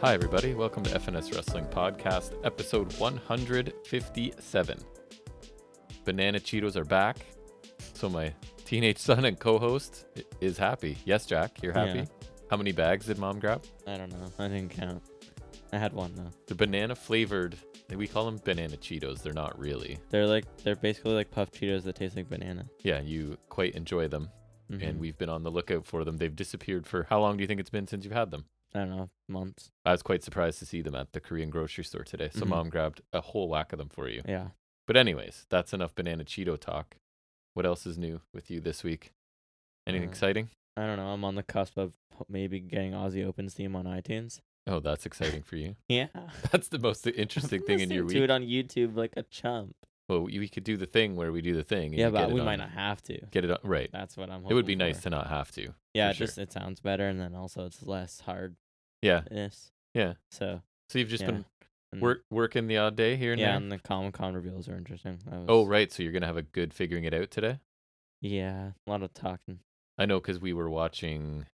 Hi, everybody. Welcome to FNS Wrestling Podcast, episode 157. Banana Cheetos are back. So, my teenage son and co host is happy. Yes, Jack, you're happy. Yeah. How many bags did mom grab? I don't know. I didn't count. I had one though. The banana flavored, we call them banana Cheetos. They're not really. They're like they're basically like puff Cheetos that taste like banana. Yeah, you quite enjoy them. Mhm. And we've been on the lookout for them. They've disappeared for how long do you think it's been since you've had them? I don't know months. I was quite surprised to see them at the Korean grocery store today. So, Mhm. mom grabbed a whole whack of them for you. Yeah. But anyways, that's enough banana Cheeto talk. What else is new with you this week? Anything Uh, exciting? I don't know. I'm on the cusp of ho- maybe getting Aussie Open's theme on iTunes. Oh, that's exciting for you. Yeah. That's the most interesting thing in your Do week. it on YouTube like a chump. Well, we we could do the thing where we do the thing. and Yeah, you get but it we on- might not have to. get it on right. That's what I'm. It would be hoping nice for. to not have to. yeah, for it sure. just it sounds better, and then also it's less hardness. Yeah, yeah. So So you've just yeah. been And- work working the odd day here and Yeah, there. and the Comic Con reveals are interesting. That Oh, was- right. So you're gonna have a good figuring it out today. Yeah, a lot of talking. I know because we were watching.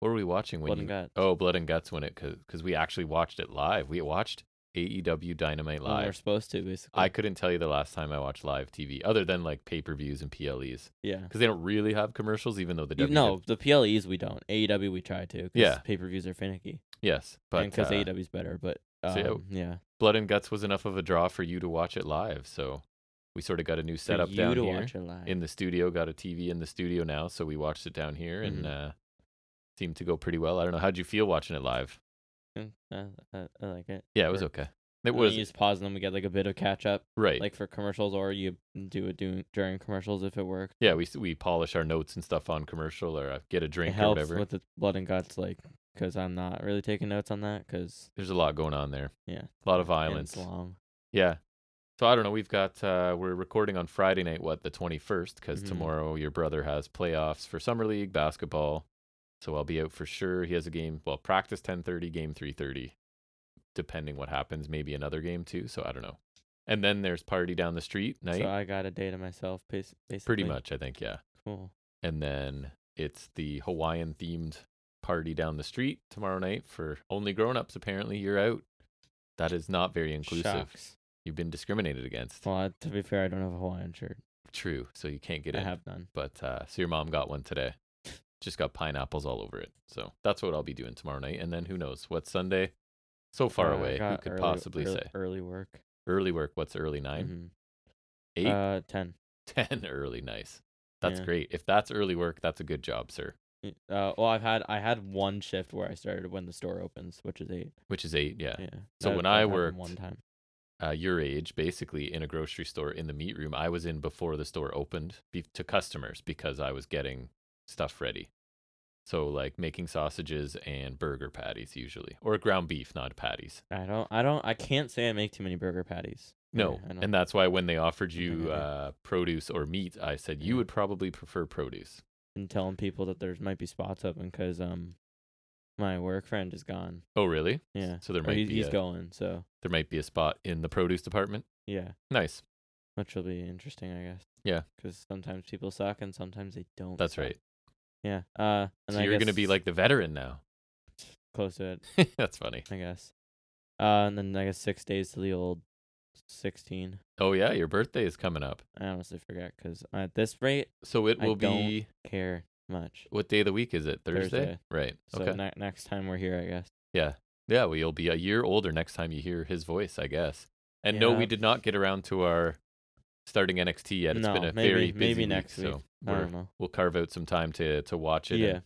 What were we watching when Blood you? and guts. Oh, Blood and Guts when it because we actually watched it live. We watched AEW Dynamite When live. We're supposed to basically. I couldn't tell you the last time I watched live TV, other than like pay per views and PLEs, yeah. because they don't really have commercials, even though the You, W. E no, the PLEs we don't. AEW we try to. Cause Yeah. Pay per views are finicky. yes, But but because uh, AEW's E better, but um, so yeah, yeah, Blood and Guts was enough of a draw for you to watch it live, so we sort of got a new set setup up you down to here watch it live. in the studio. Got a TV in the studio now, so we watched it down here and Mm-hmm. uh, seemed to go pretty well. I don't know how'd you feel watching it live? Mm, uh, uh, I like it. Yeah, it was Or- okay. It and then was you just pause and then we get like a bit of catch up, right. like for commercials, or you do it doing during commercials if it works. yeah, we s- we polish our notes and stuff on commercial or uh, get a It drink or helps whatever. with the blood and guts, like because I'm not really taking notes on that because There's a lot going on there. Yeah. a lot of violence. It's long. Yeah. So I don't know. We've got uh we're recording on Friday night, what the twenty first, because Mhm. tomorrow your brother has playoffs for summer league basketball. So I'll be out for sure. He has a game. Well, practice ten thirty, game three thirty, depending what happens. Maybe another game too. So I don't know. And then there's party down the street night. So I got a day to myself, bas- basically. pretty much, I think. Yeah. Cool. And then it's the Hawaiian themed party down the street tomorrow night for only grown ups. Apparently, you're out. That is not very inclusive. Shucks. You've been discriminated against. Well, to be fair, I don't have a Hawaiian shirt. True. So you can't get I in. have none. But uh, so your mom got one today. Just got pineapples all over it. So that's what I'll be doing tomorrow night. And then who knows what's Sunday? So far Uh, I away. Who got could early- possibly early- say early work? early work? What's early nine? Mhm. Eight, Uh, ten. ten early. Nice. That's yeah. great. If that's early work, that's a good job, sir. Y- Uh, well, I've had I had one shift where I started when the store opens, which is eight. Which is eight. Yeah. Yeah. So that- when that I happened worked- one time, Uh, your age, basically in a grocery store in the meat room, I was in before the store opened be- to customers because I was getting stuff ready. So like making sausages and burger patties usually, or ground beef, not patties. I don't, I don't, I can't say I make too many burger patties. No, Yeah, I know. and that's why when they offered I think you I did. uh, produce or meat, I said you Yeah. would probably prefer produce. And telling people that there's might be spots open because um, my work friend is gone. Oh, really? Yeah. So there Or might he's, be he's a, going. So there might be a spot in the produce department. yeah, Nice. which will be interesting, I guess. Yeah. Because sometimes people suck and sometimes they don't. That's suck. right. Yeah. Uh, and so I you're gonna be guess like the veteran now. close to it. that's funny. I guess. Uh, and then I guess six days to the old sixteen. Oh yeah, your birthday is coming up. I honestly forget because at this rate, So it I will don't- be care much. what day of the week is it? Thursday. Thursday. Right. So okay. ne- next time we're here, I guess. yeah, well, you'll be a year older next time you hear his voice, I guess. And no, we Yeah. did not get around to our starting NXT yet. It's been No, a maybe- very busy maybe week, next week. So I we're, don't know. we'll carve out some time to to watch it. and Yeah,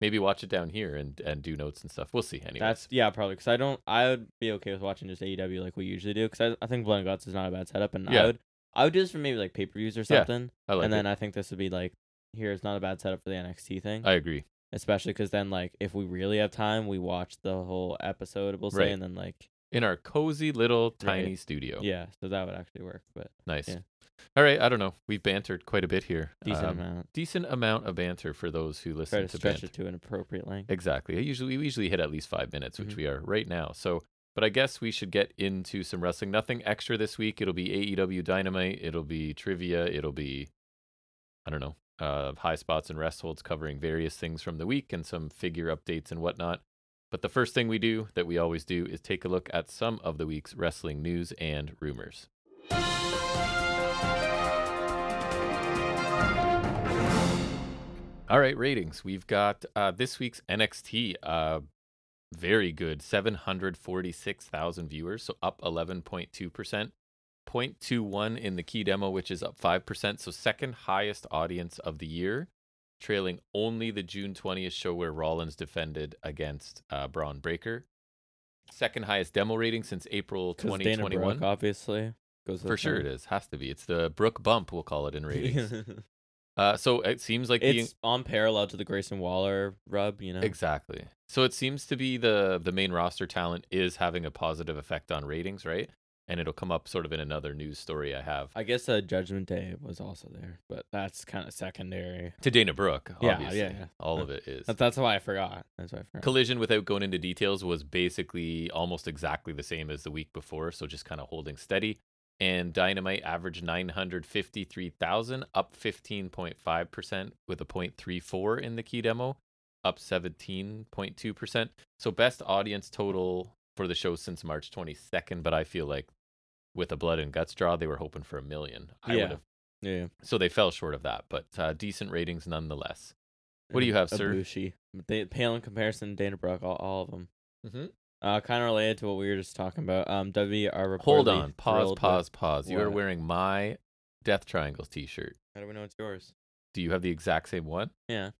maybe watch it down here and and do notes and stuff. We'll see. Anyways, that's yeah probably because I don't. I would be okay with watching just AEW like we usually do because I, I think Blood and Guts is not a bad setup, and Yeah. I would I would do this for maybe like pay per views or Yeah, something, I like and then um, it. I think this would be like here is not a bad setup for the NXT thing, I agree. especially because then like if we really have time, we watch the whole episode we'll say, Right. and then like In our cozy little Right. tiny studio. yeah, so that would actually work, but Nice. yeah. All right. I don't know. We've bantered quite a bit here. decent Um, amount. Decent amount of banter for those who Try listen to to stretch banter. it to an appropriate length. Exactly. I usually we usually hit at least five minutes, which Mhm. we are right now. So, but I guess we should get into some wrestling. Nothing extra this week. It'll be AEW Dynamite. It'll be trivia. It'll be, I don't know, uh, high spots and rest holds covering various things from the week and some figure updates and whatnot. But the first thing we do that we always do is take a look at some of the week's wrestling news and rumors. All right, ratings. We've got uh, this week's NXT. Uh, very good, 746,000 viewers, so up 11.2%. 0.21 in the key demo, which is up 5%. So, second highest audience of the year, trailing only the June 20th show where Rollins defended against uh, Braun Breaker. Second highest demo rating since April 'Cause Dana 2021. Brooke, obviously. Goes For sure it is. Has to be. It's the Brook bump, we'll call it in ratings. uh, so, it seems like the, it's on parallel to the Grayson Waller rub, you know. Exactly. So it seems to be the the main roster talent is having a positive effect on ratings, right? And it'll come up sort of in another news story I have I guess uh, Judgment Day was also there, but that's kind of secondary. to Dana Brooke. Yeah, Obviously. yeah, yeah. All of it is. That- That's why I forgot. That's why I forgot. Collision without going into details was basically almost exactly the same as the week before, so just kind of holding steady. And Dynamite averaged 953,000, up 15.5% with a 0.34 in the key demo, up 17.2%. So best audience total for the show since March 22nd, but I feel like with a blood and guts draw, they were hoping for a million. I Yeah. would have. yeah. So they fell short of that, but uh, decent ratings nonetheless. What do you have, sir? Ibushi. They pale in comparison to Dana Brooke, all, all of them. Mm-hmm. Uh, kind of related to what we were just talking about. Um, WWE are Hold reportedly on. Pause, thrilled pause, pause. You are What? wearing my Death Triangles t shirt. with- How do we know it's yours? Do you have the exact same one? Yeah.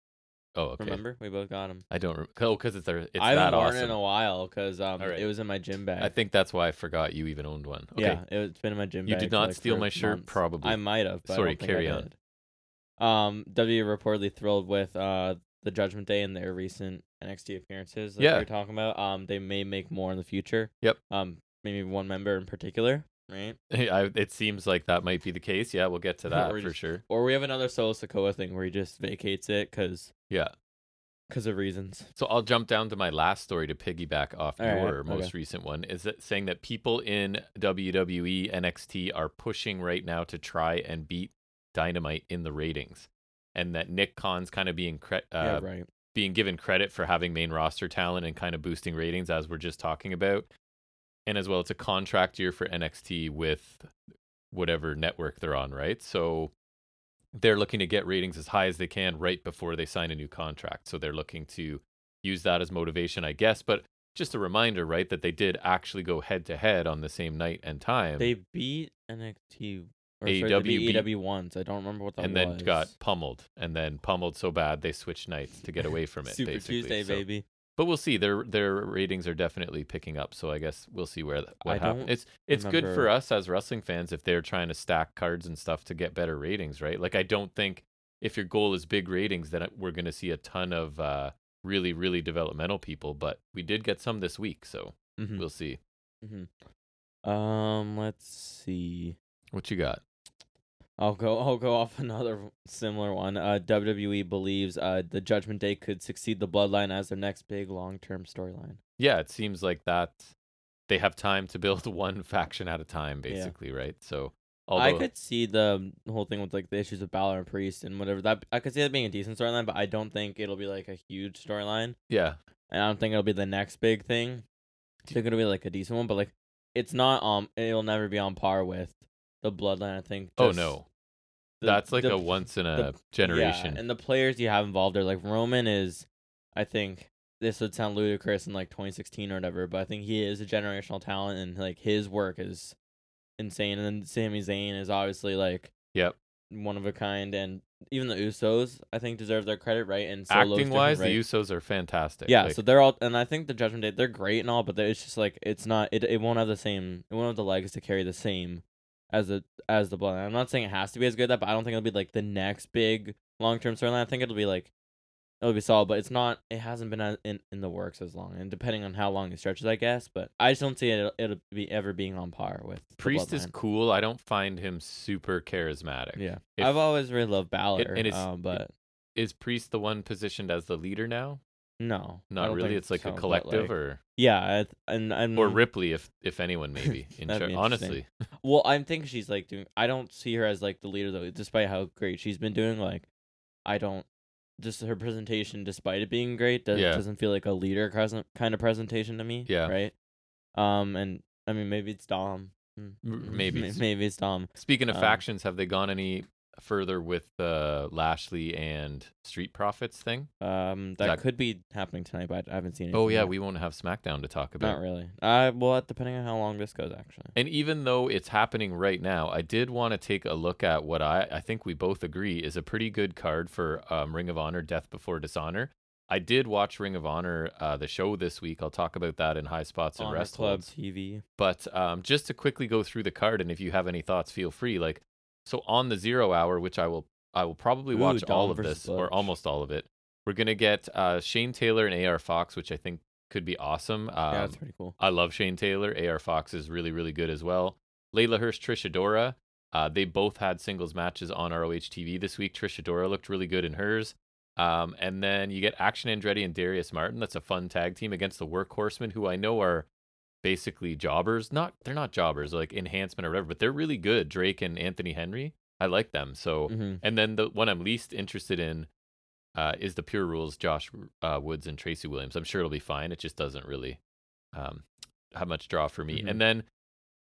Oh, okay. Remember, we both got them. I don't. Re- oh, because it's, there- it's I haven't that worn it awesome. in a while because um, All right. it was in my gym bag. I think that's why I forgot you even owned one. Okay. Yeah, it was- it's been in my gym. You did bag not for, like, steal for my shirt, months. probably. I might have. But Sorry, I don't think I carry on. did. Um, W reportedly thrilled with uh the Judgment Day and their recent NXT appearances. That Yeah. we were talking about. Um, they may make more in the future. Yep. Um, maybe one member in particular. Right. I, it seems like that might be the case. Yeah, we'll get to that We're for just- sure. Or we have another Solo Sokoa thing where he just vacates it because Yeah. because of reasons. So I'll jump down to my last story to piggyback off All right, your okay. most recent one. Is that saying that people in E, WWE NXT are pushing right now to try and beat Dynamite in the ratings, and that Nick Khan's kind of being cre- uh, yeah. Right. being given credit for having main roster talent and kind of boosting ratings as we're just talking about. And as well, it's a contract year for NXT with whatever network they're on, right? So they're looking to get ratings as high as they can right before they sign a new contract. So they're looking to use that as motivation, I guess. But just a reminder, right, that they did actually go head to head on the same night and time They beat NXT. Or sorry, they AEW beat E beat- AEW once. I don't remember what that and was. then got pummeled and then pummeled so bad they switched nights to get away from it. Super basically. Tuesday, So- baby. But we'll see. Their their ratings are definitely picking up, so I guess we'll see where that what I happens. don't It's it's good for remember- us as wrestling fans if they're trying to stack cards and stuff to get better ratings, right? Like I don't think if your goal is big ratings, then uh, we're going to see a ton of uh, really really developmental people. But we did get some this week, so Mhm. we'll see. Um, let's see. What you got? I'll go. I'll go off another w- similar one. Uh, WWE believes uh the Judgment Day could succeed the Bloodline as their next big long-term storyline. Yeah, it seems like that they have time to build one faction at a time, basically, right? So although I could see the um, whole thing with like the issues of Balor and Priest and whatever that. I could see that being a decent storyline, but I don't think it'll be like a huge storyline, yeah, and I don't think it'll be the next big thing. I think it'll be like a decent one, but like it's not. Um, it'll never be on par with the Bloodline. I think. oh just no, the- that's like the a once in a the- generation. Yeah, and the players you have involved are like Roman is, I think this would sound ludicrous in like 2016 or whatever, but I think he is a generational talent and like his work is insane. And then Sami Zayn is obviously like Yep. one of a kind, and even the Usos I think deserve their credit, right? And Solo's acting different, wise, right? the Usos are fantastic. yeah, Like, so they're all, and I think the Judgment Day they're great and all, but they're- it's just like it's not it, it won't have the same it won't have the legs to carry the same as the as the blood. I'm not saying it has to be as good that, but I don't think it'll be like the next big long term storyline. I think it'll be like it'll be solid, but it's not it hasn't been a- in in the works as long, and depending on how long it stretches, I guess. But I just don't see it it'll be ever being on par with the Priest is Bloodline. cool. I don't find him super charismatic. yeah. If- I've always really loved Balor, and it's- um, but Is Priest the one positioned as the leader now? no, I Not don't really. think It's like so, a but, collective like- or yeah, I, and and or Ripley, if if anyone maybe. In That'd char- be interesting. honestly, Well, I think she's like doing. I don't see her as like the leader though, despite how great she's been doing. Like, I don't. just her presentation, despite it being great, does, Yeah. doesn't feel like a leader present kind of presentation to me. Yeah. Right. Um, and I mean, maybe it's Dom. Mm, M- mm, maybe may- it's- Maybe it's Dom. Speaking of Um, factions, have they gone any further with the Lashley and Street Profits thing? Um, that That- could be happening tonight, but I haven't seen it. Oh yeah, we won't have SmackDown to talk about. not really. Uh, well, depending on how long this goes, actually. And even though it's happening right now, I did want to take a look at what I, I think we both agree is a pretty good card for um, Ring of Honor Death Before Dishonor. I did watch Ring of Honor, uh, the show this week. I'll talk about that in high spots and Honor rest Club holds. TV. But um, just to quickly go through the card, and if you have any thoughts, feel free. Like, so on the zero hour, which I will, I will probably Ooh, watch all Dom of versus this or Butch. almost all of it. We're gonna get uh, Shane Taylor and AR Fox, which I think could be awesome. Um, yeah, that's pretty cool. I love Shane Taylor. AR Fox is really, really good as well. Layla Hirsch, Trisha Dora. Uh, they both had singles matches on ROH TV this week. Trisha Dora looked really good in hers. Um, and then you get Action Andretti and Darius Martin. That's a fun tag team against the Workhorsemen, who I know are basically jobbers. Not they're not jobbers, like enhancement or whatever, but they're really good. Drake and Anthony Henry. I like them. So hmm and then the one I'm least interested in uh, is the Pure Rules, Josh uh, Woods and Tracy Williams. I'm sure it'll be fine. It just doesn't really um, have much draw for me. Mhm. And then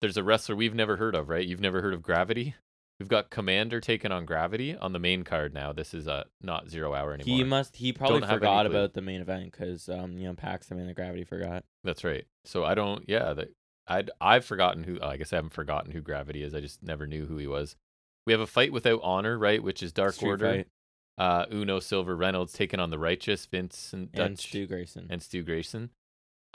there's a wrestler we've never heard of, right? You've never heard of Gravity. We've got Commander taking on Gravity on the main card now. This is uh, not zero hour anymore. He must. He probably Don't have any forgot clue. about the main event because um, you know, Pax the Man of Gravity forgot. That's right. So I don't. Yeah, that I'd I've forgotten who. I guess I haven't forgotten who Gravity is. I just never knew who he was. We have a fight without honor, right? Which is Dark Street Order. Fight Uh, Uno Silver Reynolds taking on the Righteous Vincent Dutch and Stu Grayson. and Stu Grayson.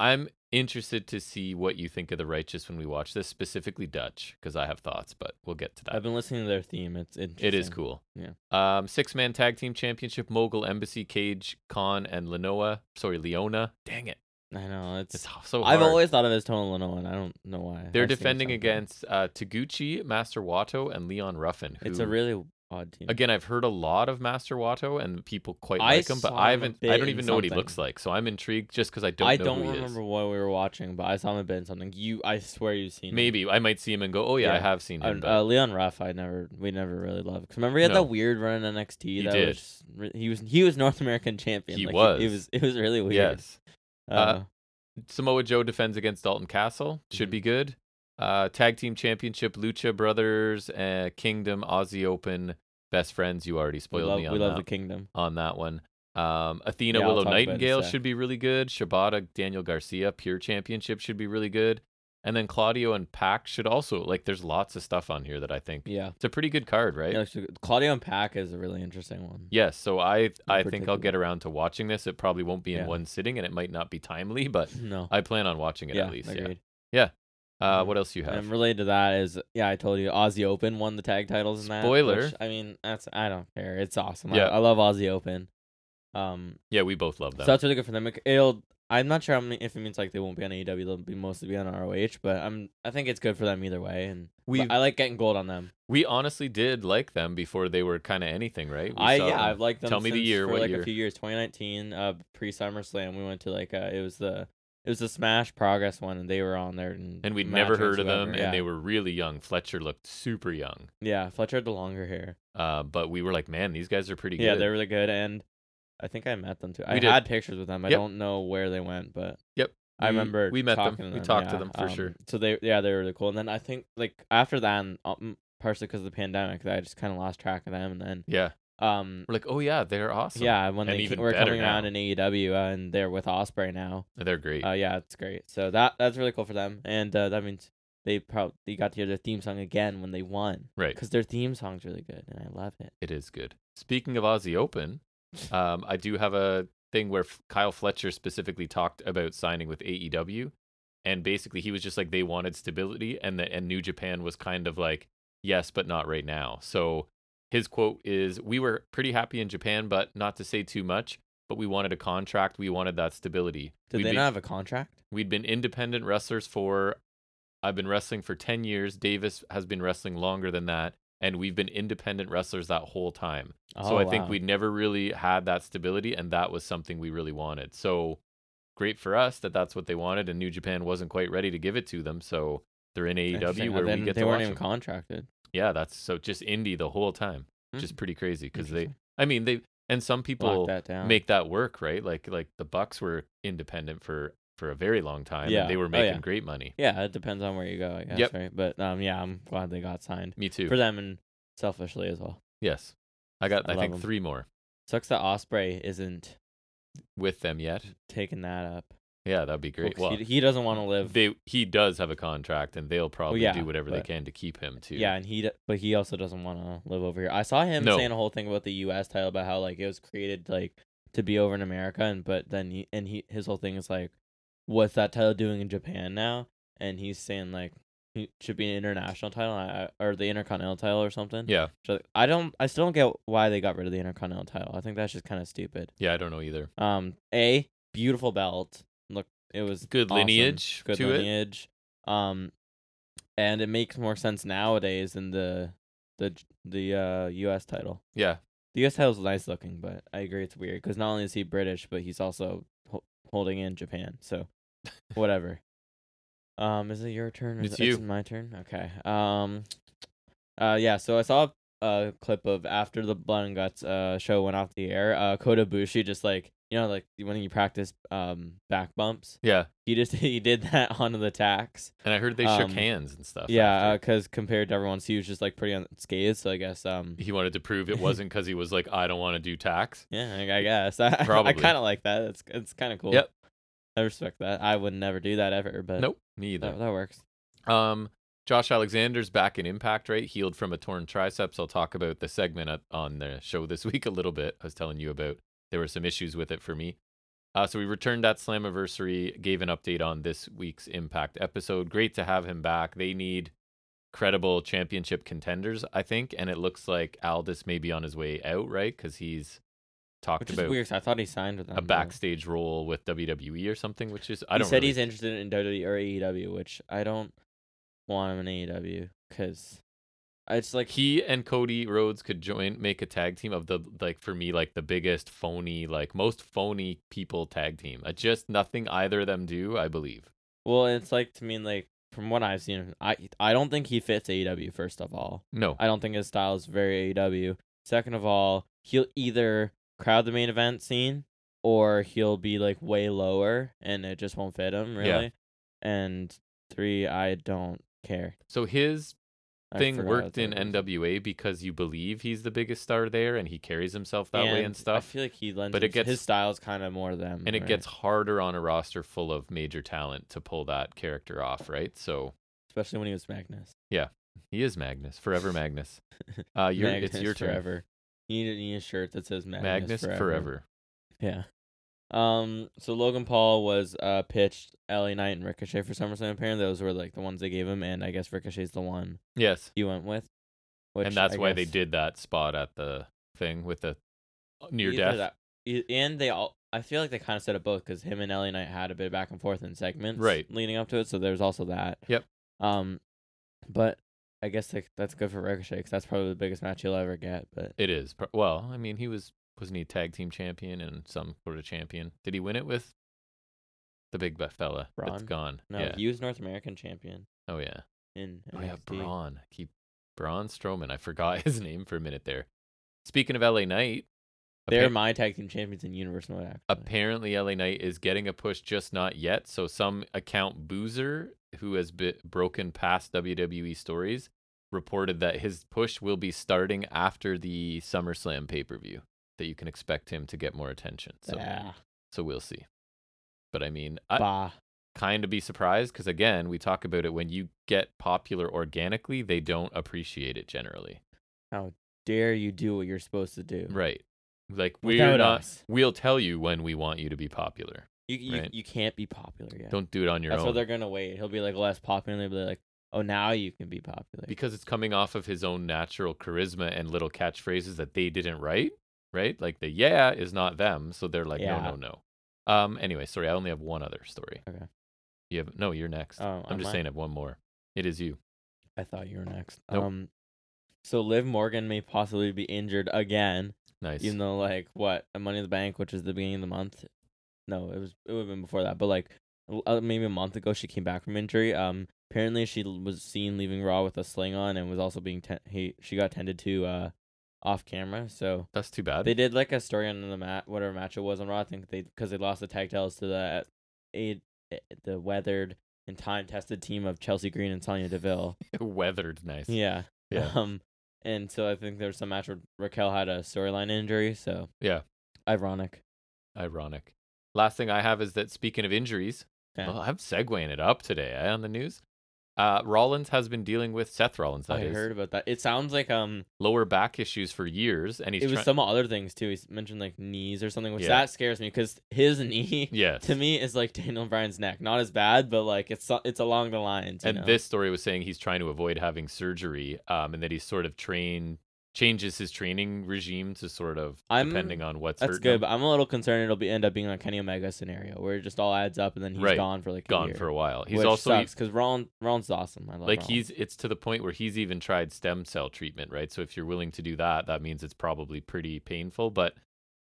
I'm interested to see what you think of the Righteous when we watch this, specifically Dutch, because I have thoughts, but we'll get to I've that. been listening to their theme. It's interesting. It is cool. Yeah. Um, six man tag team championship: Mogul Embassy, Cage, Khan, and Lenoa. Sorry, Leona. Dang it, I know it's. it's so hard. I've always thought of it as Tony Leno, and I don't know why. They're I've seen it defending somewhere. against uh, Taguchi, Master Wato, and Leon Ruffin. Who, It's a really odd team. again, I've heard a lot of Master Wato, and people quite I like him, but saw I him a haven't. I bit don't in even know what he something. looks like, so I'm intrigued just because I don't. I know don't who he is. remember what we were watching, but I saw him a bit in something. You, I swear, you've seen him. Maybe I might see him and go, "Oh yeah, I Yeah. have seen him." Uh, but- uh, Leon Ruff, I never, we never really loved. Cause remember he had No. that weird run in NXT. He that did. Was, re- he was he was North American champion. He like, was. It, was it was really weird. yes, Uh, Uh, Samoa Joe defends against Dalton Castle. Should Mhm. be good. Uh, tag team championship: Lucha Brothers, uh, Kingdom, Aussie Open, Best Friends. You already we spoiled love, me we on love that, the kingdom. on that one. Um, Athena Yeah, I'll Willow talk about it in a Nightingale sec. should be really good. Shibata Daniel Garcia Pure Championship should be really good. And then Claudio and Pac should also like. There's lots of stuff on here that I think Yeah. it's a pretty good card, right? Yeah, so Claudio and Pac is a really interesting one. Yes, so I I think I'll get particular. around to watching this. It probably won't be in Yeah. one sitting, and it might not be timely, but No. I plan on watching it yeah, at least. Agreed. Yeah. Uh, Mhm. what else you have? And related to that is, yeah, I told you, Aussie Open won the tag titles in that. Spoiler. which, I mean, that's I don't care. It's awesome. Yeah. I, I love Aussie Open. Um, yeah, we both love them. so that's really good for them. It- It'll. I'm not sure how many, if it means like they won't be on AEW. They'll be mostly be on ROH, but I'm. I think it's good for them either way. And we I like getting gold on them. we honestly did like them before they were kind of anything, right? We I saw yeah, them. I've liked them. Tell me the since year, for what like year? a few years. 2019, uh, pre SummerSlam, we went to like uh, it was the it was the Smash Progress one, and they were on there, and, and we'd match never against heard of them, whoever, and they yeah. were really young. Fletcher looked super young, yeah, Fletcher had the longer hair. uh, but we were like, man, these guys are pretty Yeah, good. they're really good, and I think I met them too. I We did. had pictures with them. I Yep. don't know where they went, but Yep, I we- remember we met them. talking We to talked to yeah, them for um, sure. So they, yeah, they were really cool. And then I think like after that, and um, partially because of the pandemic, I just kind of lost track of them. And then, Yeah, um, we're like, oh yeah, they're awesome. yeah, when And they even were better coming around now. in AEW, uh, and they're with Osprey now. they're great. Uh, yeah, it's great. So that that's really cool for them, and uh, that means they probably they got to hear their theme song again when they won right, because their theme song's really good, and I love it. it is good. Speaking of Aussie Open, um, I do have a thing where F- Kyle Fletcher specifically talked about signing with AEW, and basically he was just like they wanted stability, and that and New Japan was kind of like yes, but not right now. So his quote is, "We were pretty happy in Japan, but not to say too much." But we wanted a contract. We wanted that stability. Did We'd they be- not have a contract? We'd been independent wrestlers for, I've been wrestling for 10 years. Davis has been wrestling longer than that. And we've been independent wrestlers that whole time. so Oh, I think wow. we never really had that stability. And that was something we really wanted. So great for us that that's what they wanted. And New Japan wasn't quite ready to give it to them. So they're in AEW Interesting. E where they, we get they to watch weren't even them. contracted. Yeah, that's so just indie the whole time. Just Mm. pretty crazy because they, Interesting. I mean, they And some Lock people that down. make that work, right? Like like the Bucks were independent for for a very long time. Yeah. And they were Oh, making yeah. great money. yeah, it depends on where you go, I guess, Yep. right? But um, yeah, I'm glad they got signed Me too. for them and selfishly as well. yes. I got I I, love think 'em. three more Sucks that Osprey isn't with them yet. taking that up. Yeah, that'd be great. Well, Well, he, he doesn't want to live. they he does have a contract and they'll probably yeah, do whatever but- they can to keep him too. Yeah, and he d- but he also doesn't want to live over here. I saw him No. saying a whole thing about the U.S. title about how like it was created like to be over in America, and but then he and he his whole thing is like, what's that title doing in Japan now? And he's saying like it should be an international title I- I- or the intercontinental title or something. Yeah. So I don't I still don't get why they got rid of the intercontinental title. I think that's just kind of stupid. Yeah, I don't know either. Um, a beautiful belt. Look, it was Good awesome. lineage Good to it. lineage. Um, and it makes more sense nowadays than the the j- the uh U.S. title. Yeah. The U.S. title's nice looking, but I agree it's weird because not only is he British, but he's also ho- holding in Japan. So, whatever. um, is it your turn? Or is It's it- you. my turn. Okay. Um, uh, yeah. So I saw a clip of after the Blood and Guts uh show went off the air. Uh, Kota Bushi just like you know like when you practice um back bumps, Yeah. he just he did that onto the tax. And I heard they Um, shook hands and stuff. Yeah, uh, after. because compared to everyone's, he was just like pretty unscathed. So I guess um he wanted to prove it wasn't because he was like, I don't want to do tax. yeah, I, I guess I, I Probably. kind of like that. It's it's kind of cool. Yep. I respect that. I would never do that ever, but Nope, me either. that, that works. Um, Josh Alexander's back in impact, right? Healed from a torn triceps. I'll talk about the segment at, on the show this week a little bit. I was telling you about there were some issues with it for me. Uh, so we returned that Slammiversary, gave an update on this week's Impact episode. Great to have him back. They need credible championship contenders, I think, and it looks like Aldis may be on his way out, right? Because he's talked Which is about weird. 'cause I thought he signed with them. a but- backstage role with WWE or something, which is I don't. he said really- he's interested in WWE or AEW, which I don't want him in AEW because it's like he and Cody Rhodes could join, make a tag team of the like for me like the biggest phony, like most phony people tag team. I just nothing either of them do, I believe. well, it's like to mean like from what I've seen, I I don't think he fits AEW first of all. No, I don't think his style is very AEW. Second of all, he'll either crowd the main event scene or he'll be like way lower and it just won't fit him Yeah. really. And three, I don't care. so his I thing forgot worked what in that was. NWA because you believe he's the biggest star there and he carries himself that way and I stuff. feel like he lends but it himself- his gets- style's kind of more them, and it right? gets harder on a roster full of major talent to pull that character off, right? So especially when he was Magnus. he is Magnus, forever Magnus. Uh, your Magnus it's your turn, forever. You need, a- you need a shirt that says Magnus, Magnus forever. Yeah. Um. So Logan Paul was uh pitched LA Knight and Ricochet for SummerSlam. Apparently, those were like the ones they gave him, and I guess Ricochet's the one Yes, he went with. Which and that's I why they guess- did that spot at the thing with the near either death. that- e- and they all. I feel like they kind of said it both because him and LA Knight had a bit of back and forth in segments, Right. leading up to it. So there's also that. Yep. Um, but I guess like that's good for Ricochet because that's probably the biggest match he'll ever get. But It is. pro- Well, I mean, he was wasn't he tag team champion and some sort of champion? Did he win it with the big ba- fella that's Braun? gone? no, Yeah. he was North American champion oh yeah. in Oh yeah. NXT. Braun. I Keep Braun Strowman. I forgot his name for a minute there. Speaking of LA Knight, They're appa- my tag team champions in Universal Mode. Actually. apparently LA Knight is getting a push, just not yet. So some account boozer who has been broken past WWE stories reported that his push will be starting after the SummerSlam pay per view. That you can expect him to get more attention. So yeah. So we'll see. But I mean, I bah. kind of be surprised because again, we talk about it when you get popular organically, they don't appreciate it generally. Dare you do what you're supposed to do? Right. Like Without we're not us. we'll tell you when we want you to be popular. You you, right. you can't be popular yet. Don't do it on your That's what own. they're gonna wait. He'll be like less popular. and They'll be like, oh, now you can be popular. because it's coming off of his own natural charisma and little catchphrases that they didn't write, right? Like the yeah is not them, so they're like Yeah. no, no, no. Um. Anyway, sorry, I only have one other story. Okay. You have no. You're next. Oh, I'm am just I? saying, I have one more. It is you. I thought you were next. Nope. Um, so Liv Morgan may possibly be injured again, Nice. even though like what at Money in the Bank, which is the beginning of the month. No, it was it would have been before that, but like l- uh, maybe a month ago she came back from injury. Um, apparently she l- was seen leaving Raw with a sling on and was also being ten- he she got tended to uh off camera. So That's too bad. they did like a story on the mat, whatever match it was on Raw. I think they because they lost the tag titles to the aid, the weathered and time tested team of Chelsea Green and Sonya Deville. Weathered nice. Yeah. Yeah. Um, and so I think there was some match where Raquel had a storyline injury. So Yeah. ironic. Ironic. Last thing I have is that speaking of injuries, Yeah. well, I'm segueing it up today eh, on the news. Uh, Rollins has been dealing with Seth Rollins. That I is heard about that. It sounds like um, lower back issues for years, and he's it was try- some other things too. He s- mentioned like knees or something, which Yeah. that scares me because his knee yes. to me is like Daniel Bryan's neck. Not as bad, but like it's so- it's along the lines. you and know? this story was saying he's trying to avoid having surgery, um, and that he sort of train changes his training regime to sort of I'm- depending on what's that's hurting good, him, but I'm a little concerned it'll be end up being like Kenny Omega scenario where it just all adds up and then he's Right. gone for like a gone year, for a while. He's which also e sucks because Rollins Rollins is awesome. I love like Rollins. he's it's to the point where he's even tried stem cell treatment right so if you're willing to do that that means it's probably pretty painful but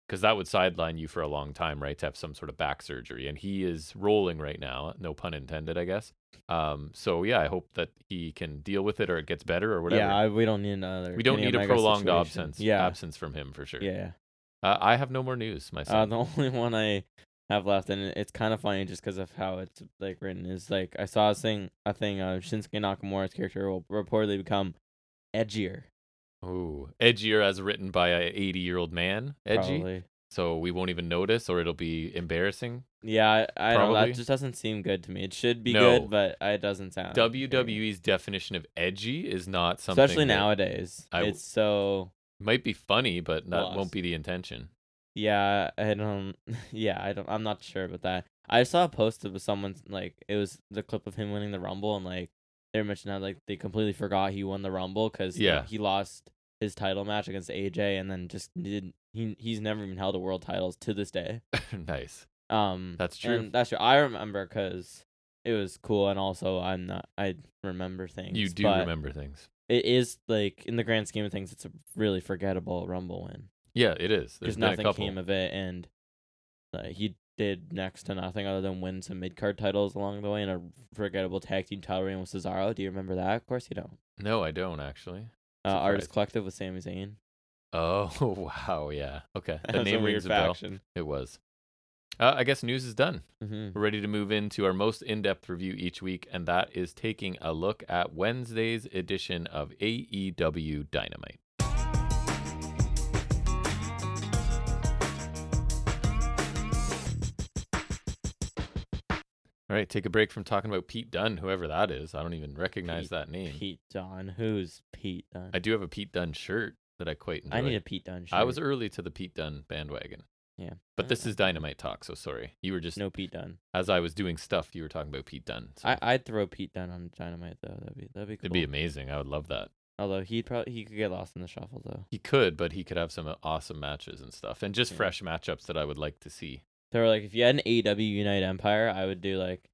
because that would sideline you for a long time right to have some sort of back surgery and he is rolling right now no pun intended i guess um so yeah i hope that he can deal with it or it gets better or whatever Yeah, I, we don't need another. we don't Kenny need a Omega prolonged situation. absence Yeah, absence from him for sure yeah. uh, i have no more news Uh, myself the only one I have left, and it- it's kind of funny just because of how it's like written, is like I saw a thing, a thing. Uh, Shinsuke Nakamura's character will reportedly become edgier. ooh edgier as written by a 80 year old man edgy Probably. so we won't even notice or it'll be embarrassing Yeah, I, I don't. know, Probably. That just doesn't seem good to me. It should be No. good, but uh, it doesn't sound. very good. WWE's definition of edgy is not something especially that nowadays, I w- it's so. Might be funny, but that Lost. won't be the intention. Yeah, I don't. Yeah, I don't. I'm not sure about that. I saw a post of someone like it was the clip of him winning the Rumble and like they were mentioning how like they completely forgot he won the Rumble because Yeah. he lost his title match against AJ and then just didn't. He he's never even held a world titles to this day. nice. Um, That's true. and that's true. I remember because it was cool and also I'm not. I remember things. You do but remember things. It is like in the grand scheme of things, it's a really forgettable Rumble win Yeah, it is. There's because been a nothing couple. came of it, and uh, he did next to nothing other than win some mid card titles along the way and a forgettable tag team title reign with Cesaro. Do you remember that? Of course you don't. no, I don't actually. Uh, Artist Surprised. Collective with Sami Zayn. Oh wow, yeah. Okay, That the was a name weird rings a bell. faction. It was. Uh, I guess news is done. Mhm. We're ready to move into our most in-depth review each week, and that is taking a look at Wednesday's edition of AEW Dynamite. All right, take a break from talking about Pete Dunn, whoever that is. I don't even recognize Pete- that name. Pete Dunn. Who's Pete Dunn? I do have a Pete Dunn shirt that I quite enjoy. I need a Pete Dunn shirt. I was early to the Pete Dunn bandwagon. Yeah. Uh. But this is Dynamite talk, so sorry. You were just no Pete Dunn. as I was doing stuff, you were talking about Pete Dunn. So I I'd throw Pete Dunn on Dynamite though. That'd be that'd be cool. it'd be amazing. I would love that. Although he'd probably he could get lost in the shuffle though. He could, but he could have some uh, awesome matches and stuff, and just Yeah. fresh matchups that I would like to see. They were like, if you had an AEW Unite Empire, I would do like,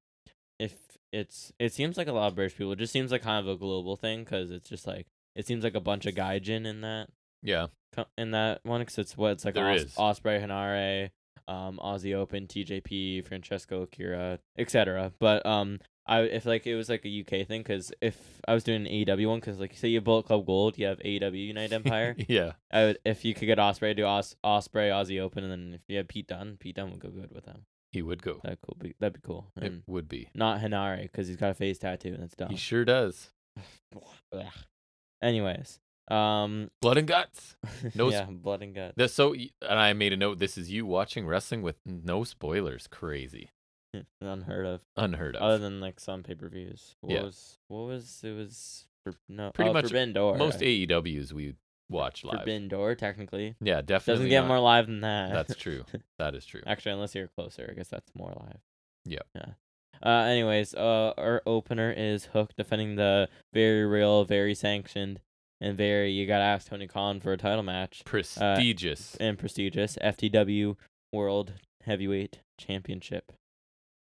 if it's it seems like a lot of British people. It just seems like kind of a global thing because it's just like it seems like a bunch of gaijin in that Yeah, co- in that one because it's what it's like There Os- is. Osprey Hanare, um, Aussie Open, TJP, Francesco Akira, etc. But um, I if like it was like a UK thing because if I was doing an AEW one because like say you have Bullet Club Gold, you have AEW Unite Empire. yeah, I would if you could get Osprey, do Os- Osprey Aussie Open, and then if you had Pete Dunn, Pete Dunn would go good with them. he would go. That cool. Be, that'd be cool. It And would be. not Hinare because he's got a face tattoo and it's dumb. He sure does. Ugh. Anyways, um, Blood and guts. No sp- yeah, blood and guts. That's So, and I made a note. This is you watching wrestling with no spoilers. Crazy, Unheard of. unheard of. Other than like some pay per views. What Yeah. was? What was? It was. For, no. Pretty oh, much Forbidden Door. Most AEWs we watch live. Forbidden Door. Technically, Yeah, definitely. doesn't get not- more live than that. That's true. That is true. Actually, unless you're closer, I guess that's more live. Yeah. Yeah. Uh, anyways, uh, our opener is Hook defending the very real, very sanctioned, and very you gotta ask Tony Khan for a title match Prestigious. and prestigious FTW World Heavyweight Championship.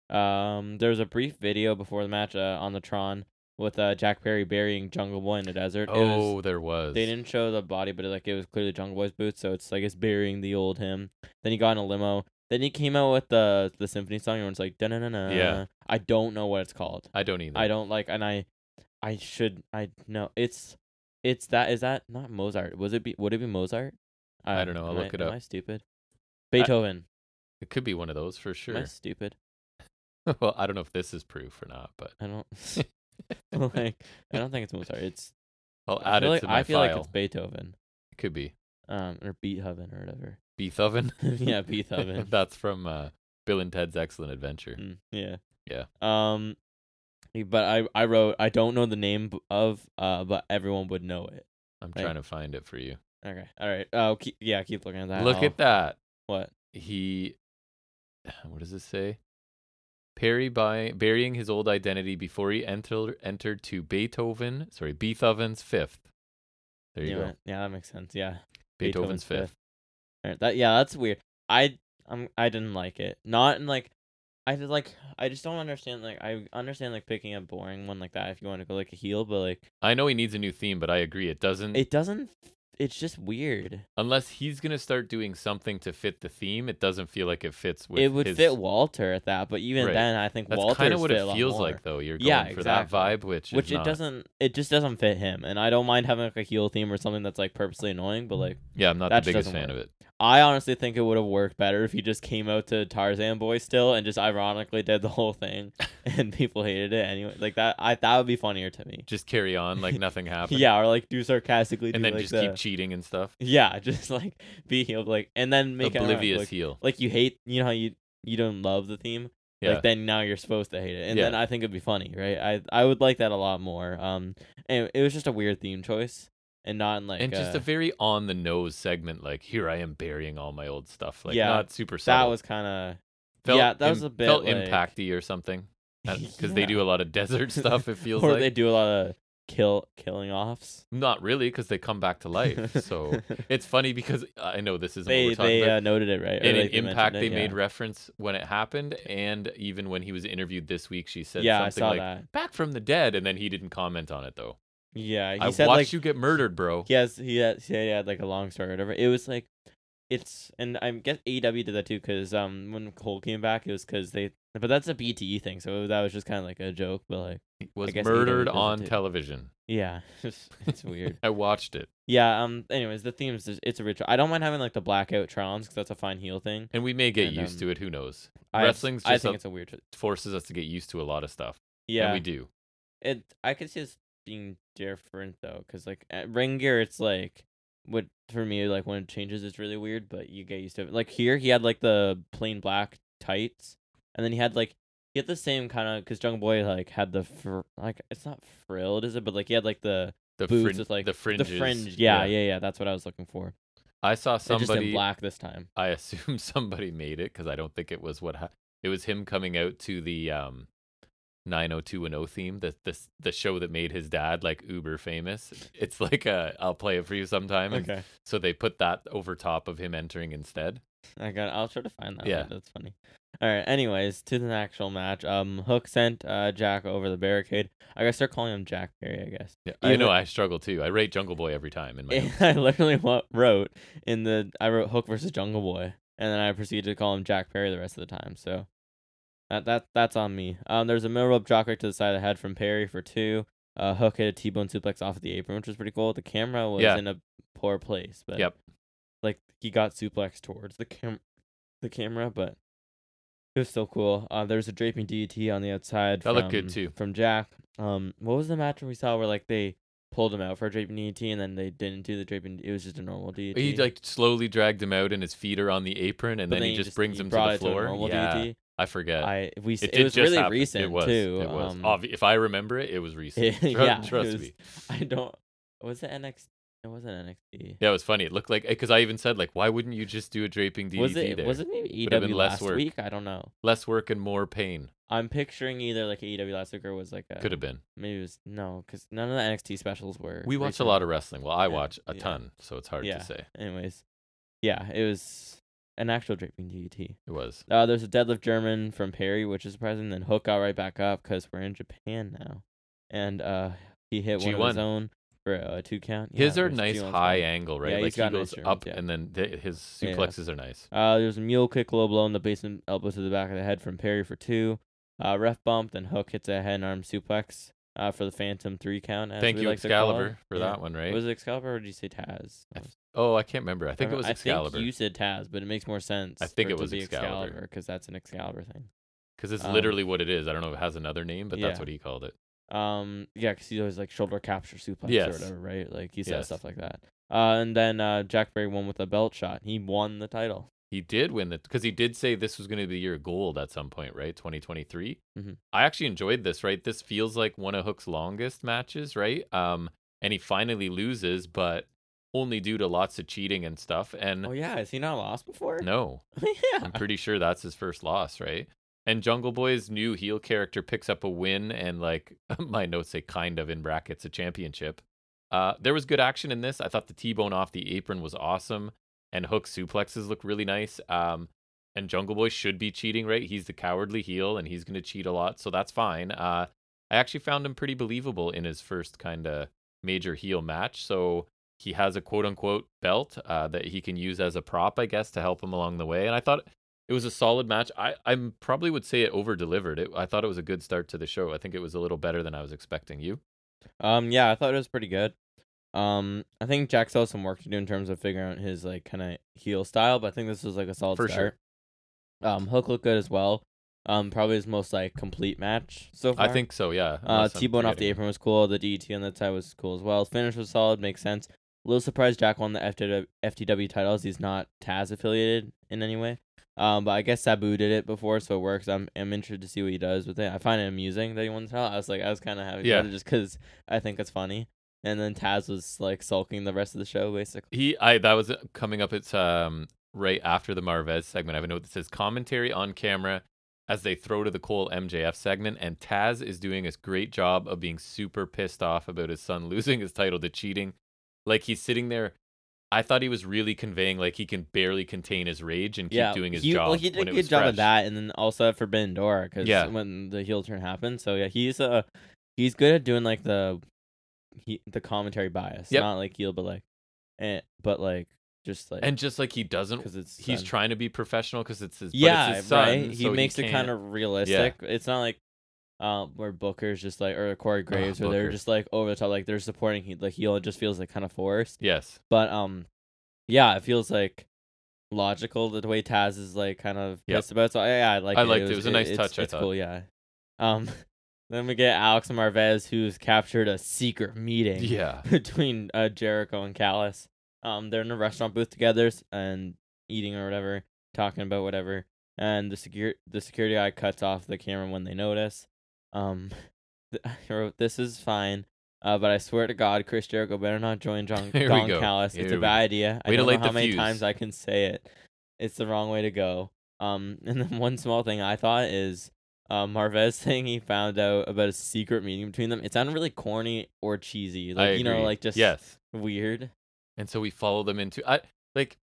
Um, there was a brief video before the match uh, on the Tron with uh, Jack Perry burying Jungle Boy in the desert. It was- oh, there was. they didn't show the body, but it, like it was clearly Jungle Boy's boots, so it's like it's burying the old him. Then he got in a limo. Then he came out with the the symphony song. Everyone's like, da na na na. Yeah. I don't know what it's called. I don't either. I don't like, and I, I should, I know it's It's that is that not Mozart? Was it be would it be Mozart? I don't know. I'll am look I, it am up. I stupid? Beethoven. It could be one of those for Am I sure. stupid? well, I don't know if this is proof or not, but I don't like. I don't think it's Mozart. It's I'll I add it feel like to my I feel file. like it's Beethoven, It could be um, or Beethoven or whatever. Beethoven. yeah, Beethoven. That's from uh, Bill and Ted's Excellent Adventure. Mm, yeah. Yeah. Um, y- but I I wrote I don't know the name b- of uh, but everyone would know it. I'm Like- trying to find it for you. Okay. All right. Oh, keep, yeah. Keep looking at that. Look I'll- at that. what. He, what does this say? Perry by burying his old identity before he entered entered to Beethoven. Sorry, Beethoven's fifth. There you yeah, go. man. Yeah, that makes sense. Yeah. Beethoven's, Beethoven's fifth. fifth. All right. That yeah, that's weird. I um I didn't like it. Not in like I did like I just don't understand like I understand like picking a boring one like that if you want to go like a heel, but like I know he needs a new theme, but I agree it doesn't. it doesn't. It's just weird. unless he's gonna start doing something to fit the theme, it doesn't feel like it fits with. it would his- fit Walter at that, but even Right. then, I think That's Walter kind of what it feels like, though. You're going Yeah, for that exactly. vibe, which which is it not. doesn't. It just doesn't fit him, and I don't mind having like a heel theme or something that's like purposely annoying, Mm. but like Yeah, I'm not that the just biggest doesn't fan of work. it. I honestly think it would have worked better if he just came out to Tarzan Boy still and just ironically did the whole thing, and people hated it anyway. Like that, I that would be funnier to me. Just carry on like nothing happened. Yeah, or like do sarcastically, do and then like just the- keep cheating and stuff. yeah, just like be heel, like and then make it ironic, Oblivious like, heel. like you hate, you know how you you don't love the theme. Yeah. Like then now you're supposed to hate it, and then Yeah. I think it'd be funny, right? I I would like that a lot more. Um, and it was just a weird theme choice, and not in like and just uh, a very on the nose segment, like here I am burying all my old stuff. Like Yeah, not super that subtle. was kind Felt yeah, that was im- a bit felt like- impacty or something. of Because they do a lot of desert stuff. It feels or like they do a lot of kill killing offs. not really, because they come back to life. So it's funny because uh, I know this isn't what they we're talking they about. uh, noted it right. in or, like, an they mentioned impact it, they yeah. made reference when it happened and even when he was interviewed this week she said yeah, I something saw like that. back from the dead and then he didn't comment on it though Yeah, he i said watched like you get murdered bro he has he had, he had like a long story or whatever. It was like it's and I guess AEW did that too because um when Cole came back it was because they but that's a BTE thing so that was just kind of like a joke but like He was guess AEW murdered does it on too. television yeah it's, it's weird i watched it yeah um anyways the themes is- it's a ritual I don't mind having like the blackout trons because that's a fine heel thing and we may get And, used um, to it who knows I- Wrestling's I just think a- it's a weird tr- forces us to get used to a lot of stuff yeah and we do it I could see this being different though, because like at ring gear, it's like what for me like when it changes, it's really weird, but you get used to it. Like here, he had like the plain black tights, and then he had like he had the same kind of because Jungle Boy like had the fr- like it's not frilled, is it? But like he had like the the Boots fringe with, like, the fringes the fringe. Yeah, yeah, yeah, That's what I was looking for. i saw Somebody just in somebody black this time. i assume somebody made it because i don't think it was what ha- it was him coming out to the um 90210 theme the, the the show that made his dad like uber famous it's like a i'll play it for you sometime and Okay, so they put that over top of him entering instead I got. I'll try to find that. Yeah. Yeah, that's funny. All right. Anyways, to the actual match. Um, Hook sent uh Jack over the barricade. I guess they're calling him Jack Perry. I guess. yeah, Yeah, i know but- i struggle too i rate jungle boy every time in my And notes. I literally wa- wrote in the I wrote Hook versus Jungle Boy, and then I proceeded to call him Jack Perry the rest of the time. So that that that's on me. Um, there's a middle rope drop kick to the side of the head from Perry for two. Uh, Hook hit a T-bone suplex off of the apron, which was pretty cool. The camera was Yeah. in a poor place, but Yep. like he got suplexed towards the cam, the camera, but it was still cool. Uh, there's a draping DDT on the outside. That looked good from- too. from Jack. Um, what was the match we saw where like they pulled him out for a draping DDT and then they didn't do the draping? It was just a normal DDT. he like slowly dragged him out and his feet are on the apron and But then, he just brings him to brought the it floor a normal yeah DDT. i forget I we s- it, it, did was just really happen. recent it was too. it was um, Obvi- if i remember it it was recent it- Tru- yeah, it trust was- me I don't. Was it NXT? It wasn't NXT. Yeah, it was funny. It looked like because I even said like, why wouldn't you just do a draping DDT was it? there? Was it maybe Would've been EW less last work. week? I don't know. Less work and more pain I'm picturing either like AEW last week or was like a could have been. maybe it was no because none of the NXT specials were. We watch a recent. lot of wrestling. Well, I Yeah, watch a yeah. ton, so it's hard Yeah. to say. Anyways, yeah, it was an actual draping DDT. It was Uh, there's a deadlift German from Perry, which is surprising. Then Hook got right back up because we're in Japan now, and uh, he hit one of G1. his own for a two count. his Yeah, are versus nice G1's high one. angle, right? Yeah, like he's he got nice goes Germans, up yeah. and then th- his Yeah, yeah. suplexes are nice. Uh, there's a mule kick, low blow in the basement elbow to the back of the head from Perry for two. Uh, ref bump, then Hook hits a head and arm suplex. uh, for the Phantom Three count. As Thank we you, like to call it. Excalibur, for Yeah. that one, right? Was it Excalibur or did you say Taz? I oh, I can't remember. I think it was Excalibur you said Taz, but it makes more sense. I think for it was to be Excalibur. Excalibur because that's an Excalibur thing. because it's um, literally what it is. I don't know if it has another name, but that's yeah. what he called it. Um, yeah, because he's always like shoulder capture suplex or Yes. whatever, right? Like he says Yes. stuff like that. Uh, and then uh, Jack Berry won with a belt shot. He won the title. He did win the because he did say this was going to be your gold at some point, right? 2023. Mhm. I actually enjoyed this, right? This feels like one of Hook's longest matches, right? Um, and he finally loses, but only due to lots of cheating and stuff. And Oh yeah, has he not lost before? no, yeah. I'm pretty sure that's his first loss, right? And Jungle Boy's new heel character picks up a win and, like, my notes say kind of in brackets, a championship. Uh, there was good action in this. I thought the T bone off the apron was awesome, and hook suplexes look really nice. Um, and Jungle Boy should be cheating, right? He's the cowardly heel and he's going to cheat a lot, so that's fine. Uh, I actually found him pretty believable in his first kind of major heel match. So he has a quote unquote belt uh, that he can use as a prop, I guess, to help him along the way. And I thought it was a solid match. I I probably would say it over delivered. It, I thought it was a good start to the show. I think it was a little better than I was expecting. You? Um, yeah, I thought it was pretty good. Um, I think Jack still has some work to do in terms of figuring out his like kind of heel style, but I think this was like a solid For sure. start. Um, Hook looked good as well. Um, probably his most like complete match so far. I think so. Yeah. Uh, unless I'm T Bone off the forgetting. apron was cool. The DET on that side was cool as well. His finish was solid. Makes sense. A little surprised Jack won the FTW, FTW titles. He's not Taz affiliated in any way. Um, but I guess Sabu did it before, so it works. I'm I'm interested to see what he does with it. I find it amusing that he won the title. I was like, I was kind of happy Yeah. about it just because I think it's funny. And then Taz was like sulking the rest of the show basically. He, I that was uh, coming up. It's um right after the Marvez segment. I have a note that says commentary on camera as they throw to the Cole MJF segment, and Taz is doing a great job of being super pissed off about his son losing his title to cheating. Like he's sitting there. I thought he was really conveying like he can barely contain his rage and keep doing his he, job. Well, he did when a it good was job fresh. of that, and then also for Ben Dora, because Yeah. when the heel turn happened, so yeah, he's uh he's good at doing like the he the commentary bias, Yep. not like heel, but like and but like just like And just like he doesn't because it's he's son. trying to be professional because it's his but it's yeah his son, right he so makes it kind can't- of realistic. It's not like. Um, where Booker's just like, or Corey Graves, where they're Booker. just like over the top, like they're supporting he, the heel. It just feels like kind of forced. yes But um, yeah, it feels like logical the way Taz is like kind of Yep. pissed about. it. So I- yeah, I like. I it. liked it. it. It was a nice it's- touch, I It's thought. cool. Yeah. Um, then we get Alex Marvez, who's captured a secret meeting yeah between uh, Jericho and Callis. Um, they're in a restaurant booth together s- and eating or whatever, talking about whatever. And the secure the security guy cuts off the camera when they notice. Um, th- I wrote, "This is fine." Uh, but I swear to God, Chris Jericho better not join John Here we Don go. Callis. Here It's a we bad go. idea. I Way to don't know light how the many fuse. times I can say it. It's the wrong way to go. Um, and then one small thing I thought is uh, Marvez saying he found out about a secret meeting between them. It sounded really corny or cheesy, like I you know, agree. like just yes weird. and so we follow them into i like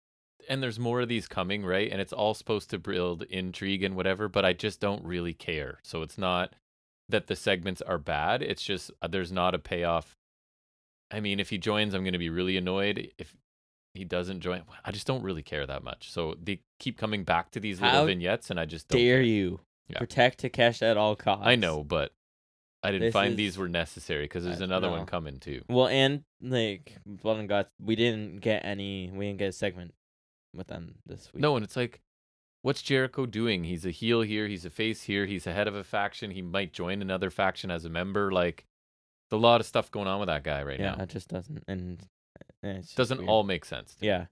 and there's more of these coming right and it's all supposed to build intrigue and whatever but i just don't really care so it's not that the segments are bad it's just uh, there's not a payoff i mean if he joins i'm going to be really annoyed if he doesn't join i just don't really care that much so they keep coming back to these little How vignettes and i just don't Dare care. you Yeah. protect Takesh at all costs? I know, but I didn't This find is- these were necessary because there's I- another one no. coming too. Well, and like Blood and Guts, we didn't get any. We didn't get a segment with them this week. No, and it's like, what's Jericho doing? He's a heel here. He's a face here. He's a head of a faction. He might join another faction as a member. Like, there's a lot of stuff going on with that guy right yeah, now. it just doesn't, and and it's just Doesn't weird. all make sense. to me. Yeah.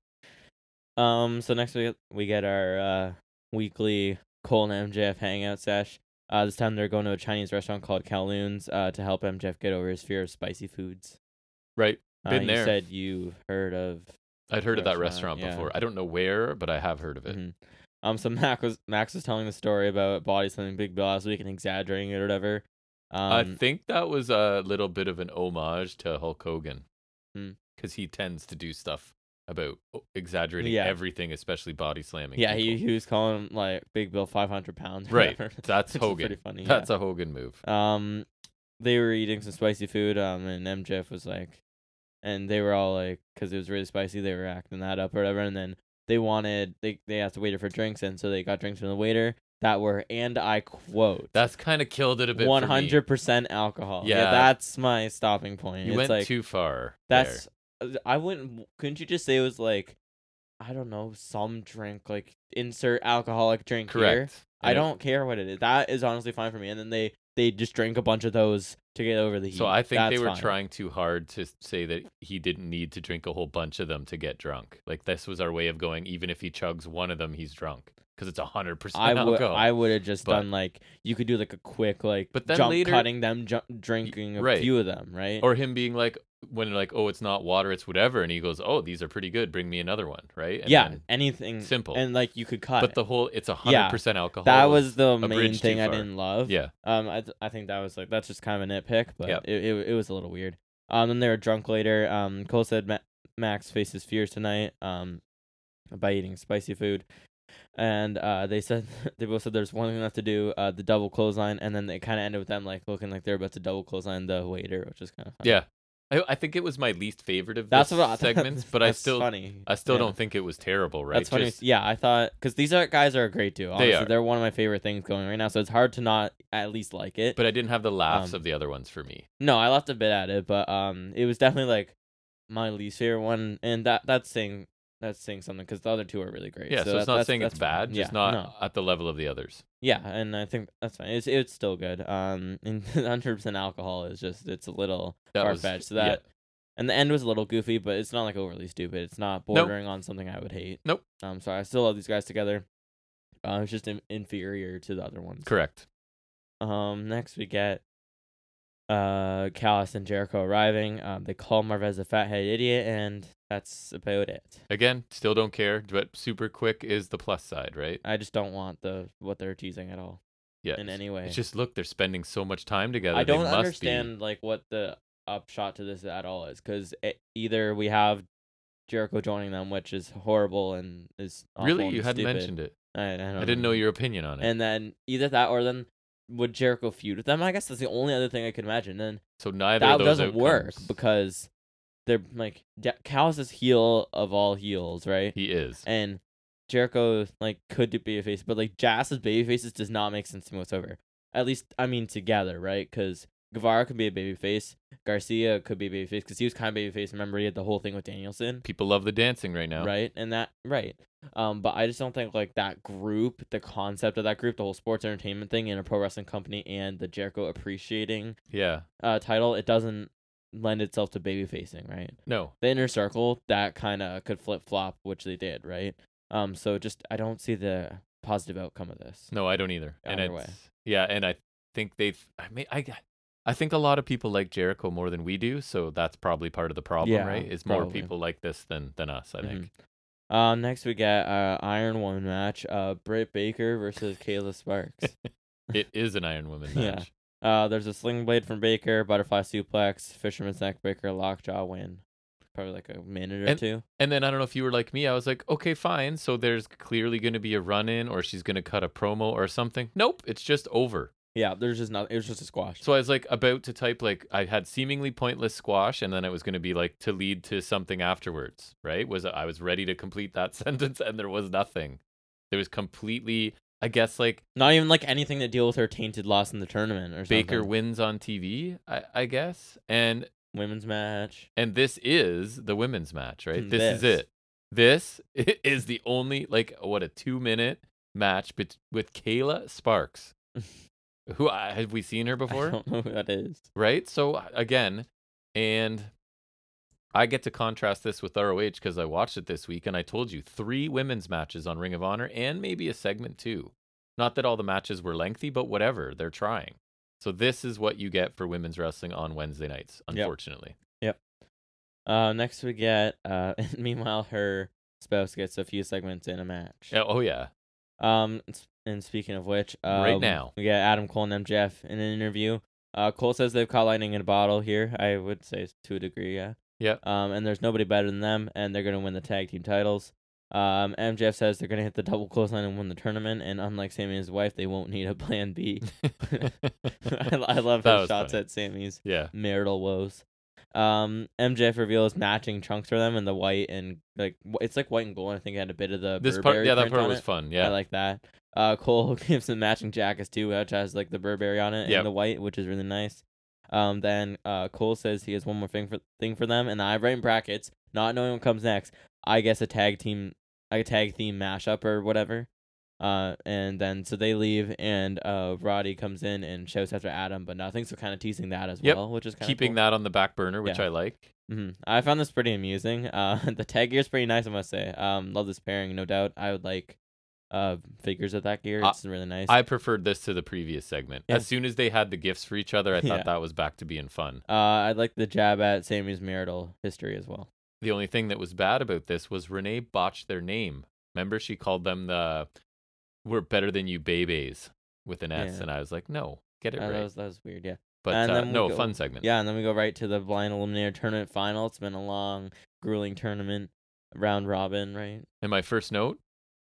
Um. So next week we get our uh, weekly Cole and MJF hangout sesh. Uh, this time they're going to a Chinese restaurant called Kowloon's uh, to help MJF get over his fear of spicy foods. Right. Uh, Been you there. said you've heard of. I'd heard of that Restaurant, restaurant yeah. before. I don't know where, but I have heard of it. Mhm. Um. So Max was Max was telling the story about body something Big Bill last week and exaggerating it or whatever. Um, I think that was a little bit of an homage to Hulk Hogan Hmm. because he tends to do stuff about o- exaggerating Yeah. everything, especially body slamming. yeah, he, people. he was calling him, like Big Bill five hundred pounds. or Right. whatever, That's which is Hogan. Pretty funny. yeah. That's a Hogan move. um they were eating some spicy food um and MJF was like and they were all like cuz it was really spicy they were acting that up or whatever and then they wanted they they had to wait for drinks and so they got drinks from the waiter that were, and I quote, That's kind of killed it a bit. for me. 100% alcohol. Yeah. that's my stopping point. You it's went like, too far. That's uh, there. I wouldn't. Couldn't you just say it was like, I don't know, some drink like insert alcoholic drink here. correct. I don't care what it is. That is honestly fine for me. And then they they just drink a bunch of those to get over the heat. So I think they That's were fine. trying too hard to s- say that he didn't need to drink a whole bunch of them to get drunk. Like this was our way of going. Even if he chugs one of them, he's drunk because it's hundred percent I would alcohol. I would have just But- done like you could do like a quick like But then jump later- cutting them jump drinking a right. few of them right or him being like when like oh it's not water it's whatever and he goes oh these are pretty good bring me another one right and yeah then- anything simple. and like you could cut but it. the whole it's a Yeah, hundred percent alcohol that was the main bridge too thing I far. didn't love yeah Um, I, th- I think that was like that's just kind of a nitpick, but Yep. it, it it was a little weird. Um, then they were drunk later. Um, Cole said Ma- Max faces fears tonight. Um, by eating spicy food, and uh, they said they both said there's one thing left to do, uh, the double clothesline, and then it kind of ended with them like looking like they're about to double clothesline the waiter, which is kind of funny. yeah. I, I think it was my least favorite of Uh, that's this what I, segments, but I that's still funny. I still Yeah. don't think it was terrible, right? That's funny. Just- yeah, I thought because these are guys are a great duo. Honestly, are. they're one of my favorite things going right now, so it's hard to not at least like it. but I didn't have the laughs Um, of the other ones for me. No, I laughed a bit at it, but um, it was definitely like my least favorite one, and that that's saying that's saying something because the other two are really great. Yeah, so, that- it's not that's- saying it's that's bad, fine. just yeah, not no. at the level of the others. Yeah, and I think that's fine. It's it's still good. Um, and 100 percent alcohol is just it's a little That far was fetched. So yeah. that and the end was a little goofy, but it's not like overly stupid. It's not bordering on something I would hate. Nope. Um, so I still love these guys together. Uh, it's just in- inferior to the other ones. correct. Um, next we get uh Callus and Jericho arriving. Um, they call Marvez a fathead idiot, and that's about it. Again, still don't care, but super quick is the plus side, right? I just don't want the what they're teasing at all Yeah. Uh, in any way. It's just look, they're spending so much time together. I they don't must understand like what the upshot to this at all is because either we have Jericho joining them, which is horrible and is Be... awful Really, and you hadn't stupid. mentioned it. I, I, I, don't didn't know your opinion on it. And then either that or then would Jericho feud with them? I guess that's the only other thing I could imagine. Then so neither that of those doesn't work outcomes. because they're like Ja- Callus is heel of all heels, right? he is. And Jericho like could do babyface, but like Jazz's babyfaces does not make sense to me whatsoever. At least I mean together, right? Because Guevara could be a babyface, Garcia could be a babyface because he was kind of babyface. Remember he had the whole thing with Danielson, People love the dancing right now. right? And that right. Um, but I just don't think like that group, the concept of that group, the whole sports entertainment thing in a pro wrestling company, and the Jericho appreciating Yeah. uh, title, it doesn't lend itself to baby facing, right? No. The inner circle that kind of could flip flop, which they did, right? Um, so just I don't see the positive outcome of this. No, I don't either. And Either way. it's- yeah, and I think they've. I mean, I, I think a lot of people like Jericho more than we do, so that's probably part of the problem, Yeah, right? Is more probably. people like this than than us. I think. Uh, next we get uh Iron Woman match, uh, Britt Baker versus Kayla Sparks. It is an Iron Woman Yeah. match. Uh, there's a sling blade from Baker, butterfly suplex, fisherman's neck breaker, lockjaw win. Probably like a minute or And- two. And then I don't know if you were like me. I was like, okay, fine. So there's clearly going to be a run in, or she's going to cut a promo or something. Nope, it's just over. Yeah, there's just nothing. It was just a squash. So I was like about to type like I had seemingly pointless squash, and then it was going to be like to lead to something afterwards, right? Was I was ready to complete that sentence, and there was nothing. There was completely, I guess, like Not even like anything to deal with her tainted loss in the tournament or something. Baker wins on TV, I, I guess, and women's match. and this is the women's match, right? Mm, This, is this. it. This i- is the only like what a two minute match bet- with Kayla Sparks, who I, have we seen her before? I don't know who that is. right? So uh, again, and I get to contrast this with ROH because I watched it this week, and I told you three women's matches on Ring of Honor, and maybe a segment too. Not that all the matches were lengthy, but whatever, they're trying. So this is what you get for women's wrestling on Wednesday nights, Yep. unfortunately. Uh, next we get uh, meanwhile her spouse gets a few segments in a match. Yeah, Oh yeah, Um, s- and speaking of which, um, Right now. we get Adam Cole and MJF in an interview. Uh, Cole says they've caught lightning in a bottle here. I would say s- to a degree, yeah. Yep. Um, and there's nobody better than them, and they're gonna win the tag team titles. Um, MJF says they're gonna hit the double clothesline and win the tournament, and unlike Sammy and his wife, they won't need a plan B. I, I love That his was shots funny. at Sammy's yeah. marital woes. Um, MJF reveals matching chunks for them in the white and like wh- it's like white and gold. I think it had a bit of the This part, Burberry yeah, that print part on was it. fun. I Yeah, like that. Uh, Cole gives some matching jackets too, which has like the Burberry on it Yep. and the white, which is really nice. Um, then uh, Cole says he has one more thing for thing for them, and I write in brackets, not knowing what comes next. I guess a tag team, a tag team mashup or whatever. Uh, and then so they leave, and uh, Roddy comes in and shouts after Adam, but nothing. So kind of teasing that as Yep. well, which is kind Keeping that on the back burner, which Yeah. I like. hmm I found this pretty amusing. Uh, the tag gear is pretty nice, I must say. Um, love this pairing, no doubt. I would like, uh, figures of that gear. I- It's really nice. I preferred this to the previous segment. Yeah. As soon as they had the gifts for each other, I thought Yeah. that was back to being fun. uh, I like the jab at Sammy's marital history as well. The only thing that was bad about this was Renee botched their name. Remember, she called them the "We're better than you, babies" with an S, Yeah. and I was like, "No, get it Uh, That right." was that was weird. Yeah. But and uh, then we no, go- fun segment. Yeah, and then we go right to the blind eliminator tournament final. It's been a long, grueling tournament, round robin, right? And my first note: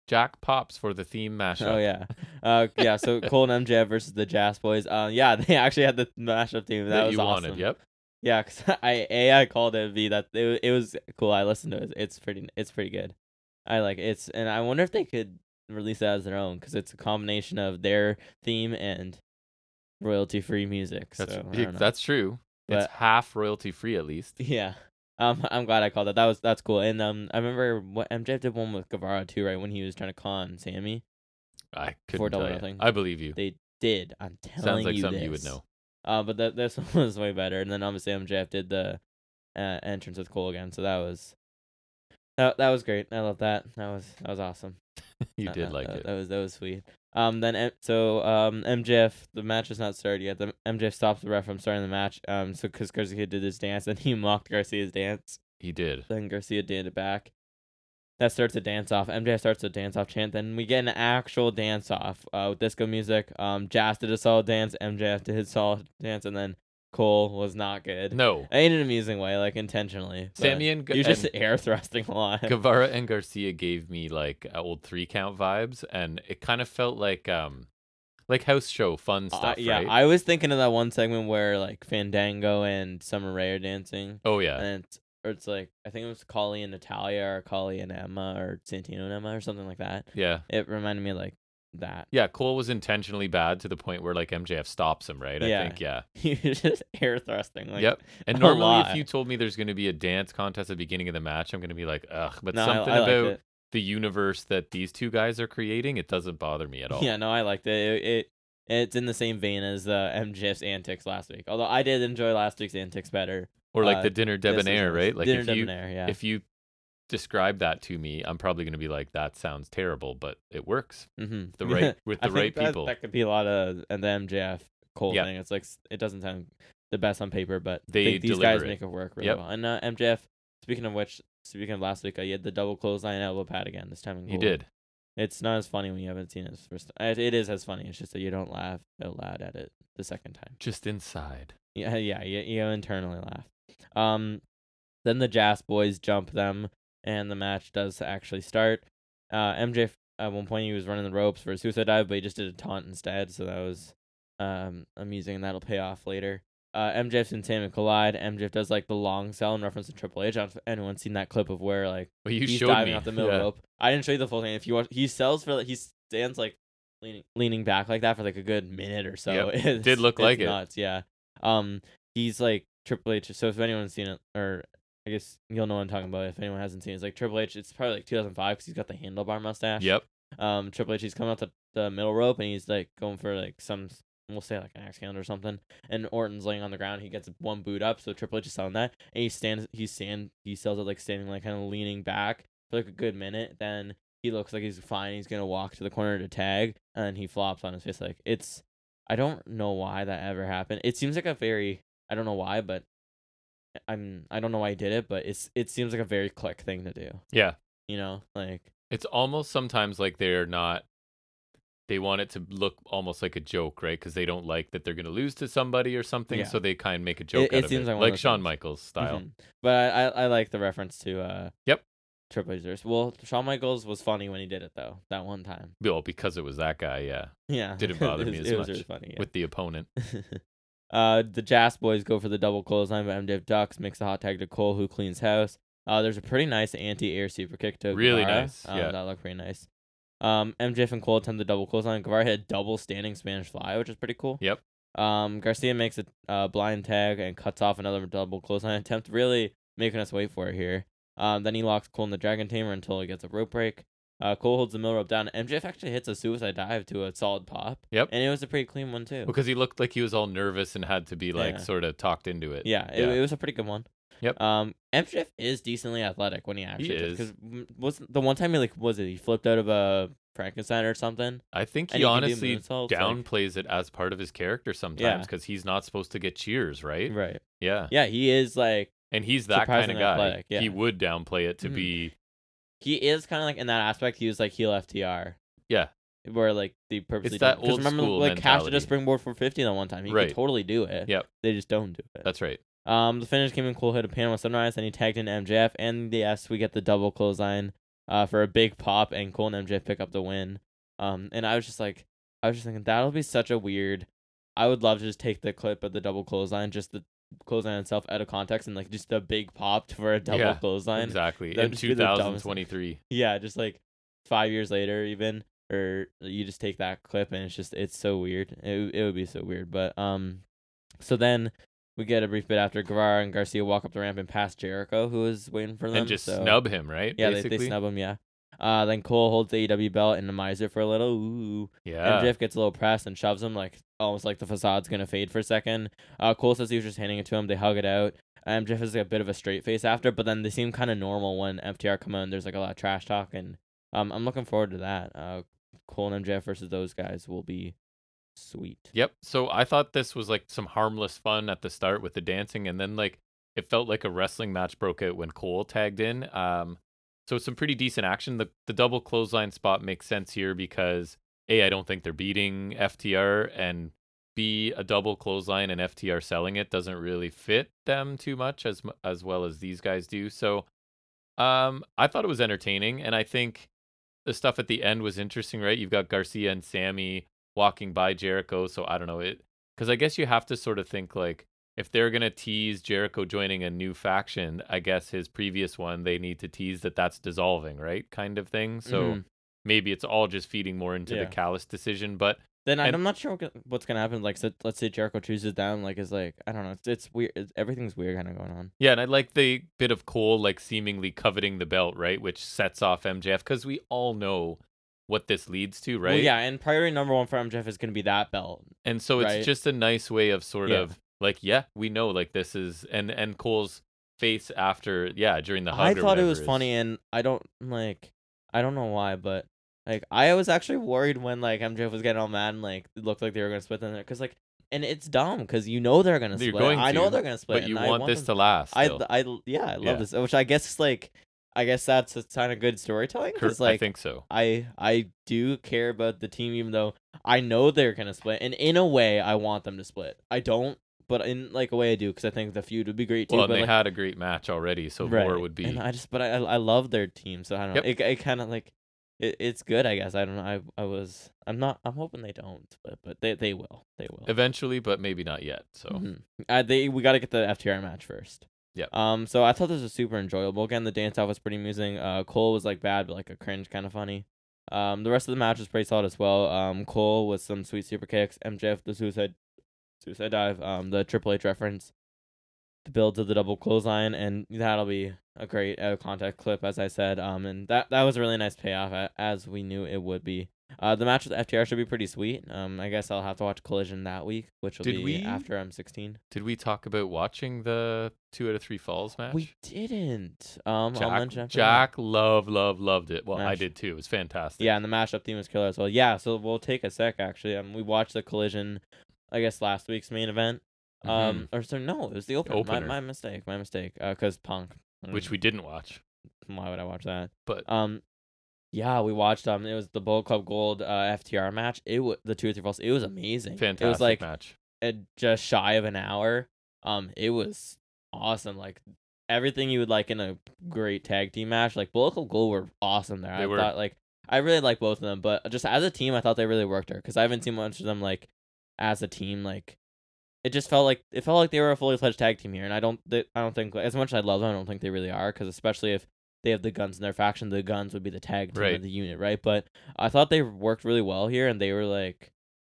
Jack pops for the theme mashup. Oh yeah, uh, yeah. So Cole and MJF versus the Jazz Boys. Uh, yeah, they actually had the mashup team. That, that, was you awesome. wanted. Yep. Yeah, cause I a I called it b that it, wa- it was cool. I listened to it. It's pretty. It's pretty good. I like it's and I wonder if they could release that as their own because it's a combination of their theme and royalty free music. That's so I yeah, don't know. that's true. But- it's half royalty free at least. yeah. Um, I'm glad I called that. That was that's cool. And um, I remember what MJF did one with Guevara too, right? When he was trying to con Sammy, I For couldn't double tell you. nothing. I believe you. they did. I'm telling Sounds like you something this. you would know. Uh, but that this one was way better. And then obviously MJF did the uh, entrance with Cole again, so that was that that was great. I love that. That was that was awesome. You That- did that- like that, it. That was that was sweet. Um, then M- so um MJF the match is not started yet. The MJF stops the ref from starting the match. Um, so because Garcia did his dance, then he mocked Garcia's dance. He did. Then Garcia did it back. That starts a dance off. MJF starts a dance off chant. Then we get an actual dance off uh, with disco music. Um, Jazz did a solid dance. MJF did his solid dance, and then Cole was not good. No. In an amusing way, like intentionally. but Sammy and, G- He was just and air thrusting a lot. Guevara and Garcia gave me like uh, old three count vibes, and it kind of felt like um, like house show fun I- stuff. Uh, yeah, right? I was thinking of that one segment where like Fandango and Summer Rae are dancing, oh yeah, and it's, or it's like I think it was Collie and Natalia, or Collie and Emma, or Santino and Emma, or something like that. yeah, It reminded me like that. yeah. Cole was intentionally bad to the point where like MJF stops him, right? Yeah. I think yeah. He was just air thrusting. Like, Yep. And a normally, if lot. you told me there's going to be a dance contest at the beginning of the match, I'm going to be like, ugh. But no, I- something I, liked about it. the universe that these two guys are creating, it doesn't bother me at all. Yeah, no, I liked it. It, it it's in the same vein as uh, MJF's antics last week. Although I did enjoy last week's antics better. Or like Uh, the dinner This is debonair, nice. right? Like Dinner if you debonair, yeah. if you describe that to me, I'm probably going to be like, that sounds terrible, but it works mm-hmm. the right with I the right think that, people. That could be a lot of and the MJF Cole Yeah. thing. It's like s- it doesn't sound the best on paper, but I They think these deliver guys it. make it work really Yep. well. And uh, MJF, speaking of which, speaking of last week, I had the double clothesline elbow pad again this time. In He gold. did. It's not as funny when you haven't seen it the first. It, it is as funny. It's just that you don't laugh out loud at it the second time. Just inside. Yeah, yeah, you, you internally laugh. Um, then the Jazz boys jump them, and the match does actually start. Uh, MJ at one point he was running the ropes for a suicide dive, but he just did a taunt instead, so that was um amusing, and that'll pay off later. Uh, MJF and Sammy collide. MJF does like the long sell in reference to Triple H. I don't know if anyone's seen that clip of where like Well, you he's showed diving me. off the middle Yeah. rope. I didn't show you the full thing. If you watch, he sells for like he stands like leaning leaning back like that for like a good minute or so. Yep. It's- Did look it's like it. nuts, Yeah. Um, he's like Triple H. So if anyone's seen it, or I guess you'll know what I'm talking about. If anyone hasn't seen it, it's like Triple H. It's probably like 2005 because he's got the handlebar mustache. Yep. Um, Triple H. He's coming out the the middle rope and he's like going for like some. s- We'll say like an axe handle or something, and Orton's laying on the ground. He gets one boot up, so Triple H is selling that, and he stands. He stand. He sells it like standing, like kind of leaning back, for like a good minute. Then he looks like he's fine. He's gonna walk to the corner to tag, and then he flops on his face. Like it's, I don't know why that ever happened. It seems like a very, I don't know why, but I'm, I don't know why he did it, but it's, it seems like a very click thing to do. Yeah. You know, like It's almost sometimes like they're not. They want it to look almost like a joke, right? Because they don't like that they're going to lose to somebody or something, Yeah. so they kind of make a joke it out of seems it, like one of like those Shawn things. Michaels style. Mhm. But I, I, I like the reference to uh. Yep. Triple H's. Well, Shawn Michaels was funny when he did it though. That one time. Well, because it was that guy, yeah, Yeah. Didn't bother it me was- as it was much really funny. yeah. with the opponent. uh, the Jazz boys go for the double clothesline, but MJF ducks, makes the hot tag to Cole, who cleans house. Uh, there's a pretty nice anti-air super kick to Really Guevara. nice, Um, yeah. that looked pretty nice. Um, MJF and Cole attempt the double clothesline. Guevara hit a double standing Spanish fly, which is pretty cool. Yep. Um, Garcia makes a uh, blind tag and cuts off another double clothesline attempt, really making us wait for it here. Um, then he locks Cole in the Dragon Tamer until he gets a rope break. Uh, Cole holds the middle rope down. MJF actually hits a suicide dive to a solid pop. Yep. And it was a pretty clean one, too. Because he looked like he was all nervous and had to be like Yeah. sort of talked into it. Yeah, it, Yeah. it was a pretty good one. Yep. Um, MJF is decently athletic when he actually is. because was the one time he like was it he flipped out of a Frankenstein or something? I think and he can do honestly moonsaults, like- downplays it as part of his character sometimes because he's not supposed to get cheers, right? right? Yeah. Yeah, he is like And he's that kind of Surprisingly guy. athletic, yeah. He would downplay it to Mhm. be he is kind of like in that aspect. He was like heel FTR. Yeah. Where like they purposely that don't- 'cause old remember school like Cash did a mentality. springboard for fifty that one time. He Right. could totally do it. Yep. They just don't do it. that's right. Um, the finish came in Cole hit a Panama Sunrise, and he tagged in MJF, and yes, we get the double clothesline, uh, for a big pop, and Cole and MJF pick up the win. Um, and I was just like, I was just thinking that'll be such a weird. I would love to just take the clip of the double clothesline, just the clothesline itself, out of context, and like just a big pop for a double Yeah, clothesline. Exactly. That'd In just be the dumbest thing. 2023. Yeah, just like five years later, even or you just take that clip and it's just it's so weird. It w- it would be so weird, but um, so then we get a brief bit after Guevara and Garcia walk up the ramp and pass Jericho, who is waiting for them, And just so- snub him, right? Yeah, they, Basically. they snub him. Yeah. Uh, then Cole holds the AEW belt and the miser for a little. Ooh. Yeah. MJF gets a little pressed and shoves him, like almost like the facade's gonna fade for a second. Uh, Cole says he was just handing it to him. They hug it out. Um, MJF is like, a bit of a straight face after, but then they seem kind of normal when FTR come out. And there's like a lot of trash talk, and um, I'm looking forward to that. Uh, Cole and MJF versus those guys will be sweet. Yep. So I thought this was like some harmless fun at the start with the dancing, and then like it felt like a wrestling match broke out when Cole tagged in. Um, so some pretty decent action. The the double clothesline spot makes sense here because a I don't think they're beating FTR, and b a double clothesline and FTR selling it doesn't really fit them too much as mu- as well as these guys do. So, um, I thought it was entertaining, and I think the stuff at the end was interesting. Right, you've got Garcia and Sammy walking by Jericho. So I don't know it because I guess you have to sort of think like if they're gonna tease Jericho joining a new faction, I guess his previous one they need to tease that that's dissolving, right? Kind of thing. So Mhm. maybe it's all just feeding more into Yeah. the callous decision. But then I- and- I'm not sure what go- what's gonna happen. Like, so, let's say Jericho chooses them. Like, is like I don't know. It's, it's weird. It's, everything's weird kind of going on. yeah, and I like the bit of Cole like seemingly coveting the belt, right? Which sets off MJF because we all know what this leads to, right? Well, yeah, and priority number one for MJF is gonna be that belt. and so it's Right. just a nice way of sort Yeah. of like yeah we know like this is and and cole's face after yeah during the hug I or thought it whatever was is- funny, and I don't like. I don't know why, but like I was actually worried when like MJF was getting all mad and like it looked like they were gonna split them there because like and it's dumb because you know they're gonna They're split. going I know to, they're gonna split. but you and I want this to them- last I still. I yeah I love Yeah. this, which I guess is like I guess that's a sign of good storytelling. Cor- Cause, like i think so I I do care about the team, even though I know they're gonna split, and in a way, I want them to split. I don't, but in like a way, I do because I think the feud would be great too. well and but they like, had a great match already so right. more would be And I just, but I I I love their team, so I don't know. It it kind of like it, it's good, I guess. I don't know. I I was I'm not I'm hoping they don't split, but they they will they will. eventually but maybe not yet so Mhm. Uh, they we got to get the FTR match first. Yep. Um. So I thought this was super enjoyable. Again, the dance off was pretty amusing. Uh, Cole was like bad, but like a cringe, kind of funny. Um. The rest of the match was pretty solid as well. Um. Cole with some sweet super kicks. MJF the suicide, suicide dive. Um. The Triple H reference. The build to the double clothesline, and that'll be a great out of contact clip, as I said. Um. And that that was a really nice payoff, a- as we knew it would be. Uh, the match with FTR should be pretty sweet. Um, I guess I'll have to watch Collision that week, which will Did be we- after I'm 16. did we talk about watching the two out of three falls match We um, didn't. Um, I'll jack, mention after that. jack love love loved it well i Match. did too it was fantastic Yeah, and the mashup theme was killer as well. Yeah, so we'll take a sec actually. Um, we watched the collision, I guess last week's main event. Um, or so no, it was the open. My, Mm-hmm. opener. my mistake. My mistake. Uh, cause punk. Mhm. which we didn't watch Why would I watch that? but Mm-hmm. Um, yeah, we watched. Um, it was the Bullet Club Gold uh, FTR match. It was the two or three falls. It was amazing. fantastic It was like match at just shy of an hour. Um, it was awesome. Like everything you would like in a great tag team match. Like Bullet Club Gold were awesome there. They I were. thought like I really like both of them, but just as a team, I thought they really worked her because I haven't seen much of them like as a team. Like it just felt like it felt like they were a fully fledged tag team here, and I don't th- I don't think as much as I love them, I don't think they really are because especially if they have the guns in their faction. The guns would be the tag team Right. of the unit, right? But I thought they worked really well here, and they were like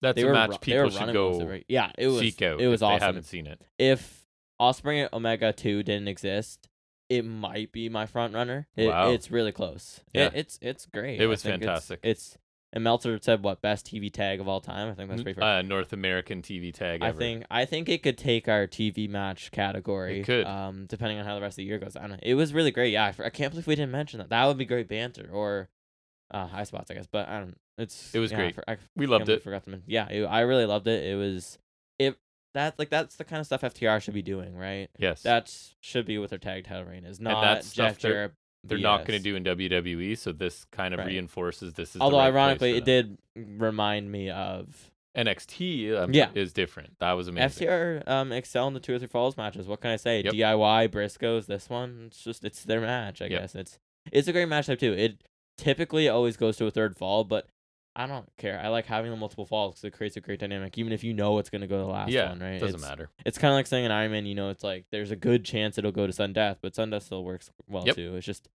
That's they a were match ru- they people were should running most of go it, right? Yeah, it was seek out. it was if They awesome. haven't seen it. If Osprey and Omega Two didn't exist, it might be my front runner. It, Wow. It's really close. It- Yeah. it's it's great. It I was think it's- fantastic. It's, and Meltzer said what best TV tag of all time. I think that's N- pretty fair. uh, North American TV tag. I ever. think I think it could take our TV match category. It could. um, depending on how the rest of the year goes. I don't know. It was really great. Yeah, I, f- I can't believe we didn't mention that. That would be great banter or uh, high spots, I guess. But I don't. It's It was yeah, I great. for- I f- we loved can't believe it. I Forgot to mention. Yeah, it, I really loved it. It was it that like that's the kind of stuff FTR should be doing, right? Yes, That should be what their tag title reign is. Not that's stuff Jeff they're- Jarrett. they're not going to BS. do in WWE. So this kind of Right. reinforces this. Is the Although right place ironically, for it them. did remind me of NXT. um, Yeah. is different. That was amazing. FTR um excel in the two or three falls matches. What can I say? Yep. DIY Briscoes. This one, it's just it's their match. I Yep. guess it's it's a great matchup too. It typically always goes to a third fall, but I don't care. I like having the multiple falls because it creates a great dynamic, even if you know it's gonna go to the last yeah, one. Right? doesn't it's, matter. It's kind of like saying an Iron Man. You know, it's like there's a good chance it'll go to Sundeath, but Sundeath still works well Yep. too. It's just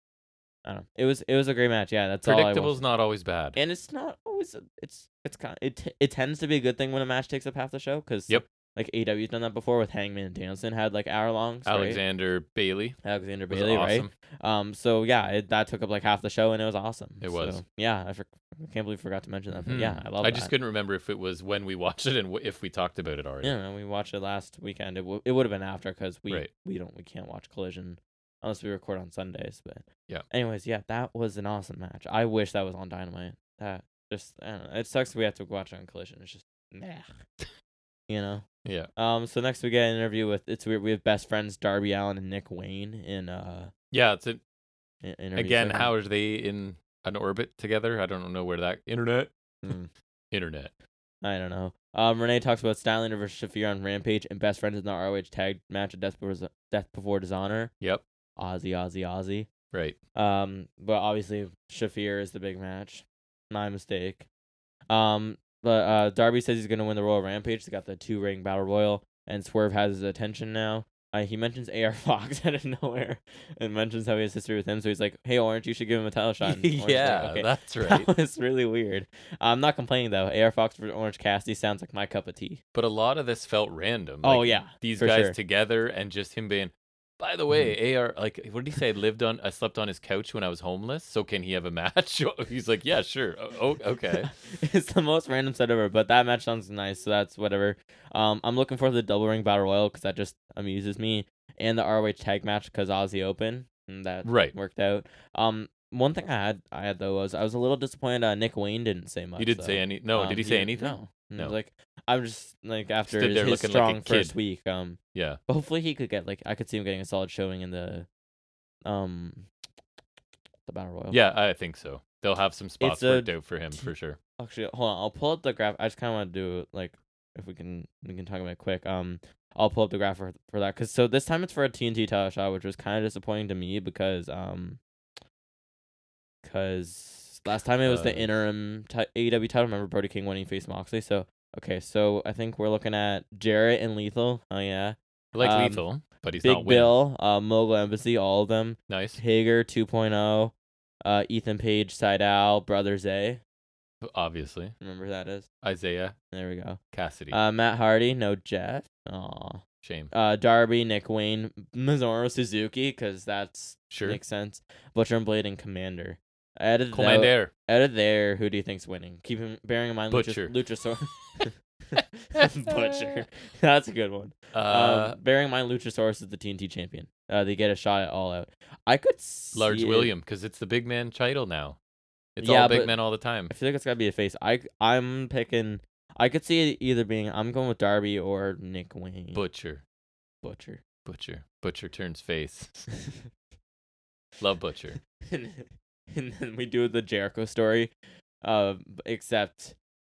I don't. know. It was it was a great match. Yeah, that's all I want. Predictable's not always bad. And it's not always it's it's kind it t- it tends to be a good thing when a match takes up half the show because Yep. like AW's done that before with Hangman and Danielson had like hour longs. Alexander Bailey right? Alexander was Bailey, awesome. right? Um, so yeah, it, that took up like half the show and it was awesome. It was. So, yeah, I, for- I can't believe I forgot to mention that. But yeah, Mhm. I love. I that. just couldn't remember if it was when we watched it and w- if we talked about it already. Yeah, and we watched it last weekend. It, w- it would have been after because we Right. we don't we can't watch Collision unless we record on Sundays. But Yeah. Anyways, yeah, that was an awesome match. I wish that was on Dynamite. That just I don't know. It sucks we have to watch it on Collision. It's just nah. you know. Yeah. Um. So next we get an interview with it's weird. We have best friends Darby Allen and Nick Wayne in uh Yeah, it's an, in- interview. again. segment. How are they in an orbit together? I don't know where that internet. Mm. Internet. I don't know. Um, Renee talks about Stylander versus Shafir on Rampage and best friends in the ROH tag match at Death Before, Death Before Dishonor. Yep. Ozzy, Ozzy, Ozzy. Right. Um, but obviously Shafir is the big match. My mistake. Um, but uh, Darby says he's gonna win the Royal Rampage. He's got the two ring battle royal, and Swerve has his attention now. Uh, he mentions AR Fox out of nowhere, and mentions how he has history with him. So he's like, "Hey, Orange, you should give him a title shot." And Orange is like, yeah, "Okay." that's right. That was really weird. I'm not complaining though. AR Fox for Orange Cassidy sounds like my cup of tea. But a lot of this felt random. oh like, yeah, these for guys sure. Mm-hmm. together and just him being. By the way, AR, like, what did he say? I lived on, I slept on his couch when I was homeless. So can he have a match? He's like, yeah, sure. Oh, okay. it's the most random set ever, but that match sounds nice, so that's whatever. Um, I'm looking forward to the double ring battle royal because that just amuses me, and the ROH tag match because Aussie Open and that Right. worked out. Um, one thing I had I had though was I was a little disappointed uh, Nick Wayne didn't say much. He didn't say though. any. No, Um, did he say anything? No, no. No. Like I'm just like after Stood his, there his looking like a strong first kid. week. Um, Yeah. but hopefully he could get like I could see him getting a solid showing in the, um, the battle royal. Yeah, I think so. They'll have some spots a worked out for him t- for sure. Actually, hold on. I'll pull up the graph. I just kind of want to do like if we can we can talk about it quick. Um, I'll pull up the graph for for that because so this time it's for a TNT title shot, which was kind of disappointing to me because um, because last time it was the Because- interim ti- AEW title. Remember Brody King when he faced Moxley. So okay, so I think we're looking at Jarrett and Lethal. Oh yeah, I like Um, Lethal, but he's not Big winning. Bill, uh, Mogul Embassy, all of them. Nice. Hager 2.0, uh, Ethan Page, Seidel, Brothers A. Obviously. Remember who that is. Isaiah There we go. Cassidy. Uh, Matt Hardy, no Jeff. Aw. Shame. Uh, Darby, Nick Wayne, Mizoro Suzuki, because that's Sure. makes sense. Butcher and Blade and Commander. Out of, tho- Commander. out of there, who do you think's winning? Keep in, bearing in mind Butcher. Luchasaur. Butcher. That's a good one. Uh, um, bearing in mind Luchasaurus is the TNT champion. Uh, they get a shot at All Out. I could see Large it- William, because it's the big man title now. It's Yeah, all big but- men all the time. I feel like it's gotta be a face. I I'm picking. I could see it either being I'm going with Darby or Nick Wayne. Butcher. Butcher. Butcher. Butcher turns face. Love Butcher. and, and then we do the Jericho story, uh, b- except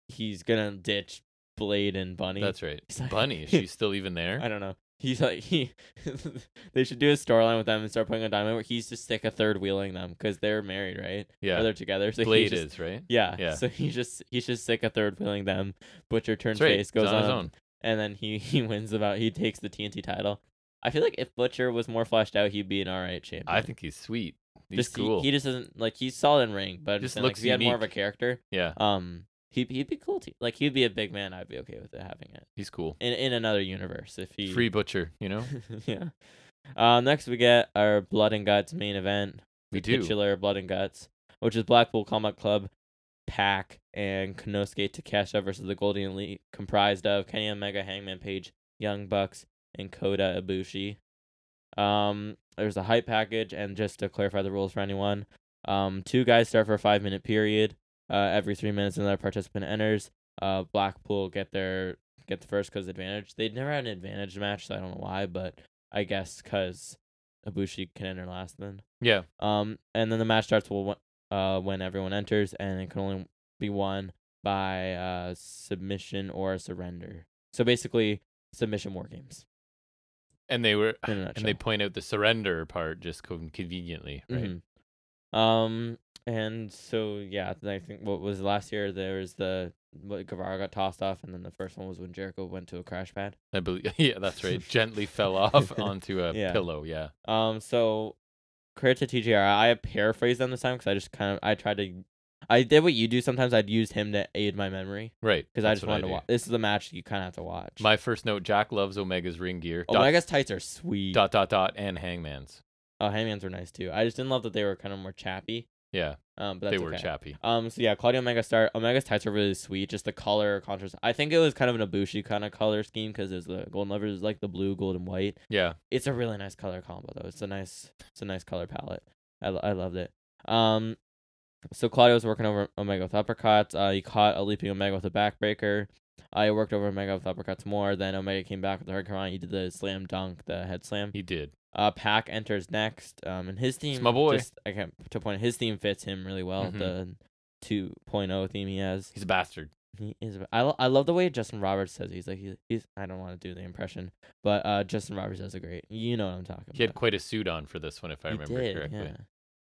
he's gonna ditch Blade and Bunny. That's right. He's like- Bunny, is she still even there? I don't know. He's like he. they should do a storyline with them and start putting on Dynamite where he's just sick of third wheeling them because they're married, right? Or yeah. they're together. So he Blade just- is, right? Yeah. Yeah. So he's just he's just sick of third wheeling them. Butcher turns That's right. face, goes He's on, his own. and then he he wins about he takes the TNT title. I feel like if Butcher was more fleshed out, he'd be an all right champion. I think he's sweet. He's just cool. he, he just doesn't like he's solid in ring, but I'm Just just saying, like, looks if he had more of a unique. character, yeah, um, he'd he'd be cool. To, like he'd be a big man. I'd be okay with it having it he's cool. in in another universe if he Free butcher, you know. yeah. Uh, next we get our Blood and Guts main event. We the do. titular Blood and Guts, which is Blackpool Combat Club, Pack, and Konosuke Takeshita versus the Golden Elite, comprised of Kenny Omega, Hangman Page, Young Bucks, and Kota Ibushi. Um, there's a hype package, and just to clarify the rules for anyone, um, two guys start for a five minute period. Uh, every three minutes, another participant enters. Uh, Blackpool get their get the first because advantage. They'd never had an advantage match, so I don't know why, but I guess because Ibushi can enter last then. Yeah, Um, and then the match starts will uh when everyone enters, and it can only be won by uh submission or surrender. So basically, submission war games. and they were, In a Ah, and they nutshell. point out the surrender part just con- conveniently, right? Mhm. Um, and so yeah, then I think what was last year there was the what Guevara got tossed off, and then the first one was when Jericho went to a crash pad. I believe. Yeah, that's right. Gently fell off onto a Yeah. pillow. Yeah, Um, so credit to TGR. I paraphrased them this time because I just kind of I tried to. I did what you do sometimes. I'd use him to aid my memory. right. because I that's just what wanted to do. watch. This is the match you kind of have to watch. My first note: Jack loves Omega's ring gear. oh, dot, I guess tights are sweet. dot dot dot and Hangman's. Oh, hangmans were nice too. I just didn't love that they were kind of more chappy. Yeah, Um, but they that's were okay. chappy. Um, so yeah, Claudio Omega start. Omega's tights are really sweet. Just the color contrast. I think it was kind of an Abushi kind of color scheme because it was the golden lovers it was like the blue, gold, and white. Yeah, It's a really nice color combo though. It's a nice, it's a nice color palette. I lo- I loved it. Um, so Claudio was working over Omega with uppercuts. Uh, he caught a leaping Omega with a backbreaker. I worked over Omega with uppercuts more. Then Omega came back with the Hurricane. He did the slam dunk, the head slam. he did. Uh, Pac enters next. Um, and his theme, my boy. Just, I can't to point. His theme fits him really well. Mhm. The 2.0 theme he has. He's a bastard. He is. I, lo- I love the way Justin Roberts says. He's like he's. he's I don't want to do the impression, but uh, Justin Roberts does a great. You know what I'm talking He had about. quite a suit on for this one, if I He remember did, correctly. yeah.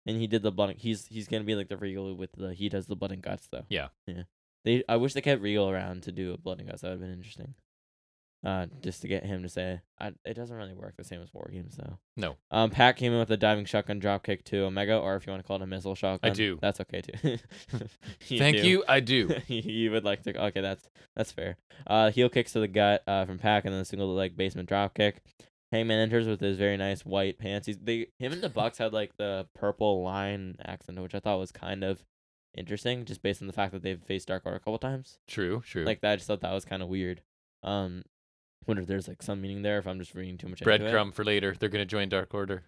And he did the blood. and- He's he's gonna be like the regal with the. He does the blood and guts though. Yeah. Yeah. They. I wish they kept regal around to do a blood and guts. That would have been interesting. Uh, just to get him to say, I, it doesn't really work the same as war games though. No. Um, Pat came in with a diving shotgun dropkick to Omega, or if you want to call it a missile shotgun. do. That's okay too. Thank do. you. I do. you would like to. Okay, that's that's fair. Uh, heel kicks to the gut uh, from Pack, and then a single leg basement drop kick. Hangman enters with his very nice white pants. He's they him and the Bucks had like the purple line accent, which I thought was kind of interesting, just based on the fact that they've faced Dark Order a couple times. True. True. Like that, I just thought that was kind of weird. Um, wonder if there's like some meaning there. If I'm just reading too much into it. breadcrumb for later. They're gonna join Dark Order.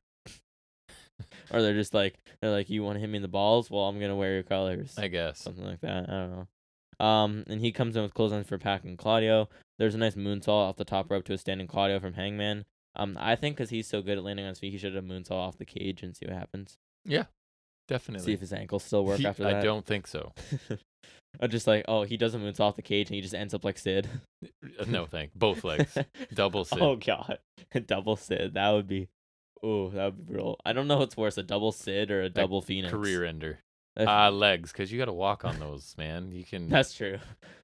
or they're just like they're like, you want to hit me in the balls? Well, I'm gonna wear your colors. I guess. something like that. I don't know. Um, and he comes in with clotheslines for Pac and Claudio. There's a nice moonsault off the top rope to a standing Claudio from Hangman. Um, I think because he's so good at landing on his feet, he should have moonsault off the cage and see what happens. See Definitely. if his ankles still work He- after I that. don't think so. Or just like, oh, he doesn't moonsault off the cage and he just ends up like Sid. Uh, No, thank. Both legs. Double sit. Oh god, a double Sid. That would be, oh, that would be brutal. I don't know what's worse, a double Sid or a double Phoenix. Career ender. If- Ah, legs, because you got to walk on those, man. You can. That's true.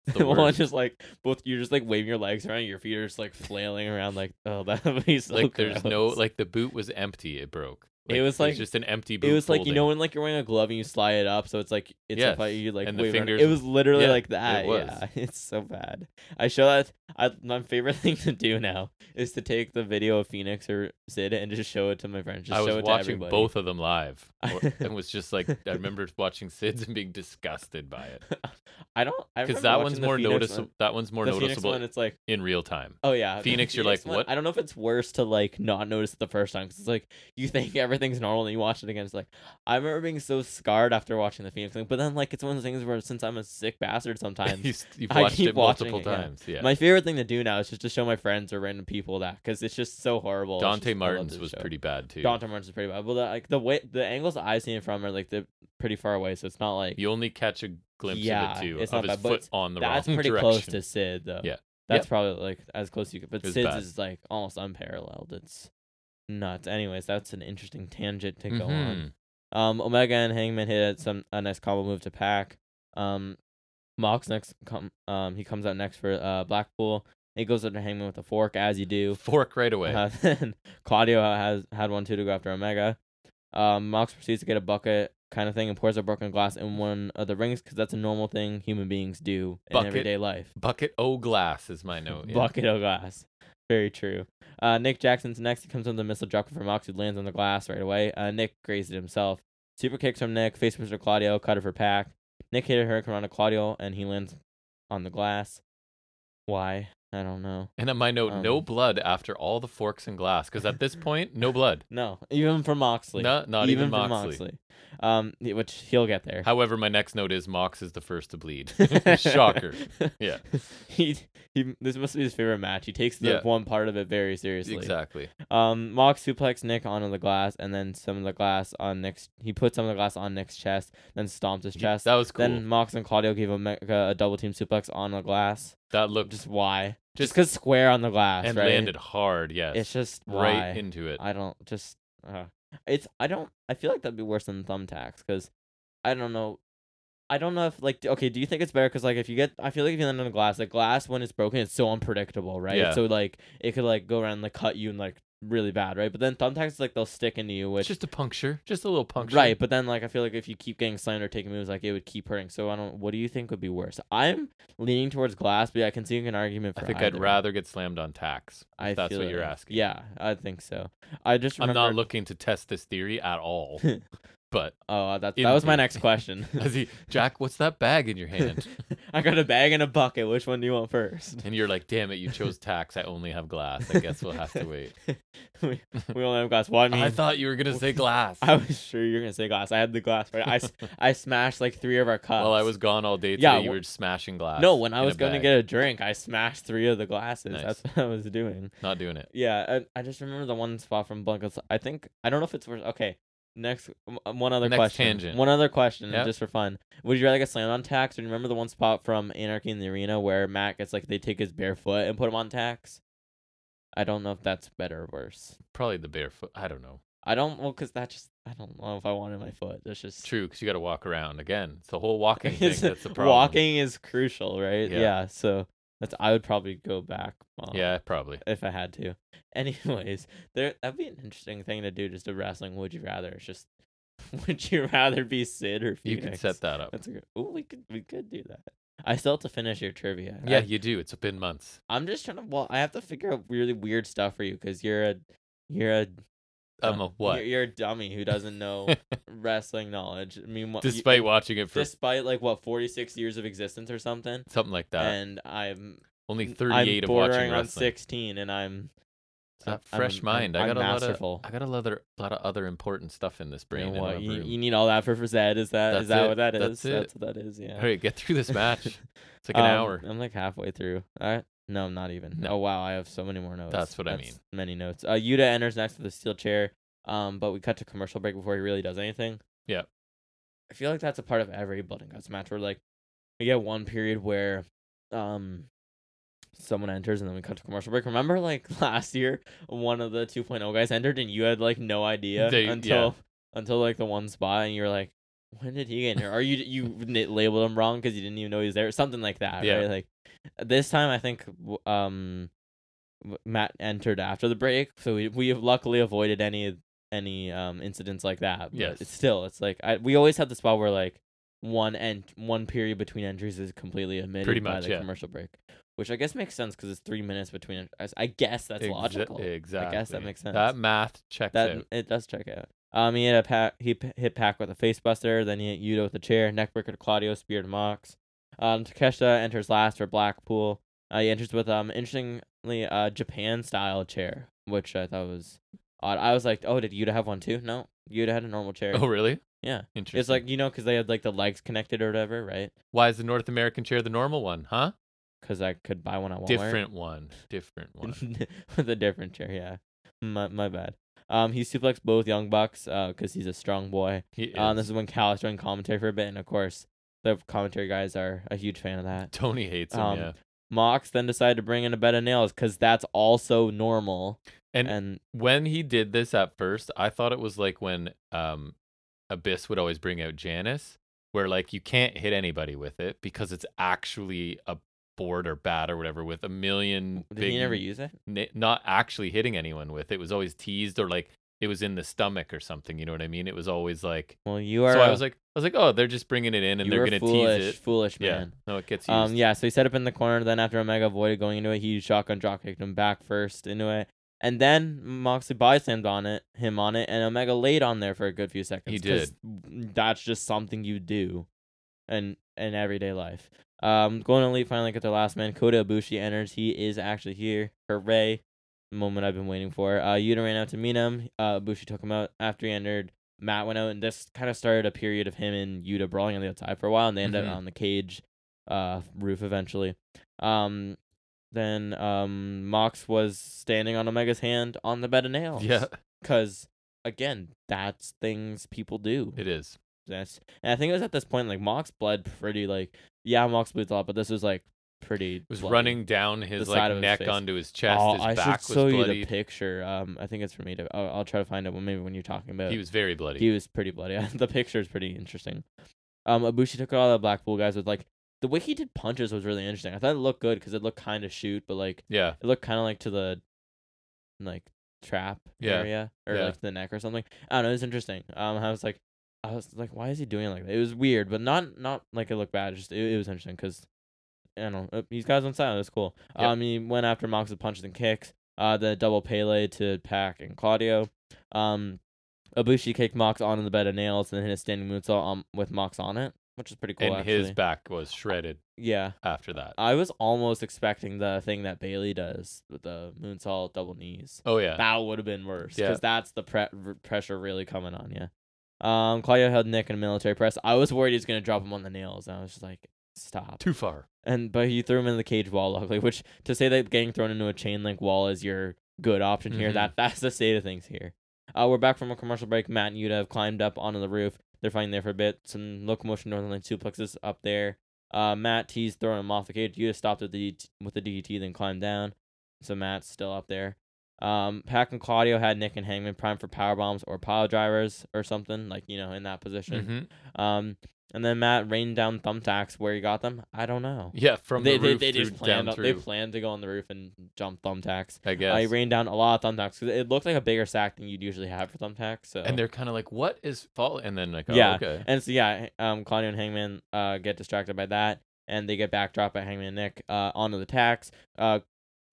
the well, worst. it's just like both you're just like waving your legs around, your feet are just like flailing around, like oh that would be so. like there's no gross. like the boot was empty. It broke. It was like- just an empty boot. It was like you know folding. when like you're wearing a glove and you slide it up, so it's like it's Yes, if I, you like and the wave around. fingers- It was literally yeah, like that. was. Yeah, it's so bad. I show that. I my favorite thing to do now is to take the video of Phoenix or Sid and just show it to my friends. Just I show was it to watching everybody. both of them live, or- and was just like I remember watching Sid's and being disgusted by it I don't because that one's more noticeable. noticeable. That one's more the Phoenix noticeable one, it's like in real time. Oh yeah, Phoenix, you're like, one- what? I don't know if it's worse to like not notice it the first time because it's like you think everything's normal and you watch it again. It's like I remember being so scarred after watching the Phoenix thing, but then like it's one of the things where since I'm a sick bastard sometimes, you, s- you've I watched keep it multiple watching it, yeah. times. Yeah. my favorite thing to do now is just to show my friends or random people that because it's just so horrible. It's Dante just- I love Martin's this was show. pretty bad too. Dante Martin's is pretty bad, but the, like the way the angles that I've seen it from are like they're pretty far away, so it's not like You only catch a glimpse Yeah, of it too it's of not his bad, but foot on the that's wrong pretty direction. close to Sid though. Yeah. That's probably like as close you could. But It was Sid's bad. is like almost unparalleled. It's nuts. Anyways, that's an interesting tangent to go on. Mhm. Um, Omega and Hangman hit some a nice combo move to Pack. Um, Mox next com- um he comes out next for uh Blackpool. He goes after Hangman with a fork as you do. Uh-huh. Fork right away. Uh, then Claudio has had one too to go after Omega. Um, Mox proceeds to get a bucket kind of thing and pours a broken glass in one of the rings because that's a normal thing human beings do in Bucket. everyday life. Bucket o glass is my note. yeah. Bucket of glass. Very true. Uh, Nick Jackson's next. He comes with a missile dropkick from Mox, who lands on the glass right away. Uh, Nick grazed it himself. Super kicks from Nick. Face punch to Claudio. Cutter for Pack. Nick hit a hurricane on Claudio, and he lands on the glass. Why? I don't know. And on my note, no Um. blood after all the forks and glass, because at this point, no blood. No, even for Moxley. No, not even, for Moxley. Um, y- which he'll get there. However, my next note is Mox is the first to bleed. Shocker. Yeah. He, he this must be his favorite match. He takes the Yeah. one part of it very seriously. Exactly. Um, Mox suplex Nick onto the glass, and then some of the glass on Nick's. He put some of the glass on Nick's chest, then stomped his He- chest. That was cool. Then Mox and Claudio gave Omega a double team suplex on the glass. that looked Just why? Just- Just because square on the glass, and right? landed hard. Yes. It's just why. right into it. I don't just. Uh, it's I don't. I feel like that'd be worse than thumbtacks because I don't know. I don't know if like d- okay. Do you think it's better? Because like if you get, I feel like if you land on a glass, the glass when it's broken, it's so unpredictable, right? Yeah. So like it could like go around and, like cut you and like really bad, right? But then thumbtacks like they'll stick into you, it's which just a puncture. Just a little puncture. right. But then like I feel like if you keep getting slammed or taking moves, like it would keep hurting. So I don't. What do you think would be worse? I'm leaning towards glass, but I can see an argument I for. think I'd either. rather get slammed on tax. I that's feel what you're like- asking. Yeah, I think so. I just I'm remember, not looking to test this theory at all. but Oh, that In that was my theory. next question. as he, Jack, what's that bag in your hand? I got a bag and a bucket. Which one do you want first? And you're like, damn it, you chose tax. I only have glass. I guess we'll have to wait. we, we only have glass. Well, I mean, I thought you were gonna say glass. I was sure you were gonna say glass. I had the glass right. I, s- I smashed like three of our cups. While I was gone all day today, Yeah, you wh- were smashing glass. no, when I in was a gonna bag. get a drink, I smashed three of the glasses. Nice. That's what I was doing. not doing it. Yeah, I, I just remember the one spot from Blankets. I think I don't know if it's worth. Okay, next um, one other Next question. tangent. One other question, Yep. just for fun. Would you rather get slammed on tax, or do you remember the one spot from Anarchy in the Arena where Matt gets like they take his bare foot and put him on tax? I don't know if that's better or worse. Probably the barefoot. I don't know. I don't well because that just I don't know if I wanted my foot. That's just True, because you got to walk around again. It's the whole walking thing. It's- That's the problem. Walking is crucial, right? Yeah. so that's I would probably go back. um, Yeah, probably. if I had to. Anyways, there that'd be an interesting thing to do. Just a wrestling. Would you rather? It's just would you rather be Sid or You Phoenix? can set that up. That's a good. Ooh, we could we could do that. I still have to finish your trivia. Yeah, I, you do. It's been months. I'm just trying to. Well, I have to figure out really weird stuff for you because you're a you're a I'm a dum- what? You're, you're a dummy who doesn't know wrestling knowledge. I mean, what, you- Despite watching it for despite like what 46 years of existence or something. something like that, And I'm only I'm 38 of bordering watching on wrestling. 16, and I'm It's a I'm- fresh I'm- mind. I I'm got a lot of- masterful. I got a lot of lot of other important stuff in this brain. You, and know what, in you- my room. you need all that for Fazed. Is that is That's that it, what that that's is? it. That's what that is. Yeah. All right, get through this match. It's like an Um, hour. I'm like halfway through. All right. No, I'm not even. No. Oh wow, I have so many more notes. That's what I mean. Many notes. Uh, Yuta enters next with a steel chair. Um, but we cut to commercial break before he really does anything. Yeah. I feel like that's a part of every Blood and Guts match where like we get one period where um someone enters and then we cut to commercial break. Remember like last year one of the 2.0 guys entered and you had like no idea They- yeah. until until like the one spot and you're like when did he get in here? Or you you n- labeled him wrong because you didn't even know he was there, something like that, Yeah. right? Like this time, I think w- um w- Matt entered after the break, so we we have luckily avoided any any um incidents like that. but Yes. it's still it's like I we always have the spot where like one and one period between entries is completely omitted Pretty by much, the yeah. commercial break, which I guess makes sense because it's three minutes between. ent- I- I guess that's Exa- logical. Exactly. makes That sense. math checks That out. it does check out. Um, he hit a pack. He p- hit Pack with a face buster. Then he hit Yuta with a chair, neckbreaker to Claudio, spear to Mox. Um, Takeshita enters last for Blackpool. Uh, he enters with um, interestingly, uh, Japan style chair, which I thought was odd. I was like, oh, did Yuta have one too? No, Yuta had a normal chair. Oh, really? er, yeah, Interesting. it's like you know, cause they had like the legs connected or whatever, right? why is the North American chair the normal one, huh? Cause I could buy one at Walmart. Different one. Different one. with a different chair. Yeah, my my bad. Um, he suplexed both Young Bucks, uh, cause he's a strong boy. He is. Um, this is when Cal is doing commentary for a bit, and of course, the commentary guys are a huge fan of that. Tony hates him, um, yeah. Mox then decided to bring in a bed of nails because that's also normal. And- and When he did this at first, I thought it was like when um Abyss would always bring out Janice, where like you can't hit anybody with it because it's actually a board or bat or whatever with a million did big he never use it? n- not actually hitting anyone with it. It was always teased or like it was in the stomach or something. You know what I mean? It was always like. Well, you are. so I a- was like, I was like, oh, they're just bringing it in and you they're were gonna foolish, tease it. Foolish Yeah, man. no, it gets used. Um, yeah, so he set up in the corner. Then after Omega avoided going into it, he shotgun drop kicked him back first into it, and then Moxley byslammed on it, him on it, and Omega laid on there for a good few seconds. He 'cause That's just something you do, in in everyday life. Um, Golden Elite finally get their last man. Kota Ibushi enters. He is actually here. Hooray! The moment I've been waiting for. Uh, Yuta ran out to meet him. Uh, Ibushi took him out after he entered. Matt went out, and this kind of started a period of him and Yuta brawling on the outside for a while, and they ended Mhm. up on the cage uh roof eventually. Um then um Mox was standing on Omega's hand on the bed of nails. yeah, Cause again, that's things people do. it is. That's and I think it was at this point like Mox bled pretty like yeah, Mox bleeds a lot, but this was like pretty It was bloody. running down his The side like of his neck face. onto his chest. Oh, his I back should show was you bloody. the picture. Um I think it's for me to I'll, I'll try to find it when maybe when you're talking about he was very bloody. he was pretty bloody. the picture is pretty interesting. Um, Ibushi took all the Blackpool guys with like the way he did punches was really interesting. I thought it looked good because it looked kind of shoot, but like yeah, it looked kind of like to the like trap Yeah. area or Yeah. like to the neck or something. I don't know. It was interesting. Um, I was like, I was like, why is he doing it like that? It was weird, but not not like it looked bad. It's Just it, it was interesting because I don't know. uh, These guys on side. That's cool. Yep. Um, he went after Mox with punches and kicks. Uh, the double Pele to Pac and Claudio. Um, Ibushi kicked Mox onto the bed of nails and then hit a standing moonsault um, with Mox on it, which is pretty cool. and actually. Uh, his back was shredded yeah. after that. I was almost expecting the thing that Bailey does with the moonsault double knees. oh yeah, That would have been worse Yeah. because that's the pre- r- pressure really coming on you. Um, Claudio held Nick in a military press. I was worried he was gonna drop him on the nails, and I was just like, stop. too far. And but he threw him in the cage wall, luckily. Which to say that getting thrown into a chain link wall is your good option here, Mhm. that that's the state of things here. Uh, we're back from a commercial break. Matt and Yuta have climbed up onto the roof. They're fighting there for a bit. Some locomotion northern line suplexes up there. Uh, Matt T's throwing him off the cage. Yuta stopped with the DDT, with the DDT, then climbed down. So Matt's still up there. Um, Pac and Claudio had Nick and Hangman prime for power bombs or pile drivers or something like you know in that position. hmm Um, and then Matt rained down thumbtacks where he got them. I don't know Yeah, from they, the roof they, they through, just planned down on, through. they planned to go on the roof and jump thumbtacks. I guess. I rained down a lot of thumbtacks 'cause it looked like a bigger sack than you'd usually have for thumbtacks. So and they're kind of like, "What is fall?" And then like, oh, Yeah, okay, and so yeah, um, Claudio and Hangman uh get distracted by that, and they get backdrop at Hangman Nick uh onto the tax uh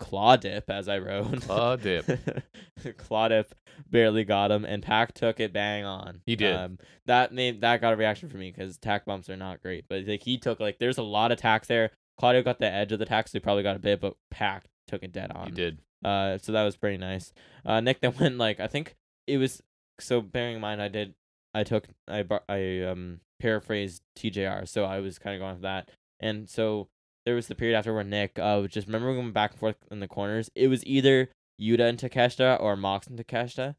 claw dip as I wrote claw dip. claw dip barely got him, and Pac took it bang on. He did. Um, that made that got a reaction from me because tack bumps are not great, but like he took like there's a lot of tacks there. Claudio got the edge of the tack, so he probably got a bit, but Pac took it dead on. You did. Uh, so that was pretty nice. Uh, Nick then went like I think it was so. Bearing in mind, I did, I took, I bar- I um paraphrased TJR, so I was kind of going for that. And so there was the period after where Nick uh was just remember we went back and forth in the corners. It was either Yuta and Takeshita or Mox and Takeshita.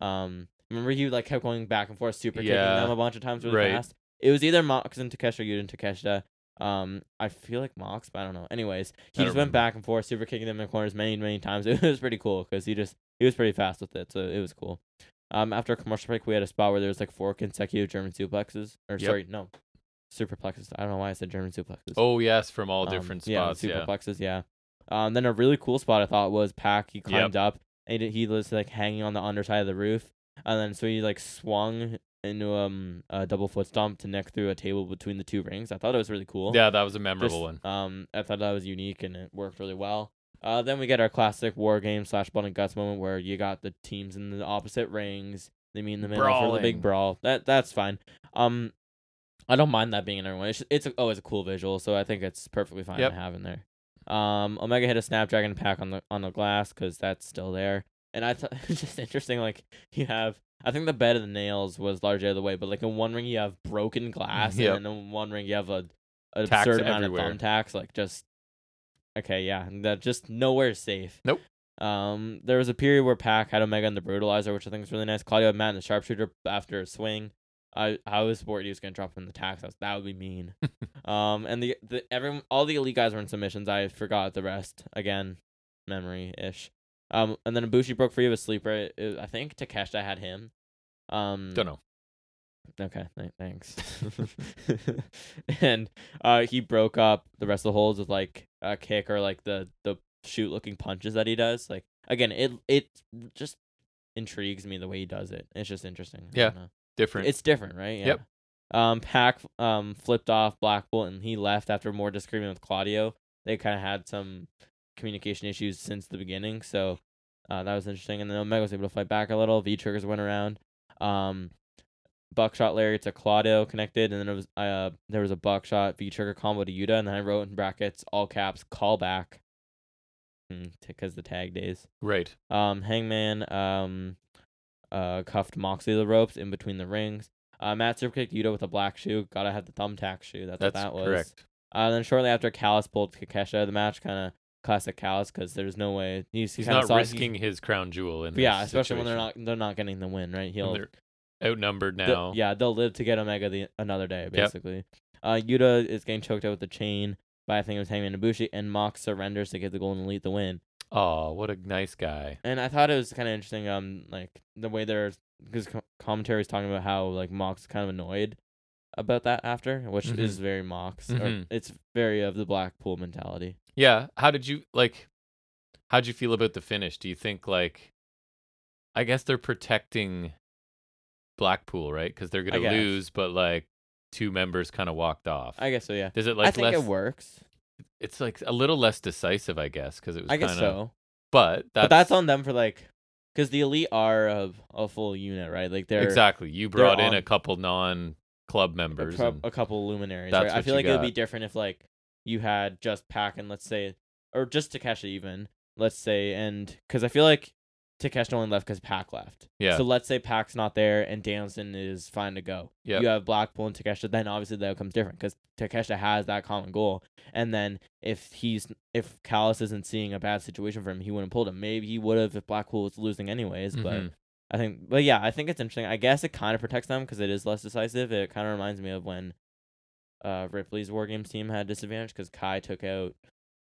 Um, remember you like kept going back and forth, super Yeah, kicking them a bunch of times really right. fast. It was either Mox and Takeshita or Yuta and Takeshita. Um, I feel like Mox, but I don't know. Anyways, he I don't just went remember. back and forth, super kicking them in corners many, many times. It was pretty cool because he just he was pretty fast with it, so it was cool. Um, after a commercial break, we had a spot where there was like four consecutive German suplexes, or Yep. sorry, no, superplexes. I don't know why I said German suplexes. Oh yes, from all Um, different yeah, the spots. Yeah, superplexes, yeah. Um, then a really cool spot I thought was Pack. He climbed up and he- he was like hanging on the underside of the roof, and then so he like swung into um a double foot stomp to neck through a table between the two rings. I thought it was really cool. yeah, that was a Just, memorable one. Um, I thought that was unique and it worked really well. Uh, then we get our classic war game slash blood and guts moment where you got the teams in the opposite rings. They meet in the middle for the Brawling. big brawl. That that's fine. Um, I don't mind that being in everyone. It's just, it's always a cool visual, so I think it's perfectly fine Yep. to have in there. Um, Omega hit a Snapdragon pack on the on the glass because that's still there. And I thought it's just interesting. Like you have, I think the bed of the nails was largely out of the way, but like in one ring you have broken glass, Yep. and then in one ring you have a an Tax absurd amount everywhere. of thumbtacks. Like just okay, yeah, that just nowhere safe. Nope. Um, there was a period where Pac had Omega and the Brutalizer, which I think is really nice. Claudio had Matt and the Sharpshooter after a swing. I I was worried he was gonna drop him in the tax house. That would be mean. um, and the the everyone all the elite guys were in submissions. I forgot the rest again, memory ish. Um, and then Ibushi broke free of a sleeper. It- it- I think Takeshita had him. Um, Don't know. Okay, th- thanks. and uh, he broke up the rest of the holds with like a kick or like the the shoot looking punches that he does. Like again, it it just intrigues me the way he does it. It's just interesting. I Yeah. dunno. Different. It's different, right? Yeah. Yep. Um, Pac um flipped off Black Bolt and he left after more disagreement with Claudio. They kind of had some communication issues since the beginning, so uh, that was interesting. And then Omega was able to fight back a little. V triggers went around. Um, buckshot Larry to Claudio connected, and then it was uh there was a buckshot V trigger combo to Yuta, and then I wrote in brackets all caps callback because the tag days. right. Um, Hangman um, uh, cuffed Moxley to the ropes in between the rings. Uh, Matt super kicked Yuta with a black shoe. Gotta have the thumbtack shoe. That's, That's what that was. correct. Uh, then shortly after, Callis pulled Kakesha. The match kind of classic Callis because there's no way he's, He's kinda not saw- risking his crown jewel in He, yeah, this especially when they're situation. not they're not getting the win. Right? He'll When they're outnumbered the- now. yeah, they'll live to get Omega the another day, basically. Uh, Yuta is getting choked out with the chain by I think it was Hangman Ibushi, and Mox surrenders to give the Golden Elite the win. Oh, what a nice guy. And I thought it was kind of interesting, um, like the way their because commentary is talking about how like Mox is kind of annoyed about that after, which Mhm. is very Mox. Or Mhm. it's very of the Blackpool mentality. Yeah. How did you like? How'd you feel about the finish? Do you think like? I guess they're protecting Blackpool, right? Because they're I gonna guess. lose, but like two members kind of walked off. I guess so. Yeah, Is it like I think less? it works. It's like a little less decisive, I guess, because it was I kind guess of. so. But that's, But that's on them for like, because the elite are of a full unit, right? Like they're exactly. You brought in on- a couple non-club a, members. pro- and- a couple luminaries. That's right? I what feel you like it would be got. different if like you had just Pack and let's say, or just Takeshi even, let's say, and because I feel like Takeshi only left because Pack left. Yeah. So let's say Pack's not there and Danielson is fine to go. Yep. You have Blackpool and Takeshi, then obviously the outcome's different because Takeshi has that common goal. And then if he's if Callis isn't seeing a bad situation for him, he wouldn't pulled him. Maybe he would have if Blackpool was losing anyways, but. Mhm. I think, but yeah, I think it's interesting. I guess it kind of protects them because it is less decisive. It kind of reminds me of when uh, Ripley's War Games team had disadvantage because Kai took out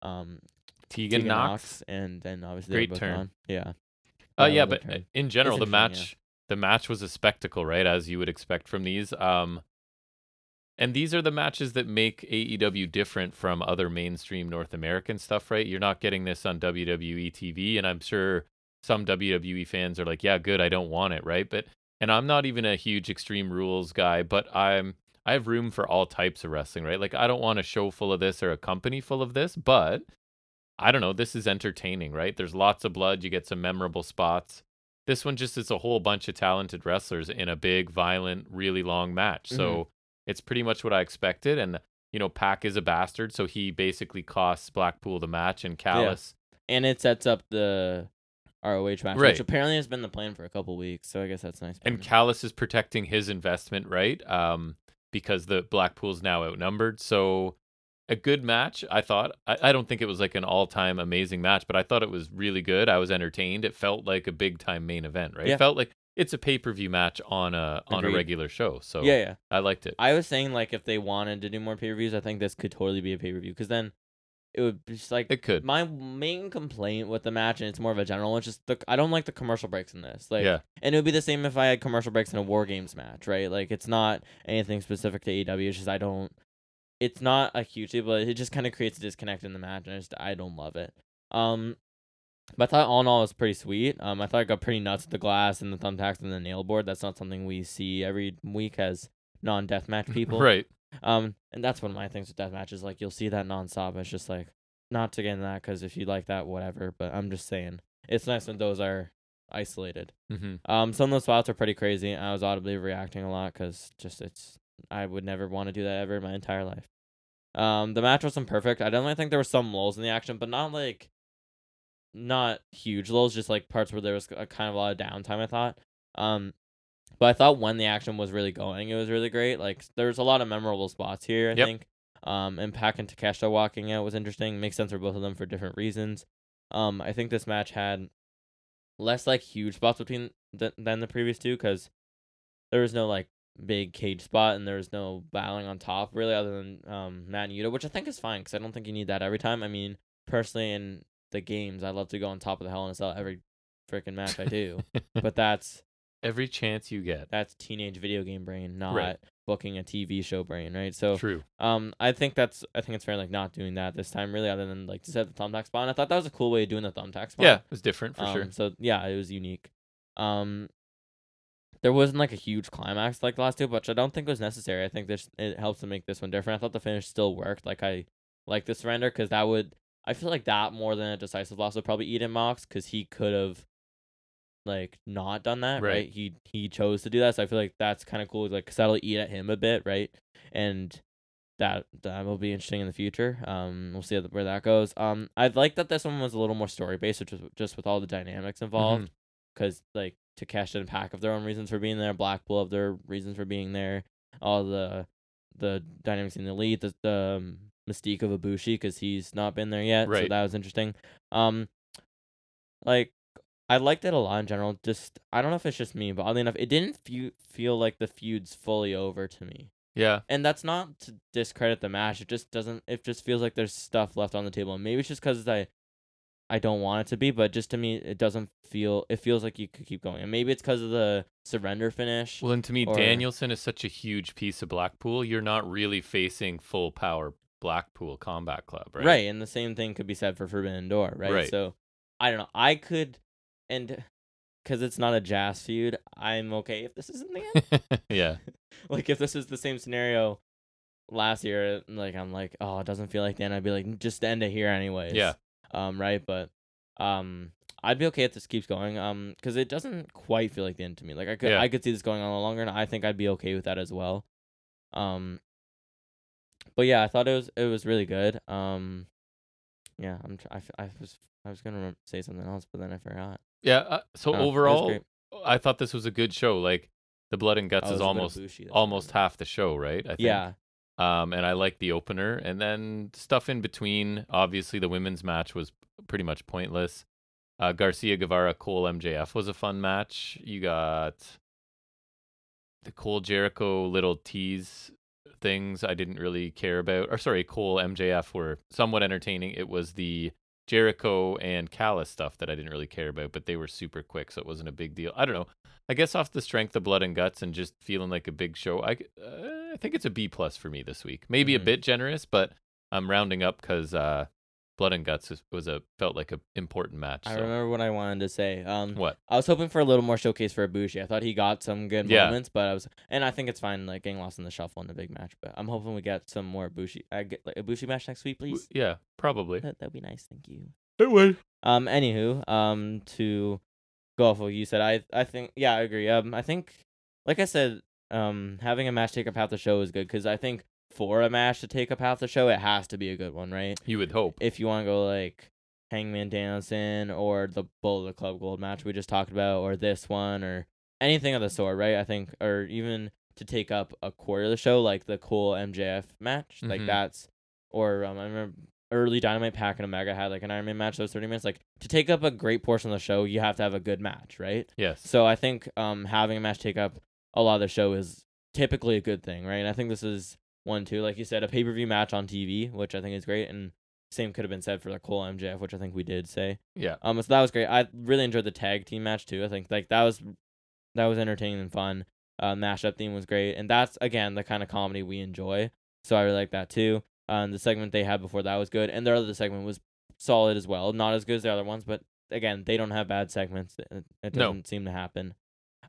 um, Tegan, Tegan Knox. and then obviously they Great were both turn. gone. Yeah. Uh, Yeah, yeah, good but turn. in general, the interesting, yeah. match the match was a spectacle, right? As you would expect from these. Um, and these are the matches that make AEW different from other mainstream North American stuff, right? You're not getting this on WWE TV, and I'm sure some WWE fans are like, "Yeah, good, I don't want it," right? But and I'm not even a huge extreme rules guy, but I'm I have room for all types of wrestling, right? Like I don't want a show full of this or a company full of this, but I don't know, this is entertaining, right? There's lots of blood, you get some memorable spots. This one just is a whole bunch of talented wrestlers in a big, violent, really long match. So it's pretty much what I expected. And you know, Pac is a bastard, so he basically costs Blackpool the match and Callus. And it sets up the ROH match, which Right. apparently has been the plan for a couple weeks. So I guess that's nice. And Callus is protecting his investment, right? Um, because the Blackpool's now outnumbered. So a good match, I thought. I, I don't think it was like an all time amazing match, but I thought it was really good. I was entertained. It felt like a big time main event, right? Yeah. It felt like it's a pay per view match on a on a Agreed. regular show. So yeah, yeah. I liked it. I was saying like if they wanted to do more pay per views, I think this could totally be a pay per view because then it would be just like It could. my main complaint with the match, and it's more of a general one, is just the I don't like the commercial breaks in this. Like, Yeah. and it would be the same if I had commercial breaks in a War Games match, right? Like, it's not anything specific to AEW. It's just I don't. It's not a huge deal, but it just kind of creates a disconnect in the match, and I just I don't love it. Um, but I thought all in all it was pretty sweet. Um, I thought it got pretty nuts with the glass and the thumbtacks and the nail board. That's not something we see every week as non deathmatch people. Right. Um, and that's one of my things with deathmatch is like you'll see that nonstop. It's just like not to get into that because if you like that, whatever. But I'm just saying it's nice when those are isolated. hmm Um, some of those spots are pretty crazy. and I was audibly reacting a lot because just it's I would never want to do that ever in my entire life. Um, the match wasn't perfect. I definitely think there were some lulls in the action, but not like not huge lulls, just like parts where there was a kind of a lot of downtime. I thought. Um, but I thought when the action was really going, it was really great. Like there was a lot of memorable spots here. I Yep. think. Um, and Pac and Takeshita walking out was interesting. Makes sense for both of them for different reasons. Um, I think this match had less like huge spots between th- than the previous two because there was no like big cage spot and there was no battling on top really other than um Matt and Yuta, which I think is fine because I don't think you need that every time. I mean, personally in the games, I love to go on top of the Hell in a Cell every freaking match I do, but that's Every chance you get. that's teenage video game brain, not Right. booking a TV show brain, right? So True. um, I think that's I think it's fair like not doing that this time really, other than like to set the thumbtack spot. And I thought that was a cool way of doing the thumbtack spot. Yeah, it was different for Um, sure. So yeah, it was unique. Um, there wasn't like a huge climax like the last two, which I don't think was necessary. I think this it helps to make this one different. I thought the finish still worked. Like I like the surrender because that would I feel like that more than a decisive loss would probably eat in Mox because he could have like not done that right. Right. He he chose to do that, so I feel like that's kind of cool. Like that that'll eat at him a bit, right? And that that will be interesting in the future. Um, we'll see how, where that goes. Um, I like that this one was a little more story based, which was just with all the dynamics involved because like Takesh and Pack have their own reasons for being there, Black Bull have their reasons for being there, all the the dynamics in the elite, the, the um, mystique of Ibushi because he's not been there yet, so Right. that was interesting. Um, like I liked it a lot in general. Just I don't know if it's just me, but oddly enough, it didn't fe- feel like the feud's fully over to me. Yeah. And that's not to discredit the match. It just doesn't. It just feels like there's stuff left on the table. And maybe it's just because I, I don't want it to be. But just to me, it doesn't feel. It feels like you could keep going. And maybe it's because of the surrender finish. Well, and to me, Or- Danielson is such a huge piece of Blackpool. You're not really facing full power Blackpool Combat Club, right? right. And the same thing could be said for Forbidden Door. Right. Right. So, I don't know. I could, and, because it's not a jazz feud, I'm okay if this isn't the end. yeah. like if this is the same scenario last year, like I'm like, oh, it doesn't feel like then I'd be like, just end it here anyways. Yeah. Um, right, but um I'd be okay if this keeps going. Um, because it doesn't quite feel like the end to me. Like I could Yeah. I could see this going on a lot longer and I think I'd be okay with that as well. Um but yeah, I thought it was it was really good. Um yeah, I'm tr- I, f- I was I was gonna remem- say something else, but then I forgot. Yeah. Uh, so No, it was overall, great. I thought this was a good show. Like the blood and Oh, guts it is was a bit of almost Bushi, that's what I almost meant. half the show, right? I think. Yeah, Um, and I like the opener, and then stuff in between. Obviously, the women's match was pretty much pointless. Uh, Garcia Guevara Cole MJF was a fun match. You got the Cole Jericho little tease things I didn't really care about. Or sorry, Cole MJF were somewhat entertaining. It was the Jericho and Callis stuff that I didn't really care about, but they were super quick, so it wasn't a big deal. I don't know. I guess off the strength of Blood and Guts and just feeling like a big show, I, c- uh, I think it's a B plus for me this week. Maybe Mhm. a bit generous, but I'm rounding up because uh, Blood and Guts was- was a felt like a important match. I so- remember what I wanted to say. Um, What? I was hoping for a little more showcase for Ibushi. I thought he got some good Yeah. moments, but I was, and I think it's fine like getting lost in the shuffle in the big match. But I'm hoping we get some more Ibushi. I get like Ibushi match next week, W- please. Yeah, probably. That that'd be nice. Thank you. It would. Um. Anywho, um, to go off what you said, I I think yeah, I agree. Um, I think like I said, um, having a match take up half the show is good because I think for a match to take up half the show, it has to be a good one, right? You would hope. if you want to go like Hangman Danielson or the Bull of the Club Gold match we just talked about, or this one, or anything of the sort, right? I think, or even to take up a quarter of the show, like the cool MJF match, like Mhm. that's, or um, I remember early Dynamite Pack and Omega had like an Iron Man match, those 30 minutes. Like to take up a great portion of the show, you have to have a good match, right? Yes. So I think um having a match take up a lot of the show is typically a good thing, right? And I think this is one too. Like you said, a pay per view match on TV, which I think is great, and same could have been said for the Cole MJF, which I think we did say. Yeah. Um, so that was great. I really enjoyed the tag team match too. I think like that was that was entertaining and fun. Uh, mashup theme was great, and that's again the kind of comedy we enjoy. So I really like that too. Um, the segment they had before that was good, and their other segment was solid as well. Not as good as the other ones, but again, they don't have bad segments. It, it No. doesn't seem to happen.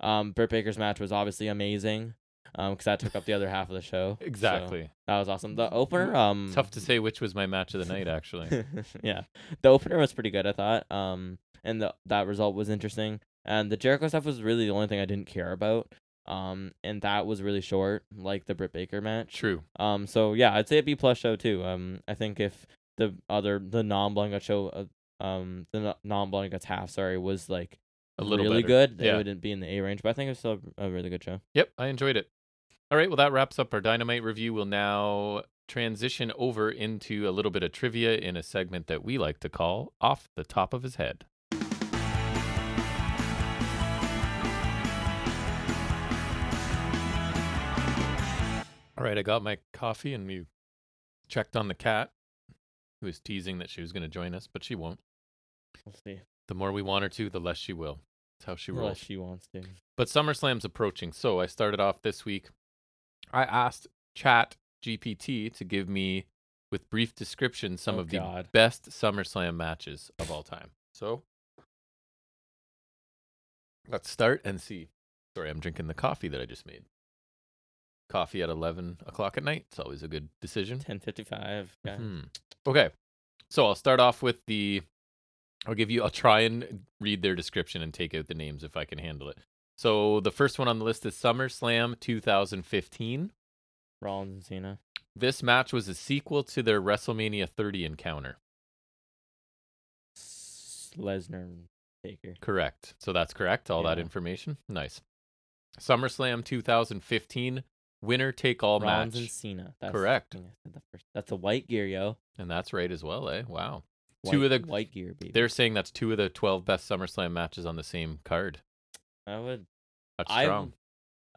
Um, Britt Baker's match was obviously amazing, um, because that took up the other half of the show. So Exactly. that was awesome. The opener, um, Tough to say which was my match of the night, actually. yeah, the opener was pretty good, I thought. Um, and the that result was interesting. And the Jericho stuff was really the only thing I didn't care about. Um, and that was really short, like the Britt Baker match. True. Um, so yeah, I'd say a B plus show too. Um, I think if the other the non Blanca show, uh, um, the non Blanca half, sorry, was like A little really better. good, it Yeah. wouldn't be in the A range. But I think it was still a really good show. Yep, I enjoyed it. All right, well, that wraps up our Dynamite review. We'll now transition over into a little bit of trivia in a segment that we like to call Off the Top of His Head. All right, I got my coffee and we checked on the cat who was teasing that she was going to join us, but she won't. Let's see. The more we want her to, the less she will. That's how she Unless rolls. she wants to. But SummerSlam's approaching, so I started off this week. I asked Chat GPT to give me, with brief description, some Oh, of the God. best SummerSlam matches of all time. So Let's start and see. Sorry, I'm drinking the coffee that I just made. Coffee at 11 o'clock at night. It's always a good decision. Ten fifty five. Yeah. Mhm. Okay. So I'll start off with the. I'll give you. I'll try and read their description and take out the names if I can handle it. So the first one on the list is SummerSlam 2015. Rollins and Cena. This match was a sequel to their WrestleMania 30 encounter. S- Lesnar and Taker. Correct. So that's correct. All that Yeah. information. Nice. SummerSlam 2015 winner take all Rollins match. and Cena. That's Correct. I think I said that first. That's a white gear, yo. And that's right as well, eh? Wow. White, Two of the- white gear, baby. They're saying that's two of the 12 best SummerSlam matches on the same card. I would. That's I- strong.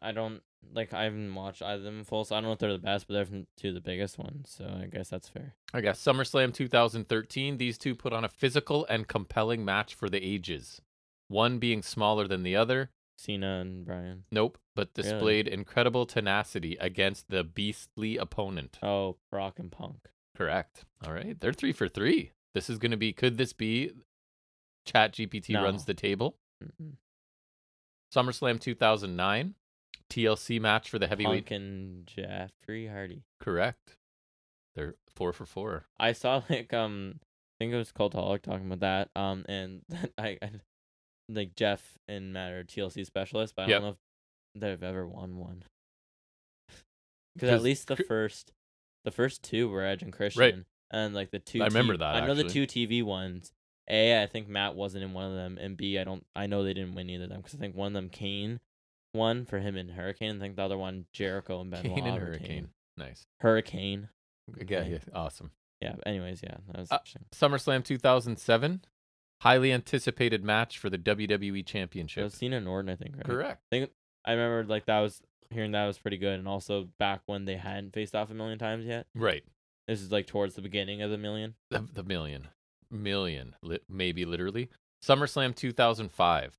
I don't like. I haven't watched either of them full, so I don't know if they're the best, but they're from two of the biggest ones. So I guess that's fair. I guess SummerSlam 2013, these two put on a physical and compelling match for the ages. One being smaller than the other, Cena and Brian. nope, but Really? displayed incredible tenacity against the beastly opponent. Oh, Brock and Punk. Correct. All right. They're three for three. This is going to be, could this be Chat GPT runs No. the table? Mm-mm. SummerSlam 2009, TLC match for the heavyweight. Punk and Jeffrey Hardy. Correct. They're four for four. I saw like um I think it was Cultaholic talking about that. Um and I, I like Jeff and Matt are TLC specialists, but I Yep. don't know if they've ever won one. Because 'Cause at least the Chri- first the first two were Edge and Christian. And like the two I remember T- that, I know actually. the two TV ones. A, I think Matt wasn't in one of them, and B, I don't. I know they didn't win either of them because I think one of them Kane, one for him and Hurricane, and I think the other one Jericho and Benoit. Kane and were Hurricane. team. Nice. Hurricane. Yeah, Okay. yeah. Awesome. Yeah. but Anyways, yeah, that was Uh, interesting. SummerSlam 2007, highly anticipated match for the WWE Championship. It was Cena and Orton, I think. Right? Correct. I remember like that was hearing that was pretty good, and also back when they hadn't faced off a million times yet. Right. This is like towards the beginning of the million. The, the million. Million. Li- maybe literally. SummerSlam 2005.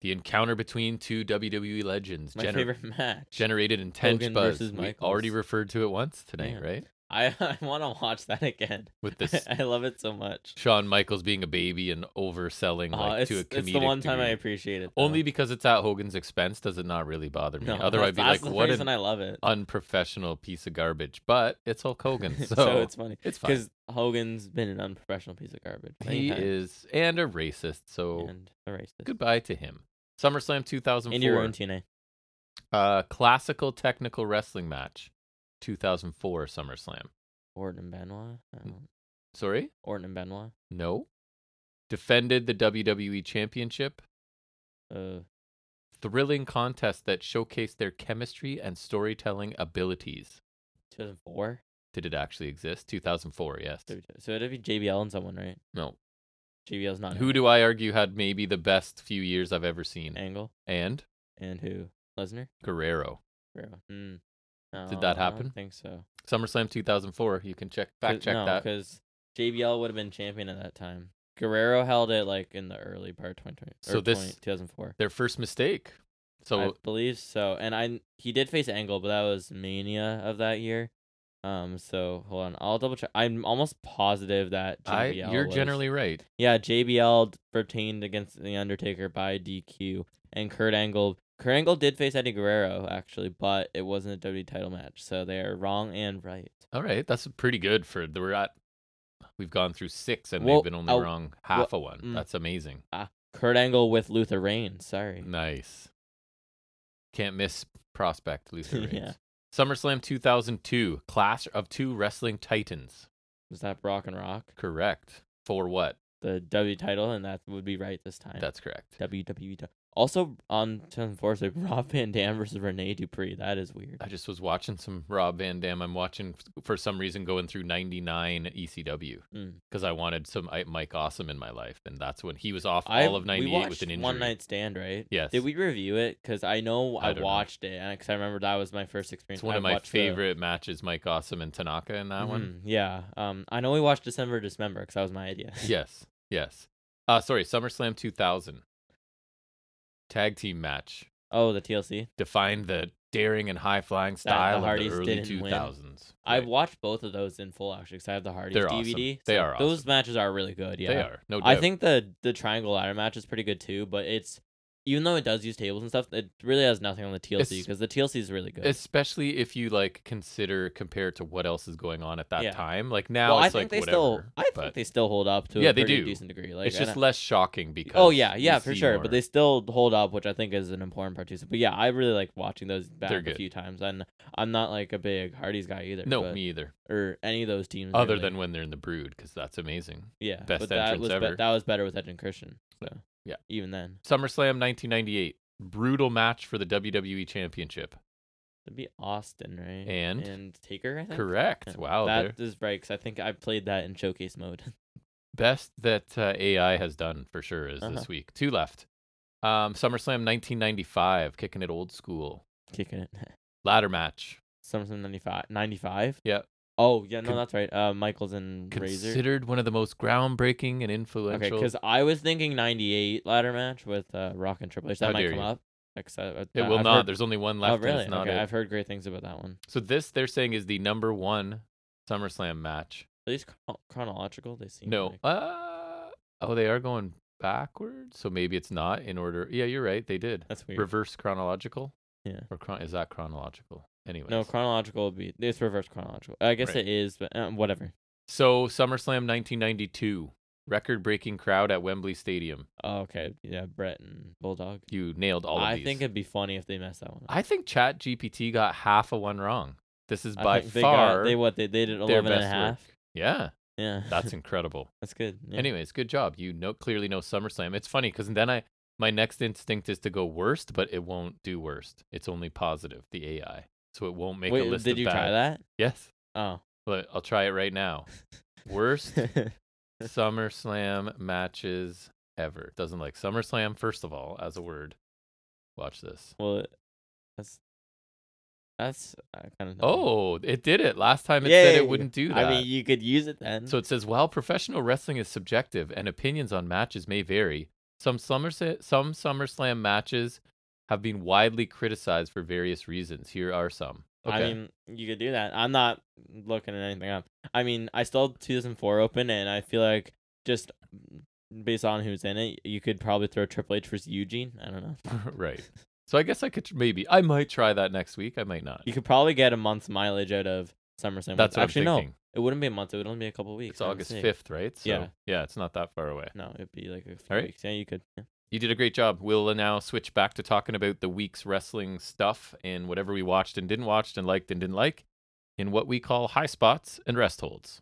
The encounter between two WWE legends My gener- favorite match. generated intense Hogan buzz. versus We Michaels. already referred to it once tonight, Yeah. right? I I want to watch that again. With this I love it so much. Shawn Michaels being a baby and overselling Aw, like, it's, to a comedic it's the one time I degree. appreciate it. though. Only because it's at Hogan's expense does it not really bother me. no, Otherwise, I'd be that's like, the what reason an I love it. unprofessional piece of garbage. But it's Hulk Hogan, so, it's funny it's fine. because Hogan's been an unprofessional piece of garbage. many He times, is and a racist, so and a racist. goodbye to him. SummerSlam And your own 2004, TNA. uh, classical technical wrestling match, 2004 SummerSlam. Orton and Benoit. I Hmm. don't- Sorry, Orton and Benoit. no. Defended the WWE Championship. Uh, Thrilling contest that showcased their chemistry and storytelling abilities. 2004. Did it actually exist? 2004, yes. So it'd be JBL and someone, right? No. JBL's not. Who do I argue had maybe the best few years I've ever seen? Angle And and who Lesnar? Guerrero. Guerrero. Hmm. Did that No, I happen? don't think so. SummerSlam 2004. You can check fact check that. because JBL would have been champion at that time. Guerrero held it like in the early part of 2020. So So this- 2004. Their first mistake. So I believe so. And I he did face Angle, but that was Mania of that year. Um, so hold on, I'll double check. I'm almost positive that JBL. I, you're was- generally right. yeah. JBL retained against the Undertaker by DQ, and Kurt Angle. Kurt Angle did face Eddie Guerrero actually, but it wasn't a WWE title match. So they are wrong and right. All right, that's pretty good for the we're at. We've gone through six and Well, they've been only I'll- wrong half of one. mm. That's amazing. Kurt Angle with Luther Reigns. Sorry. Nice. Can't miss prospect Luther Reigns. Yeah. SummerSlam 2002, Clash of Two Wrestling Titans. Was that Brock and Rock? Correct. For what? The W title, and that would be right this time. That's correct. WWE. ti- Also on 2004, so Rob Van Dam versus Rene Dupree. That is weird. I just was watching some Rob Van Dam. I'm watching for some reason going through E 99 ECW Mm. because I wanted some I- Mike Awesome in my life, and that's when he was off I- all of we 98 with watched an injury. One night stand, right? Yes, Did we review it? Because I know I I, don't know. watched it, and because I remember that was my first experience. It's one I of my watched uh, the- favorite matches, Mike Awesome and Tanaka in that one. Mhm, Yeah. Um, I know we watched December Dismember because that was my idea. Yes, yes. Uh, sorry, SummerSlam 2000 tag team match Oh, the TLC. defined the daring and high flying the style of the Hardys early didn't two win. thousands. I've watched both of those in full actually because I have the Hardys They're awesome. DVD. They so are Those awesome. matches are really good. Yeah, They are no. Doubt. I think the the triangle ladder match is pretty good too, but it's even though it does use tables and stuff, it really has nothing on the TLC It's- because the TLC is really good. especially if you like consider compared to what else is going on at that Yeah. time. Like now, well, I it's think like they whatever. still, I think but they still hold up to Yeah, a they pretty do. decent degree. Like it's and just I- less shocking because. oh yeah, you yeah for see sure, more- but they still hold up, which I think is an important part too. So, but yeah, I really like watching those back They're a good. few times, and I'm not like a big Hardy's guy either. No, but- me either. or any of those teams Other really. than when they're in the brood, because that's amazing. yeah, best but that entrance was ever. that was better with Edge and Christian. So Yeah. even then, SummerSlam 1998, brutal match for the WWE Championship. it'd be Austin, right? And? Taker, I think. Correct. Yeah. Wow. they're- That is right, because I think I played that in showcase mode. best that uh, AI has done for sure is Uh-huh. this week. Two left. Um, SummerSlam 1995, kicking it old school. Kicking it. Ladder match. SummerSlam 95. 95? Yeah. Oh, yeah, no, Con- that's right. Uh, Michaels and Razor. Considered one of the most groundbreaking and Okay, influential. because I was thinking 98 ladder match with uh, Rock and Triple H. That How might dare come you. up. Because I, I- it I- will I've not. heard- There's only one left. oh, really? And it's not okay, it. I've heard great things about that one. So this they're saying is the number one SummerSlam match. At least chron- chronological, they seem No. like- Uh, oh, they are going backwards. So maybe it's not in order. Yeah, you're right. They did. That's weird. Reverse chronological. Yeah. Or chron- is that chronological? Anyway. No, chronological would be it's reverse chronological. I guess Right. it is, but um, whatever. So SummerSlam 1992, record-breaking crowd at Wembley Stadium. Oh, okay, yeah, Brett and Bulldog. You nailed all of I these. think it'd be funny if they messed that one up. I think Chat GPT got half of one wrong. This is I by think they far. got, they what they, they did their 11 and a best half. work. yeah, Yeah, that's incredible. that's good. Yeah. Anyways, good job. You know clearly know SummerSlam. It's funny because then I my next instinct is to go worst, but it won't do worst. It's only positive, the AI. So it won't make Wait, a list did of you bad. try that? Yes. Oh, But I'll try it right now. Worst SummerSlam matches ever. Doesn't like SummerSlam, first of all, as a word. Watch this. well, that's that's uh, kind of Oh, it did it. Last time it said it wouldn't do that. I mean, you could use it then. So it says, while professional wrestling is subjective and opinions on matches may vary, some Summer some SummerSlam matches have been widely criticized for various reasons. Here are some. Okay. I mean, you could do that. I'm not looking at anything up. I mean, I still have 2004 open, and I feel like just based on who's in it, you could probably throw Triple H versus Eugene. I don't know. right. So I guess I could tr- maybe I might try that next week. I might not. You could probably get a month's mileage out of SummerSlam. That's what actually I'm no. thinking. It wouldn't be a month. It would only be a couple weeks. It's I would August say. fifth, right? So, Yeah. Yeah, it's not that far away. No, it'd be like a few Alright. weeks. Yeah, you could. Yeah. You did a great job. We'll uh, now switch back to talking about the week's wrestling stuff and whatever we watched and didn't watch and liked and didn't like in what we call high spots and rest holds.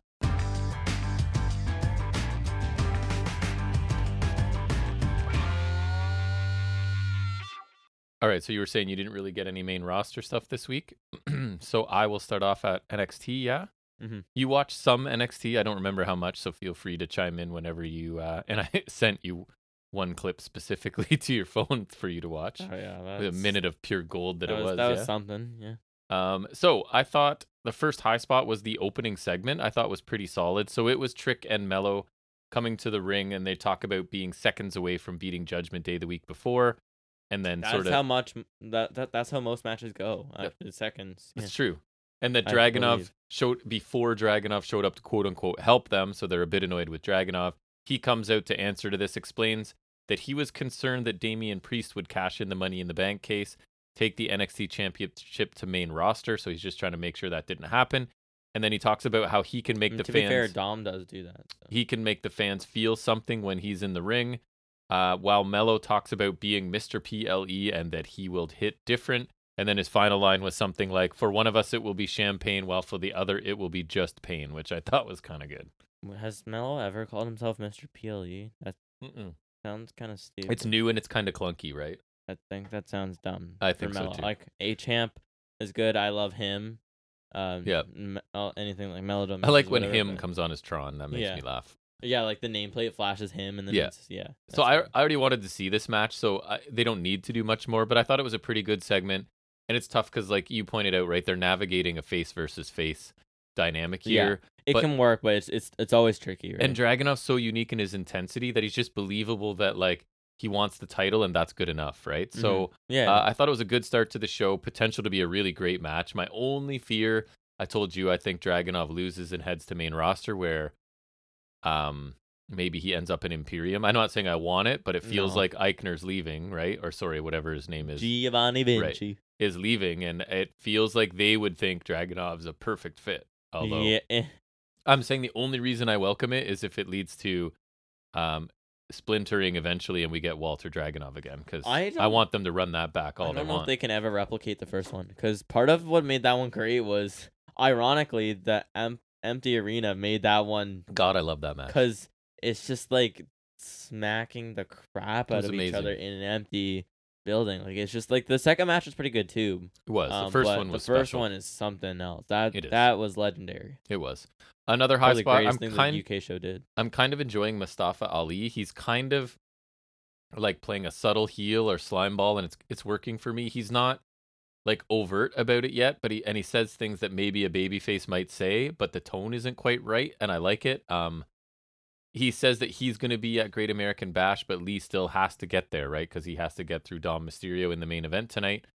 All right, so you were saying you didn't really get any main roster stuff this week. so I will start off at NXT, yeah? Mhm. You watched some NXT. I don't remember how much, so feel free to chime in whenever you. Uh, and I sent you one clip specifically to your phone for you to watch. Oh yeah, a that's, minute of pure gold that, That it was. that yeah? was something. Yeah. Um, so I thought the first high spot was the opening segment. I thought was pretty solid. So it was Trick and Mello coming to the ring, and they talk about being seconds away from beating Judgment Day the week before, and then That's sort of how much m- that, that that's how most matches go. Yeah. After the seconds. Yeah. It's true. And that I Dragonov believe. showed before Dragonov showed up to quote unquote help them, so they're a bit annoyed with Dragonov. He comes out to answer to this, explains that he was concerned that Damian Priest would cash in the money in the bank case, take the NXT championship to main roster, so he's just trying to make sure that didn't happen. And then he talks about how he can make And the Mm, to fans be fair, Dom does do that. so. he can make the fans feel something when he's in the ring. Uh, while Mello talks about being Mr. PLE E and that he will hit different. And then his final line was something like, For one of us, it will be champagne, while for the other, it will be just pain, which I thought was kind of good. Has Mello ever called himself Mr. PLE? E? That Mm-mm. sounds kind of stupid. It's new and it's kind of clunky, right? I think that sounds dumb. I for think so, Melo. too. Like A Champ is good. I love him. Um, Yeah. M- uh, anything like Mellow. I like when him comes on as Tron. That makes Yeah. me laugh. Yeah, like the nameplate flashes him, and then Yeah. it's, yeah. So I, that's I already wanted to see this match, so I, they don't need to do much more. But I thought it was a pretty good segment, and it's tough because, like you pointed out, right, they're navigating a face versus face dynamic Yeah. here. fine. it but- can work, but it's it's it's always tricky. Right? And Dragunov's so unique in his intensity that he's just believable that like he wants the title and that's good enough, right? Mhm. So Yeah. uh, I thought it was a good start to the show. Potential to be a really great match. My only fear, I told you, I think Dragonov loses and heads to main roster, where um maybe he ends up in Imperium. I'm not saying I want it, but it feels No. like Eichner's leaving, right? Or sorry, whatever his name is Giovanni Vinci. is leaving, and it feels like they would think Dragonov's a perfect fit. Although Yeah. eh. I'm saying the only reason I welcome it is if it leads to um splintering eventually and we get Walter Dragonov again because I I, don't- want them to run that back all I don't they know want. if they can ever replicate the first one because part of what made that one great was, ironically, the em- empty arena made that one God, I love that match. because it's just like smacking the crap It out was of each other amazing. in an empty building. Like it's just like the second match was pretty good too. It was um, the first but one was the first special. one is something else. That It is. that was legendary. It was another high Probably the spot. I'm greatest thing kind. the UK show did. I'm kind of enjoying Mustafa Ali. He's kind of like playing a subtle heel or slime ball, and it's it's working for me. He's not like overt about it yet, but he and he says things that maybe a babyface might say, but the tone isn't quite right, and I like it. Um, he says that he's going to be at Great American Bash, but Lee still has to get there, right? Because he has to get through Dom Mysterio in the main event tonight.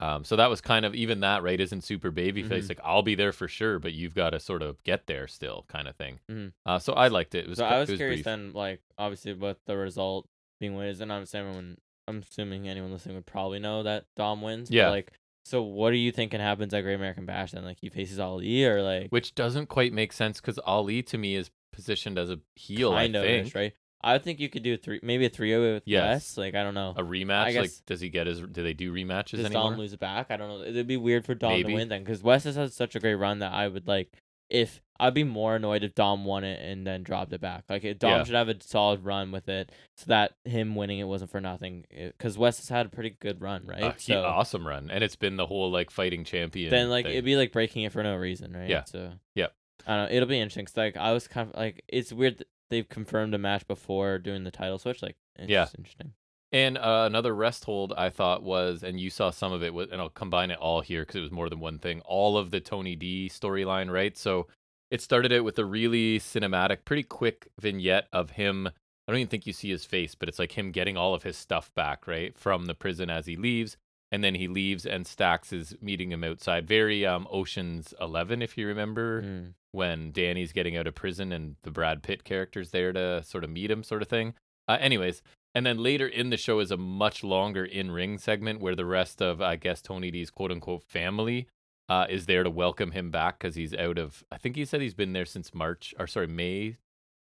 Um, so that was kind of even that, right? Isn't super babyface Mhm. like I'll be there for sure, but you've got to sort of get there still, kind of thing. Mhm. Uh, so I liked it. It was so cu- I was, it was curious brief. then, like obviously, what the result being what it is, and I'm assuming everyone, I'm assuming anyone listening would probably know that Dom wins. but, Yeah. like, so what do you thinking happens at Great American Bash then? Like he faces Ali or like which doesn't quite make sense because Ali to me is positioned as a heel. kind I of think ish, right? I think you could do three, maybe a three way with Yes. Wes. Like I don't know. a rematch. Like, guess- does he get his? Do they do rematches Does anymore? Dom lose it back? I don't know. It'd be weird for Dom Maybe. to win then, because Wes has had such a great run that I would like. If I'd be more annoyed if Dom won it and then dropped it back. Like if Dom Yeah. should have a solid run with it, so that him winning it wasn't for nothing. Because Wes has had a pretty good run, right? A Uh, he- awesome run, and it's been the whole like fighting champion. then like thing. it'd be like breaking it for no reason, right? Yeah. So Yep. I don't know. It'll be interesting. 'cause, like I was kind of like it's weird. That they've confirmed a match before doing the title switch. Like it's Yeah. just interesting. And uh, another rest hold I thought was, and you saw some of it, wa- and I'll combine it all here because it was more than one thing. All of the Tony D storyline, right? So it started out with a really cinematic, pretty quick vignette of him. I don't even think you see his face, but it's like him getting all of his stuff back, right, from the prison as he leaves. And then he leaves, and Stax is meeting him outside. Very um, Ocean's Eleven, if you remember Mm. when Danny's getting out of prison and the Brad Pitt character's there to sort of meet him, sort of thing. Uh, anyways, and then later in the show is a much longer in ring segment where the rest of, I guess, Tony D's quote unquote family uh, is there to welcome him back because he's out of, I think he said he's been there since March, or sorry, May,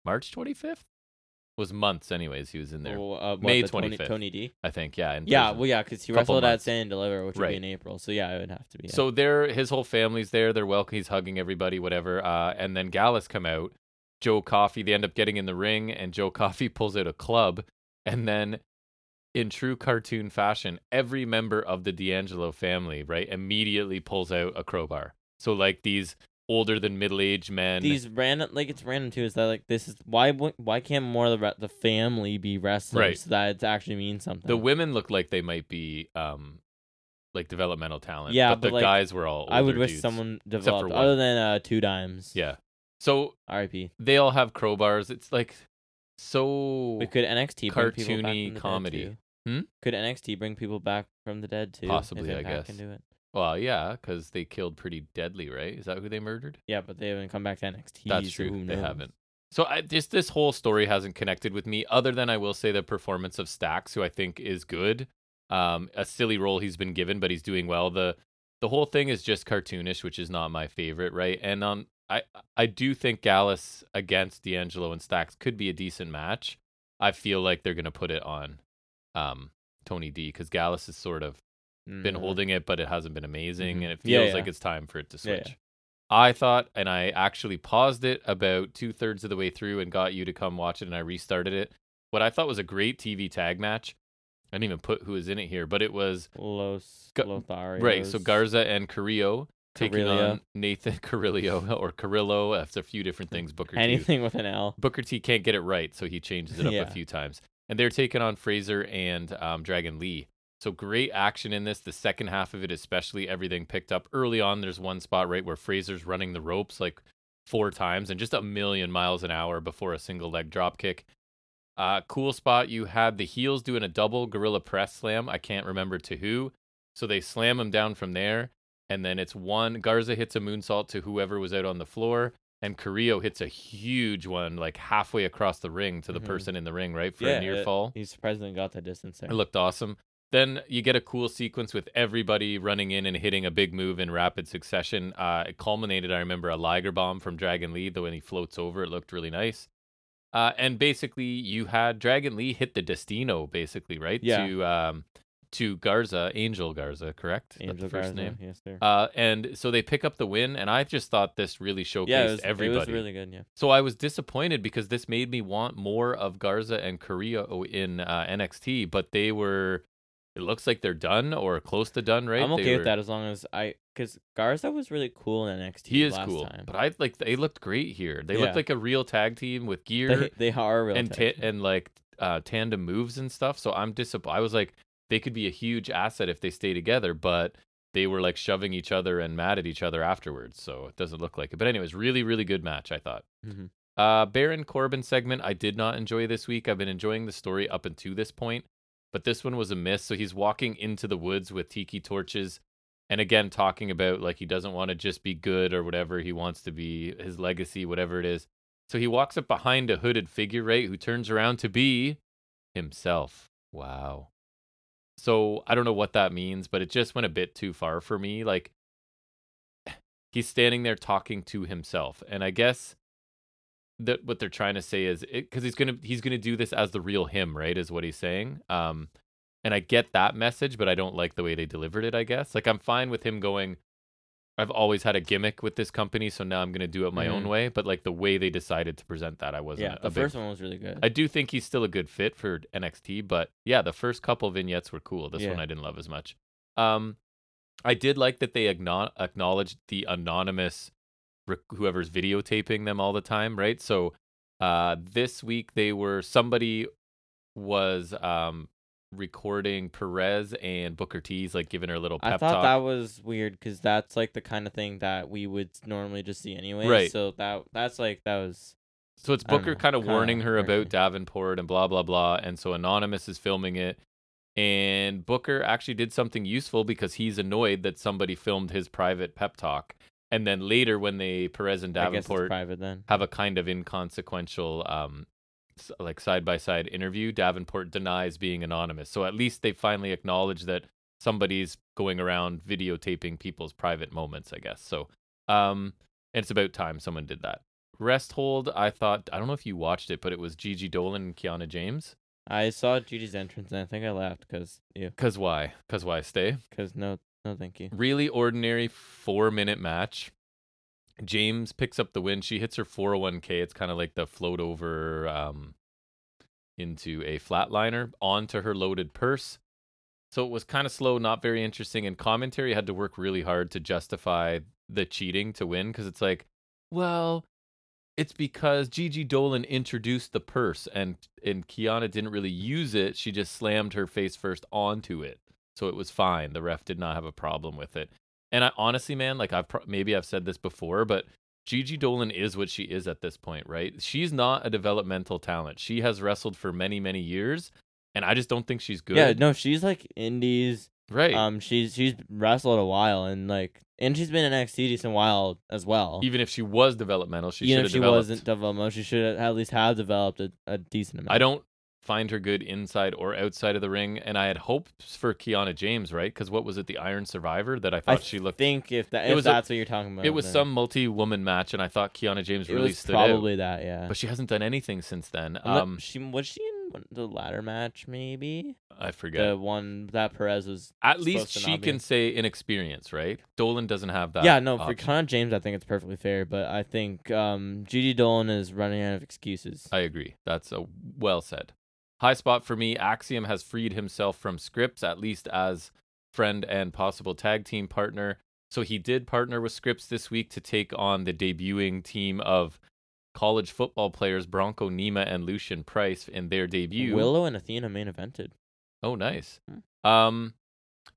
March 25th? Was months, anyways, he was in there, Well, uh, what, May the Tony, 25th. Tony D. I think. Yeah. in Yeah, prison. well, yeah, because he Couple wrestled months. at Stand and Deliver, which would Right. be in April. So yeah, it would have to be. yeah. So there, his whole family's there. They're welcome. He's hugging everybody, whatever. Uh, and then Gallus come out. Joe Coffey. They end up getting in the ring, and Joe Coffey pulls out a club. And then, in true cartoon fashion, every member of the D'Angelo family, right, immediately pulls out a crowbar. So like these older than middle aged men. these random, like it's random too. Is that like this is why wou- why can't more of the re- the family be wrestlers Right. so that it actually means something? the women look like they might be um, like developmental talent. Yeah, but, but, the like, guys were all. Older I would wish dudes. someone for developed one. other than uh, two dimes. Yeah. So R.I.P. they all have crowbars. It's like so. But could NXT bring people back Cartoony from the comedy. Dead too? Hmm? Could NXT bring people back from the dead too? if Possibly, I Impact Can guess. do it. Well, yeah, because they killed pretty deadly, right? Is that who they murdered? Yeah, but they haven't come back to NXT. That's so true. who They knows? haven't. So I just this whole story hasn't connected with me, other than I will say the performance of Stacks, who I think is good. Um, a silly role he's been given, but he's doing well. The the whole thing is just cartoonish, which is not my favorite, right? And um, I I do think Gallus against D'Angelo and Stacks could be a decent match. I feel like they're gonna put it on um Tony D because Gallus is sort of been Mm. holding it, but it hasn't been amazing, Mhm. and it Yeah, feels like yeah. it's time for it to Yeah, yeah. switch. I thought, and I actually paused it about two thirds of the way through and got you to come watch it, and I restarted it. What I thought was a great TV tag match. I didn't even put who was in it here, but it was Los Ga- Lotharios. right. So Garza and Carrillo taking Carrillo. on Nathan Carrillo or Carrillo. That's a few different things. Booker T. Anything with an L. Booker T can't get it right, so he changes it up Yeah. a few times. And they're taking on Fraser and um, Dragon Lee. So great action in this. The second half of it, especially everything picked up early on. There's one spot right where Fraser's running the ropes like four times and just a million miles an hour before a single leg drop kick. Uh, cool spot. You had the heels doing a double gorilla press slam. I can't remember to who. So they slam him down from there. And then it's one. Garza hits a moonsault to whoever was out on the floor. And Carrillo hits a huge one, like halfway across the ring to the Mhm. person in the ring, right? For Yeah, a near it- fall. He's surprisingly got that distance there. It looked awesome. Then you get a cool sequence with everybody running in and hitting a big move in rapid succession. Uh, it culminated, I remember, a Liger bomb from Dragon Lee, though when he floats over, it looked really nice. Uh, and basically, you had Dragon Lee hit the Destino, basically, right? Yeah. To, um, to Garza, Angel Garza, correct? That's Angel the first Garza, name. Yes, sir. Uh, and so they pick up the win, and I just thought this really showcased yeah, it was, everybody. it was really good. Yeah. So I was disappointed because this made me want more of Garza and Carrillo in uh, NXT, but they were. It looks like they're done or close to done, right? I'm They okay were- with that as long as I, because Garza was really cool in NXT. He is last cool, Time. but I like they looked great here. They looked Yeah. like a real tag team with gear they, they are real. and tag ta- team. and like uh, tandem moves and stuff. So I'm disappointed. I was like, they could be a huge asset if they stay together, but they were like shoving each other and mad at each other afterwards. So it doesn't look like it. But anyways, really, really good match. I thought. Mhm. Uh, Baron Corbin segment I did not enjoy this week. I've been enjoying the story up until this point, but this one was a miss. So he's walking into the woods with tiki torches. And again, talking about like he doesn't want to just be good or whatever. He wants to be his legacy, whatever it is. So he walks up behind a hooded figure, right, who turns around to be himself. Wow. So I don't know what that means, but it just went a bit too far for me. Like, he's standing there talking to himself. And I guess that what they're trying to say is because he's gonna he's gonna do this as the real him, right? Is what he's saying. Um, and I get that message, but I don't like the way they delivered it. I guess like I'm fine with him going. I've always had a gimmick with this company, so now I'm gonna do it my own Mhm. way. But like the way they decided to present that, I wasn't. yeah, a the big first one was really good. I do think he's still a good fit for NXT, but yeah, the first couple vignettes were cool. This Yeah. one I didn't love as much. Um, I did like that they agno- acknowledged the anonymous rec- whoever's videotaping them all the time, right? So uh, this week they were somebody was um, recording Perez and Booker T's, like giving her a little pep I thought talk. that was weird because that's like the kind of thing that we would normally just see anyway. Right. So that that's like that was So it's I don't Booker know, kind of Oh, kinda warning her hurt me. about Davenport and blah blah blah, and so Anonymous is filming it, and Booker actually did something useful because he's annoyed that somebody filmed his private pep talk, and then later when they Perez and I guess it's Davenport private then. have a kind of inconsequential um s- like side by side interview, Davenport denies being anonymous. So at least they finally acknowledge that somebody's going around videotaping people's private moments, I guess. So um and it's about time someone did that. Rest hold, I thought I don't know if you watched it, but it was Gigi Dolan and Kiana James. I saw Judy's entrance and I think I laughed because yeah, Cause why? Cause why stay? because no, no, thank you. Really ordinary four minute match. James picks up the win. She hits her 401k. It's kind of like the float over um, into a flatliner onto her loaded purse. So it was kind of slow, not very interesting. And commentary had to work really hard to justify the cheating to win because it's like, well, it's because Gigi Dolan introduced the purse and and Kiana didn't really use it. She just slammed her face first onto it. So it was fine. The ref did not have a problem with it. And I honestly, man, like I've pro- maybe I've said this before, but Gigi Dolan is what she is at this point, right? She's not a developmental talent. She has wrestled for many, many years, and I just don't think she's good. Yeah, no, she's like indies. right. Um, she's she's wrestled a while and like and she's been in NXT decent while as well. Even if she was developmental, she should Even have if she developed. wasn't developmental, she should at least have developed a, a decent amount. I don't find her good inside or outside of the ring, and I had hopes for Kiana James, right? Because what was it, the Iron Survivor, that I thought she looked. think if that It if was a- that's what you're talking about. it was then some multi-woman match, and I thought Kiana James It really was stood out. probably that. Yeah. But she hasn't done anything since then. Unle- Um, she was she in one- the ladder match maybe I forget. the one that Perez was. At supposed least to she not be in. can say inexperience, right? Dolan doesn't have that. yeah, no, for option. Connor James, I think it's perfectly fair, but I think um, Gigi Dolan is running out of excuses. I agree. That's a well said. High spot for me. Axiom has freed himself from Scripps, at least as friend and possible tag team partner. So he did partner with Scripps this week to take on the debuting team of college football players Bronco Nima and Lucian Price in their debut. Willow and Athena main evented. Oh, nice. Hmm. Um,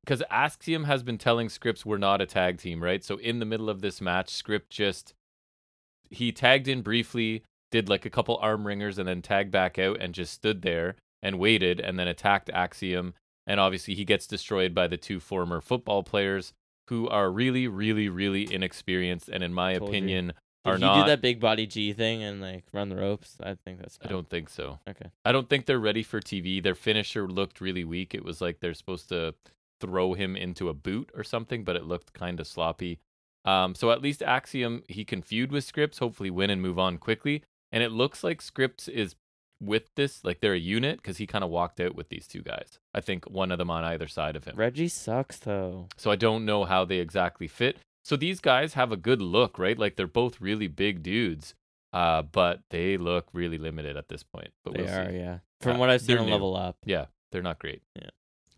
because Axiom has been telling Scripps we're not a tag team, right? So in the middle of this match, Script just he tagged in briefly, did like a couple arm ringers and then tagged back out and just stood there and waited and then attacked Axiom. And obviously, he gets destroyed by the two former football players who are really, really, really inexperienced and, in my Told you. opinion, Did are he not- do that big body G thing and like run the ropes? I think that's. I dumb. don't think so. Okay. I don't think they're ready for TV. Their finisher looked really weak. It was like they're supposed to throw him into a boot or something, but it looked kind of sloppy. Um, so at least Axiom, he can feud with Scripps, hopefully win and move on quickly. And it looks like Scripps is with this, like they're a unit, because he kind of walked out with these two guys. I think one of them on either side of him. Reggie sucks though. So I don't know how they exactly fit. So these guys have a good look, right? Like they're both really big dudes, uh, but they look really limited at this point. But they we'll are, see. yeah. From Uh, what I've seen they're on new. Level Up, Yeah, they're not great. Yeah.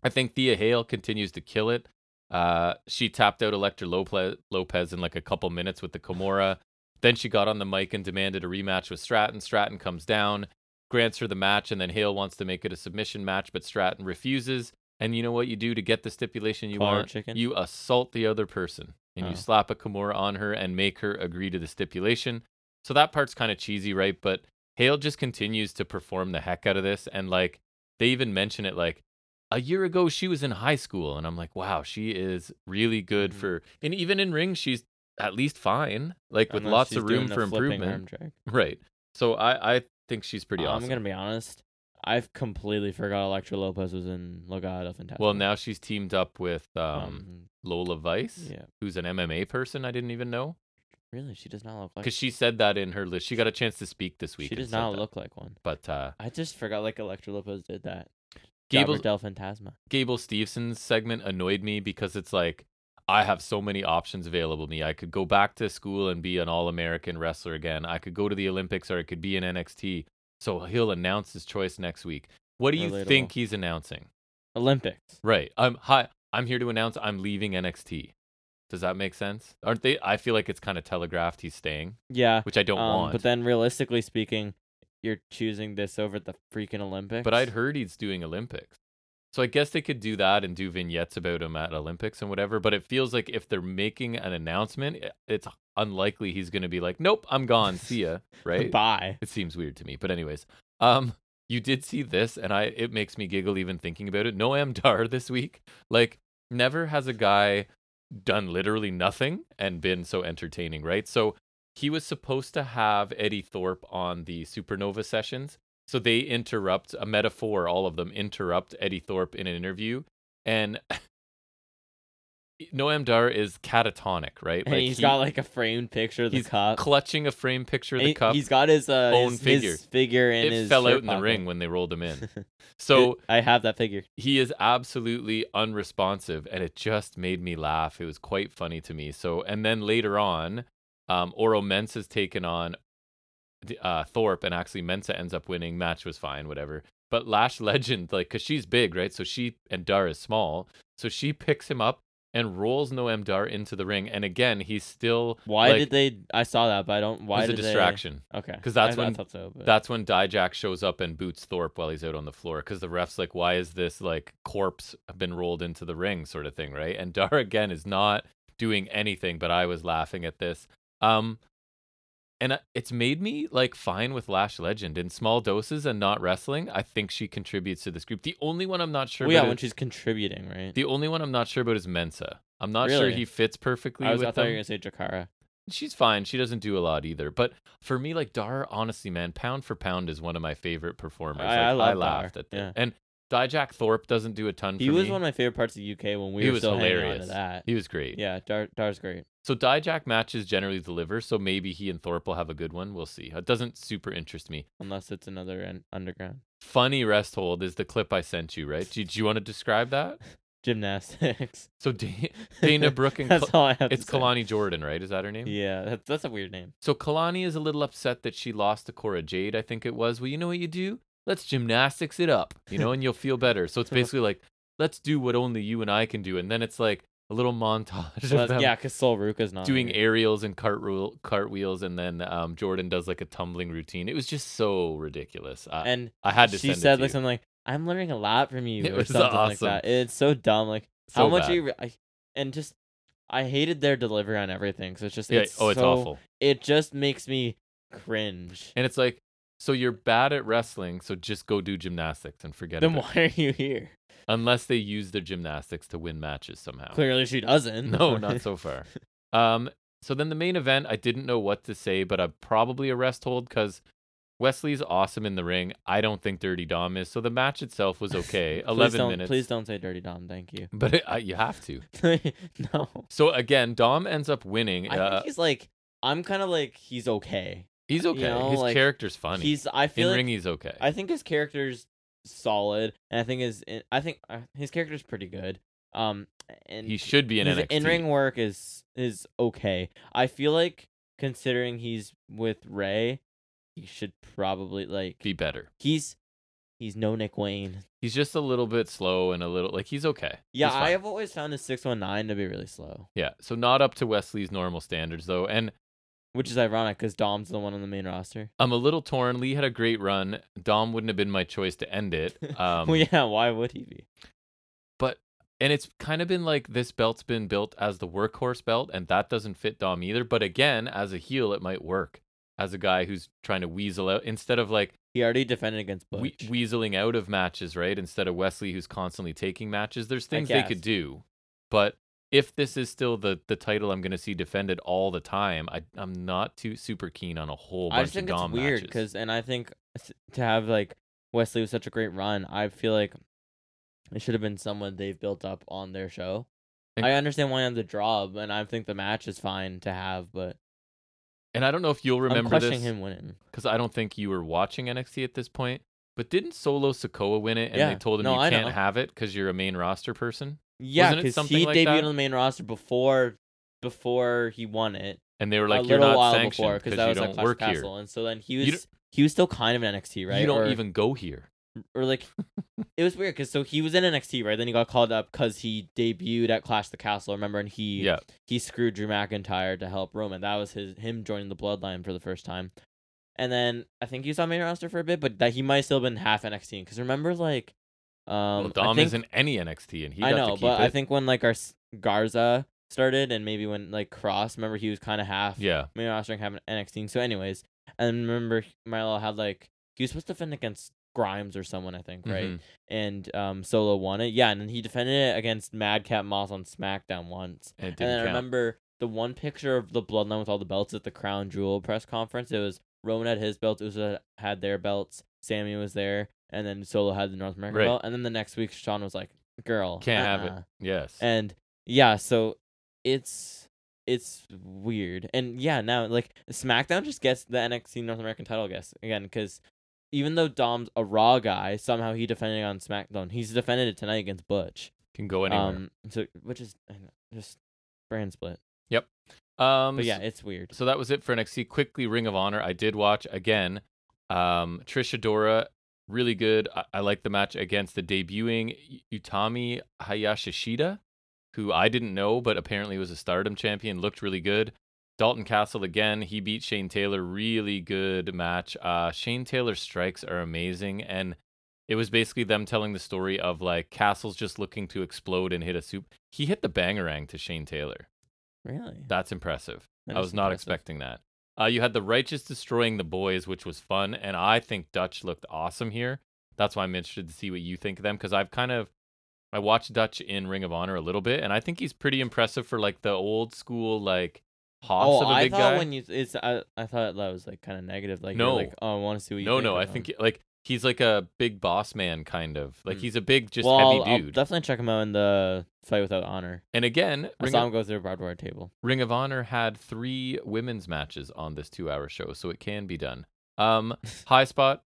I think Thea Hale continues to kill it. Uh, she tapped out Electra Lopez, Lopez in like a couple minutes with the Kimura. Then she got on the mic and demanded a rematch with Stratton. Stratton comes down, grants her the match, and then Hale wants to make it a submission match, but Stratton refuses. And you know what you do to get the stipulation you Collar want? chicken? You assault the other person and Oh. you slap a Kimura on her and make her agree to the stipulation. So that part's kind of cheesy, right? But Hale just continues to perform the heck out of this. And like, they even mention it like a year ago she was in high school and i'm like wow she is really good Mhm. for and even in ring she's at least fine like with unless lots she's of room doing the for flipping improvement arm drag. right so i i think she's pretty I'm awesome gonna be honest. I've completely forgot Electra Lopez was in Legado Fantastic. well now she's teamed up with um, lola vice yeah, who's an mma person i didn't even know really, she does not look like. because she said that in her list she got a chance to speak this week she and does said not that. look like one. but uh I just forgot like Electra Lopez did that. Gable- Gable Del Fantasma. Gable Stevenson's segment annoyed me because it's like I have so many options available to me. I could go back to school and be an all-American wrestler again. I could go to the Olympics or I could be in NXT. So he'll announce his choice next week. What do you Relatable. think he's announcing? Olympics. Right. I'm hi. I'm here to announce I'm leaving NXT. Does that make sense? Aren't they? I feel like it's kind of telegraphed he's staying, Yeah. which I don't um, want. But then, realistically speaking, you're choosing this over the freaking Olympics. But I'd heard he's doing Olympics. So I guess they could do that and do vignettes about him at Olympics and whatever. But it feels like if they're making an announcement, i- it's unlikely he's going to be like, nope, I'm gone. See ya. Right. Bye. it seems weird to me. But, anyways, um, you did see this, and I it makes me giggle even thinking about it. Noam Dar this week. Like, never has a guy done literally nothing and been so entertaining, right? So he was supposed to have Eddie Thorpe on the Supernova sessions. So they interrupt a metaphor, all of them interrupt Eddie Thorpe in an interview. And Noam Dar is catatonic, right? And he's he- got like a framed picture of the he's cup. clutching a frame picture of And the he- cup. He's got his uh, own his, figure. his figure in it his fell shirt out in the pocket. ring when they rolled him in. So I have that figure. he is absolutely unresponsive and it just made me laugh it was quite funny to me so and then later on um oro mensa has taken on uh thorpe and actually mensa ends up winning match was fine whatever but lash legend like because she's big right so she and dar is small so she picks him up and rolls noam dar into the ring and again he's still Why like, did they? I saw that, but I don't. Why it's a did distraction They, okay, 'Cause that's I, I when- thought so, but that's when Dijak shows up and boots Thorpe while he's out on the floor because the ref's like, why is this like corpse been rolled into the ring sort of thing, right? And Dar again is not doing anything, but I was laughing at this. Um, and I- it's made me like fine with Lash Legend in small doses and not wrestling. I think she contributes to this group. The only one I'm not sure well, yeah, about when is, she's contributing, right? the only one I'm not sure about is Mensa. I'm not sure Really? he fits perfectly I, was, I with thought you were them gonna say Jakara. she's fine. She doesn't do a lot either. But for me, like Dar, honestly, man, pound for pound is one of my favorite performers. I- like, I love laughed Dar, at that. yeah. And Dijak Thorpe doesn't do a ton He for was me. one of my favorite parts of UK when we He were was still hanging on to hilarious. that. he was great. Yeah, Dar, Dar's great. So Dijak matches generally deliver. So maybe he and Thorpe will have a good one. We'll see. It doesn't super interest me. Unless it's another an underground Funny rest hold is the clip I sent you, right? Do, do you want to describe that? gymnastics. So Da- Dana Brooke and that's Kal- all I have. it's to say. Kalani Jordan, right? Is that her name? Yeah, that's that's a weird name. So Kalani is a little upset that she lost to Cora Jade, I think it was. Well, you know what you do? Let's gymnastics it up, you know, and you'll feel better. So it's basically like, let's do what only you and I can do. And then it's like a little montage Well, of that's- them yeah, because Sol Ruka's not doing here. aerials and cartwheel, cartwheels. And then um, Jordan does like a tumbling routine. It was just so ridiculous. I, and I had to she send said it to like you. something like I'm learning a lot from you It or was something like awesome. that. It's so dumb. Like So how much bad. you re- I, and just I hated their delivery on everything. So it's just Yeah, it's oh, it's so- awful. It just makes me cringe. And it's like, so you're bad at wrestling, so just go do gymnastics and forget Then about it. why are you here? Unless they use their gymnastics to win matches somehow. Clearly, she doesn't. No, not so far. Um, so then the main event, I didn't know what to say, but I'm probably a rest hold because Wesley's awesome in the ring. I don't think Dirty Dom is. So the match itself was okay. Please 11 don't- minutes. Please don't say dirty Dom. Thank you. But it, uh, you have to. no. So again, Dom ends up winning. I Uh, think he's like. I'm kind of like he's okay. he's okay. know, his like, character's funny. He's. I in feel. like ring, he's okay. I think his character's solid, and I think his I think uh, his character's pretty good. Um, and he should be in his NXT. in-ring work is is okay. I feel like considering he's with Ray, he should probably like be better. he's he's no Nick Wayne. He's just a little bit slow and a little like he's okay. Yeah, He's I fine. have always found his six one nine to be really slow, Yeah, so not up to Wesley's normal standards though, and which is ironic because Dom's the one on the main roster. I'm a little torn. Lee had a great run. Dom wouldn't have been my choice to end it. Um, well, yeah, why would he be? But and it's kind of been like this belt's been built as the workhorse belt, and that doesn't fit Dom either. But again, as a heel, it might work as a guy who's trying to weasel out instead of like He already defended against Butch. we- weaseling out of matches, right? Instead of Wesley, who's constantly taking matches. There's things they guess. could do, but if this is still the the title I'm going to see defended all the time, I I'm not too super keen on a whole bunch I just think of it's Dom weird matches. because, and I think s- to have like Wesley was such a great run. I feel like it should have been someone they've built up on their show. And- I understand why I'm the job, and I think the match is fine to have, but and I don't know if you'll I'm remember questioning this him winning. because I don't think you were watching NXT at this point. But didn't Solo Sokoa win it, and Yeah. they told him No, you I can't know. have it because you're a main roster person, Yeah, Wasn't it because something he like debuted that? on the main roster before before he won it. and they were a like, "You're little not while sanctioned before because that you was don't like Clash work Castle, here. and so then he You was he was still kind of in NXT, right? You don't Or- even go here." or like it was weird because so he was in NXT right then he got called up because he debuted at Clash of the Castle remember and he Yeah, he screwed Drew McIntyre to help Roman that was his him joining the Bloodline for the first time and then I think he was on main roster for a bit but that he might still have been half NXT because remember like um well, I Dom think, isn't any NXT, and he. I got to know keep but it. I think when like our s- Garza started and maybe when like Cross remember he was kind of half Yeah, main roster and having NXT so anyways and remember Milo had like he was supposed to defend against Grimes or someone I think right mhm. and um, Solo won it. Yeah, and then he defended it against Madcap Moss on SmackDown once. And it and didn't then I count. remember the one picture of the Bloodline with all the belts at the Crown Jewel press conference. It was Roman had his belts, Uso had their belts, Sammy was there, and then Solo had the North American Right. belt. And then the next week, Sean was like, "Girl, Can't have uh-uh." it. Yes. And yeah, so it's it's weird. And yeah, now like SmackDown just gets the NXT North American title, I guess again, because even though Dom's a Raw guy, somehow he defended on SmackDown. He's defended it tonight against Butch. Can go anywhere. Um, so which is I know, just brand split. Um, But yeah, it's weird. So that was it for NXT. Quickly, Ring of Honor. I did watch again. Um, Trisha Dora, really good. I, I like the match against the debuting U- Utami Hayashishida, who I didn't know, but apparently was a stardom champion. Looked really good. Dalton Castle again. He beat Shane Taylor. Really good match. Uh, Shane Taylor's strikes are amazing. And it was basically them telling the story of like Castle's just looking to explode and hit a soup. He hit the bangerang to Shane Taylor. Really, That's impressive. That I is was not impressive. expecting that. Uh, you had the righteous destroying the boys, which was fun, and I think Dutch looked awesome here. That's why I'm interested to see what you think of them because I've kind of I watched Dutch in Ring of Honor a little bit, and I think he's pretty impressive for like the old school like hoss Oh, of a I big thought guy. when you it's I, I thought that was like kind of negative. Like you're No. like, oh, I want to see what you. no, think no, or I something. think like he's like a big boss man kind of like Hmm. he's a big just well, I'll- heavy I'll dude. definitely check him out in the fight without honor. and again, I Ring saw of, him go through a barbed wire table. Ring of Honor had three women's matches on this two-hour show, so it can be done. Um, high spot.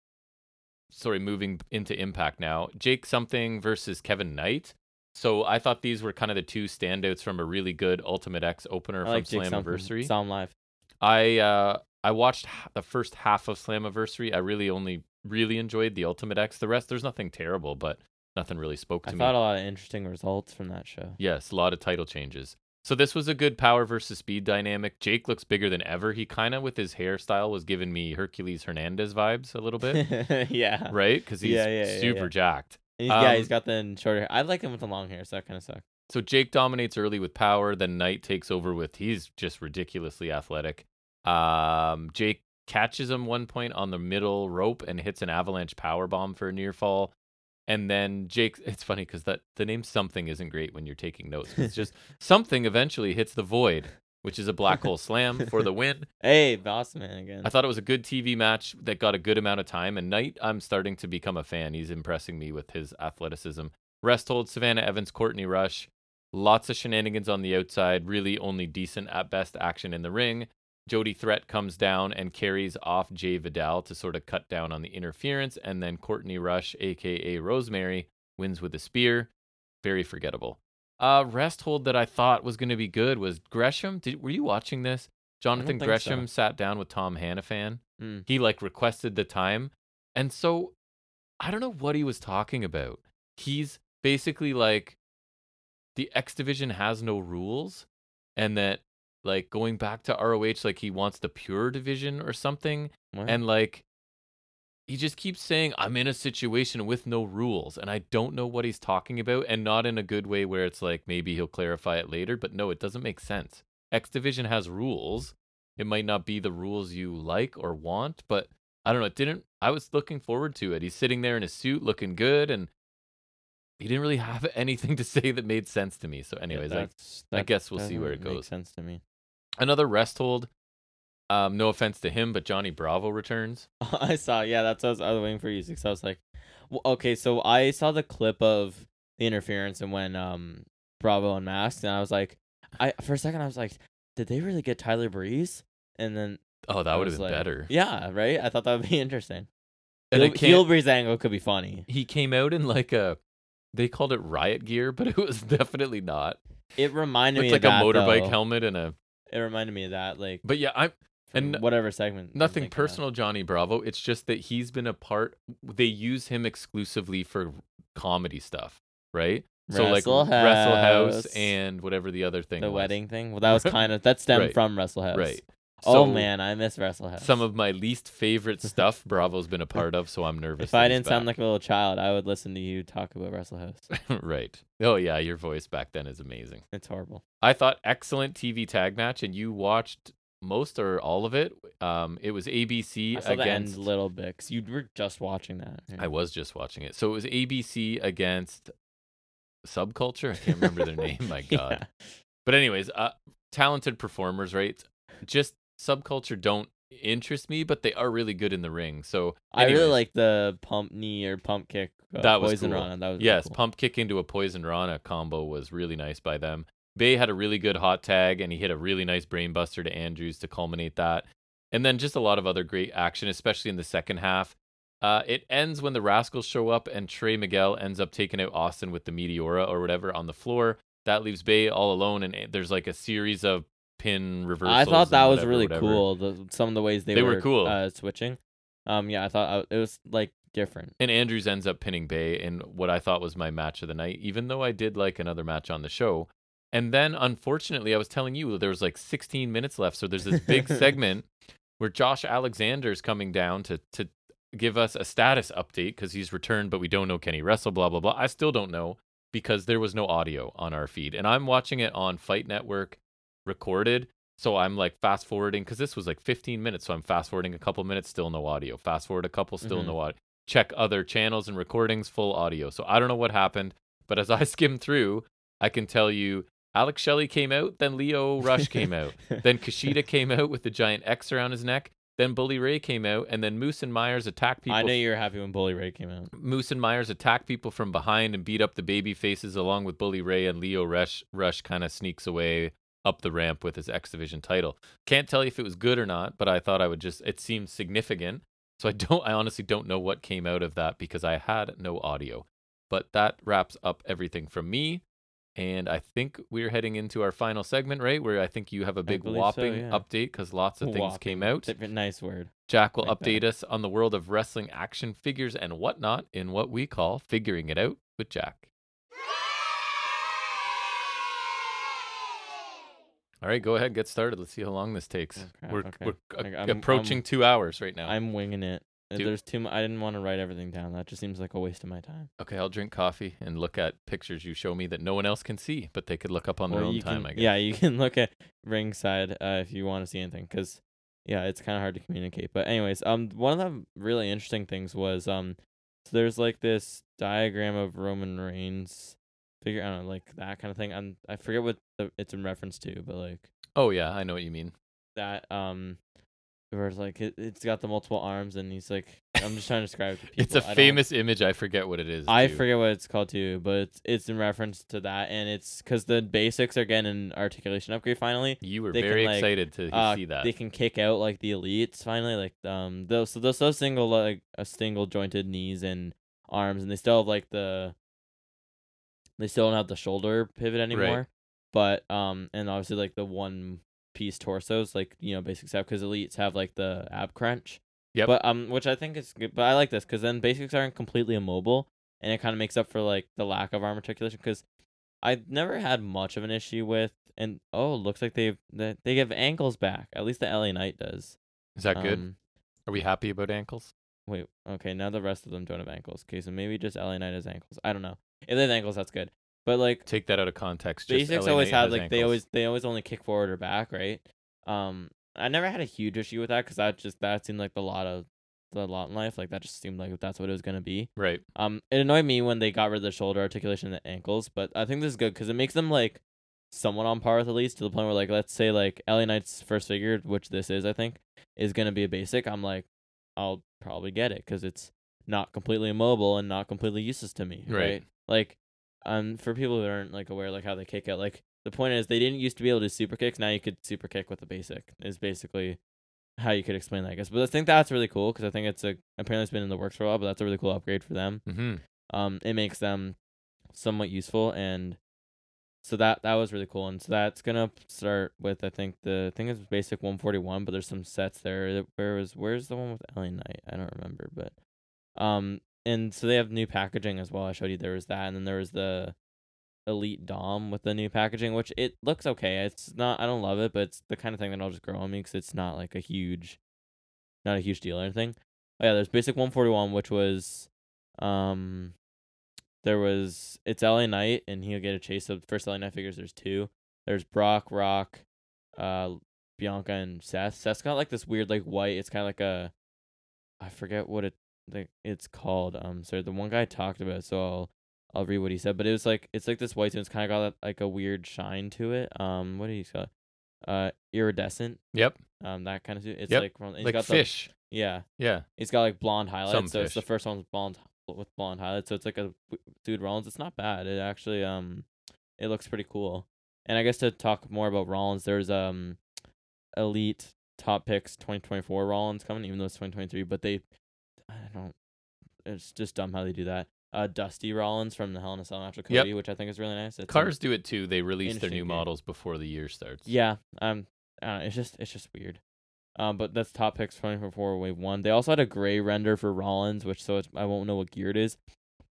Sorry, moving into Impact now. Jake something versus Kevin Knight. So I thought these were kind of the two standouts from a really good Ultimate X opener I like from Jake Slammiversary. Slammiversary. Saw him live. I uh, I watched h- the first half of Slammiversary. I really only really enjoyed the Ultimate X. The rest, there's nothing terrible, but nothing really spoke to I me. thought a lot of interesting results from that show. Yes, a lot of title changes. So this was a good power versus speed dynamic. Jake looks bigger than ever. He kind of with his hairstyle was giving me Hercules Hernandez vibes a little bit, yeah. Right. right? Because he's Yeah, yeah, yeah, super yeah. jacked. yeah, Um, he's got the shorter hair. I like him with the long hair, so that kind of sucked. So Jake dominates early with power. Then Knight takes over with he's just ridiculously athletic. Um, Jake catches him one point on the middle rope and hits an avalanche power bomb for a near fall. And then Jake, it's funny because that the name something isn't great when you're taking notes. It's just something eventually hits the void, which is a black hole slam for the win. Hey, boss man again. I thought it was a good TV match that got a good amount of time. And Knight, I'm starting to become a fan. He's impressing me with his athleticism. Rest hold, Savannah Evans, Courtney Rush. Lots of shenanigans on the outside. Really only decent at best action in the ring. Jody Threat comes down and carries off Jay Vidal to sort of cut down on the interference. And then Courtney Rush, aka Rosemary, wins with a spear. Very forgettable. Uh, rest hold that I thought was going to be good was Gresham. Did, were you watching this? Jonathan think Gresham sat down with Tom Hannafan. Mm. He like requested the time. And so I don't know what he was talking about. He's basically like the X division has no rules and that like going back to ROH like he wants the pure division or something What? and like he just keeps saying I'm in a situation with no rules and I don't know what he's talking about and not in a good way where it's like maybe he'll clarify it later but no it doesn't make sense. X division has rules. It might not be the rules you like or want, but I don't know, it didn't I was looking forward to it. He's sitting there in his suit looking good and he didn't really have anything to say that made sense to me. So Yeah, anyways, I that's- I that guess we'll see where it doesn't make goes. sense to me. another rest hold. Um, no offense to him, but Johnny Bravo returns. I saw. Yeah, that's what I was, I was waiting for you. Because I was like, well, okay, so I saw the clip of the interference and when um Bravo unmasked, and I was like, I for a second I was like, did they really get Tyler Breeze? And then Oh, that I would was have been like- better. Yeah, right. I thought that would be interesting. And I Heel, can't- heel Breeze angle could be funny. he came out in like a, they called it riot gear, but it was definitely not. It reminded It's me like of a that, motorbike though. helmet and a. It reminded me of that, like But yeah, I'm and and whatever segment. I'm nothing thinking of. personal, Johnny Bravo. It's just that he's been a part. They use him exclusively for comedy stuff, right? so Wrestle like Wrestle House House. and whatever the other thing. The was. wedding thing. Well, that was kind of that stemmed Right. from Wrestle House. right? oh So- man, I miss Wrestle House. some of my least favorite stuff Bravo's been a part of, so I'm nervous. If that I he's didn't sound back. like a little child, I would listen to you talk about Wrestle House. right. Oh yeah, your voice back then is amazing. It's horrible. I thought excellent TV tag match, and you watched most or all of it. Um, it was ABC I saw against. the end Little Bix. You were just watching that. I was just watching it, so it was ABC against Subculture. I can't remember their name. My Yeah. God. But anyways, uh, talented performers, right? Just Subculture don't interest me, but they are really good in the ring. So I really anyways. like the pump knee or pump kick. Uh, That was poison cool. Rana. That was really Yes, cool. pump kick into a poison Rana combo was really nice by them. Bay had a really good hot tag and he hit a really nice brainbuster to Andrews to culminate that. And then just a lot of other great action, especially in the second half. Uh, it ends when the Rascals show up and Trey Miguel ends up taking out Austin with the Meteora or whatever on the floor. That leaves Bay all alone and eh, there's like a series of pin reversals. I thought and that was whatever, really whatever. cool. The, some of the ways they, They were cool. uh, switching. Um, yeah, I thought I, it was like different. And Andrews ends up pinning Bay in what I thought was my match of the night, even though I did like another match on the show. And then, unfortunately, I was telling you there was like 16 minutes left. So there's this big segment where Josh Alexander's coming down to, to give us a status update because he's returned, but we don't know can he wrestle, blah, blah, blah. I still don't know because there was no audio on our feed. And I'm watching it on Fight Network recorded. So I'm like fast forwarding because this was like 15 minutes. So I'm fast forwarding a couple minutes, still no audio. Fast forward a couple, still Mhm. no audio. Check other channels and recordings, full audio. So I don't know what happened. But as I skim through, I can tell you Alex Shelley came out, then Leo Rush came out. Then Kushida came out with the giant X around his neck. Then Bully Ray came out, and then Moose and Myers attacked people. I know you were happy when Bully Ray came out. Moose and Myers attack people from behind and beat up the baby faces, along with Bully Ray and Leo Rush. Rush kind of sneaks away up the ramp with his X Division title. Can't tell you if it was good or not, but I thought I would just. It seemed significant, so I don't. I honestly don't know what came out of that because I had no audio. But that wraps up everything from me. And I think we're heading into our final segment, right? Where I think you have a big believe so, whopping yeah. update because lots of things came Whopping. out. Different- Nice word. Jack will Like that. update us on the world of wrestling action figures and whatnot in what we call Figuring It Out with Jack. All right, go ahead, get started. Let's see how long this takes. Oh, crap, we're okay. we're uh, Like, I'm- approaching I'm- two hours right now. I'm winging it. Uh, Dude. There's too. mu- I didn't want to write everything down. That just seems like a waste of my time. okay, I'll drink coffee and look at pictures you show me that no one else can see, but they could look up on their Well, own you time, can- I guess. Yeah, you can look at ringside uh, if you want to see anything, because yeah, it's kind of hard to communicate. But anyways, um, one of the really interesting things was um, so there's like this diagram of Roman Reigns figure, I don't know, like that kind of thing. And I forget what the, it's in reference to, but like Oh yeah, I know what you mean. that um, where it's like it, it's got the multiple arms, and he's like, I'm just trying to describe it to people. it's a I don't- famous image. I forget what it is. I too. forget what it's called too, but it's, it's in reference to that, and it's because the basics are getting an articulation upgrade finally. You were they can, very like, excited to uh, see that. They can kick out like the elites finally, like um those so those those single like a single jointed knees and arms, and they still have like the they still don't have the shoulder pivot anymore, but um and obviously like the one piece torsos like you know basic stuff because elites have like the ab crunch. Yep. But um which I think is good, but I like this because then basics aren't completely immobile and it kind of makes up for like the lack of arm articulation because I've never had much of an issue with and oh looks like they've they, they give ankles back at least the LA Knight does. Is that good? Um, Are we happy about ankles? Wait, okay, now the rest of them don't have ankles. Okay, so maybe just LA Knight has ankles. I don't know. If they have ankles, that's good. But like Take that out of context. just basics LA always Knight had has like they ankles. always they always only kick forward or back, right? Um, I never had a huge issue with that because that just that seemed like the lot of the lot in life. Like that just seemed like that's what it was gonna be. right. Um, it annoyed me when they got rid of the shoulder articulation and the ankles, but I think this is good because it makes them like somewhat on par with at least to the point where like let's say like LA Knight's first figure, which this is, I think, is gonna be a basic. I'm like, I'll probably get it because it's not completely immobile and not completely useless to me, Right. right? Like, um, for people who aren't like aware like how they kick out, like the point is they didn't used to be able to do super kicks. Now you could super kick with the basic. Is basically how you could explain that, I guess. But I think that's really cool because I think it's a apparently it's been in the works for a while, but that's a really cool upgrade for them Mm-hmm. um it makes them somewhat useful and so that that was really cool and so that's gonna start with i think the thing is basic 141 but there's some sets there that where was where's the one with Ellen knight i don't remember but um and so they have new packaging as well i showed you there was that and then there was the elite dom with the new packaging which it looks okay it's not i don't love it but it's the kind of thing that'll just grow on me because it's not like a huge not a huge deal or anything oh yeah there's basic 141 which was um, there was it's LA Knight, and he'll get a chase. So the first LA Knight figures, there's two. There's Brock, Rock, uh, Bianca, and Seth. Seth's got like this weird like white. It's kind of like a, I forget what it like it's called. Um, sorry, the one guy talked about. It, so I'll I'll read what he said. But it was like it's like this white. And it's kind of got that, like a weird shine to it. Um, what do you call it? Uh, iridescent. Yep. Um, that kind of suit. It's Yep, like from it's Like got fish. The, yeah. Yeah. He's got like blonde highlights, Some so it's the fish. first one with blonde with blonde highlights. So it's like a dude Rollins. It's not bad. It actually um, it looks pretty cool. And I guess to talk more about Rollins, there's um, elite top picks 2024 Rollins coming, even though it's 2023. But they, I don't. It's just dumb how they do that. Uh, Dusty Rollins from the Hell in a Cell match with Yep. Cody, which I think is really nice. It's, um, Cars do it too. They release their Interesting new game. models before the year starts. yeah, um, I don't know, it's just it's just weird. Um, but that's top picks twenty four four wave one. They also had a gray render for Rollins, which so it's, I won't know what gear it is,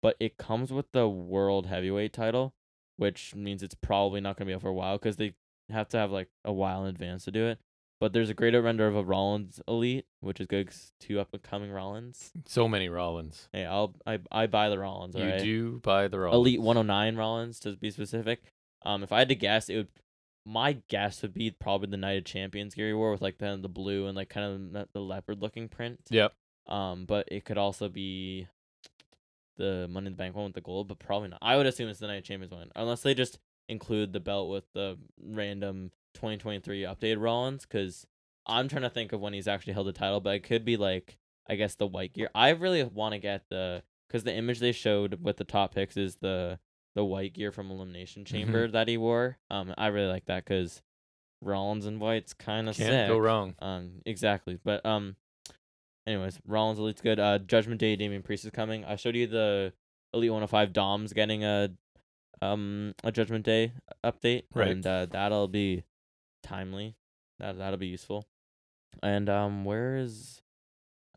but it comes with the world heavyweight title, which means it's probably not gonna be out for a while because they have to have like a while in advance to do it. But there's a greater render of a Rollins elite, which is good. 'cause two up and coming Rollins. So many Rollins. Hey, I'll I I buy the Rollins. Mm. you alright? do buy the Rollins. Elite 109 Rollins to be specific. Um, if I had to guess, it would. My guess would be probably the Knight of Champions Gary wore with like the the blue and like kind of the, the leopard looking print. Yep. Um, but it could also be the Money in the Bank one with the gold, but probably not. I would assume it's the Knight of Champions one, unless they just include the belt with the random 2023 updated Rollins. Because I'm trying to think of when he's actually held the title, but it could be like I guess the white gear. I really want to get the because the image they showed with the top picks is the the white gear from Mm-hmm. Elimination Chamber that he wore. Um, I really like that because Rollins and white's kind of Can't sick. go wrong. Um, exactly. But um, anyways, Rollins elite's good. Uh, Judgment Day, Damian Priest is coming. I showed you the Elite 105 Dom's getting a um a Judgment Day update, Right. and uh, that'll be timely. That that'll be useful. And um, where is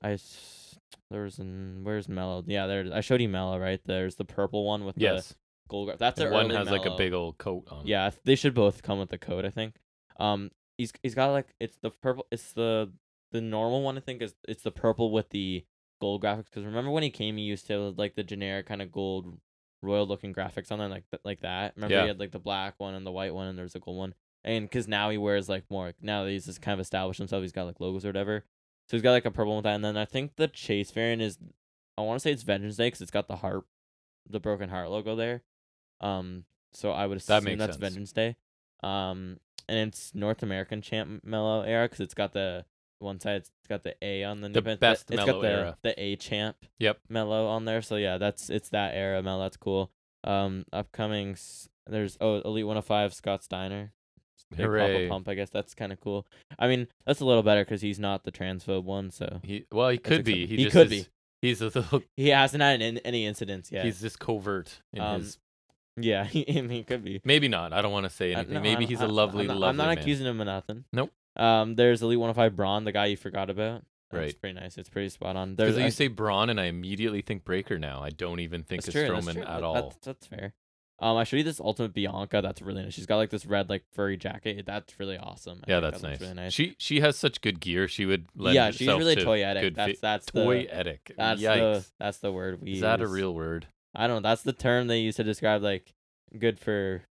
I? s- There was an where's Mellow? Yeah, there. I showed you Mellow right. There's the purple one with Yes. the gold. gra- That's And a one early has like a Mellow. big old coat on. it. Yeah, I th- they should both come with the code, I think. Um, he's he's got like it's the purple. It's the the normal one. I think is it's the purple with the gold graphics. Because remember when he came, he used to like the generic kind of gold royal looking graphics on there, like th- like that. Remember Yeah. he had like the black one and the white one, and there was a gold one. and because now he wears like more now that he's just kind of established himself, he's got like logos or whatever. So he's got like a purple one with that, and then I think the chase variant is I want to say it's Vengeance Day because it's got the heart, the broken heart logo there. Um, so I would assume makes that's sense. Vengeance Day. Um, and it's North American champ mellow era because it's got the one side it's got the A on the, The Nirvana- best it's Mellow got the, era. the A champ Yep. mellow on there. So yeah, that's it's that era mellow. That's cool. Um, upcoming s- there's oh Elite 105 Scott Steiner. Big Papa Hooray. Pump, I guess that's kind of cool. I mean, that's a little better because he's not the transphobe one, so He well, he That's could be. acceptable. He, He just could is- He's a little. he hasn't had an, any incidents yet. He's just covert in Um, his. Yeah, he, I mean, it could be. Maybe not. I don't want to say Uh, anything. no, maybe I'm- he's I- a lovely, I'm not, lovely I'm not man. accusing him of nothing. Nope. Um, there's Elite 105 Braun, the guy you forgot about. That's Right. pretty nice. It's pretty spot on. There's Because you I- say Braun, and I immediately think Breaker. Now I don't even think that's it's true, that's Strowman true. at That- all. That's, that's fair. Um, I showed you this Ultimate Bianca. That's really nice. She's got like this red like furry jacket. That's really awesome. I Yeah, think that that's looks nice. Really nice. She she has such good gear. She would lend yeah, she's herself really to toyetic. good That's fit- that's the- toyetic. That's Yikes. the that's the word we Is that a use. real word? I don't know. That's the term they use to describe like good for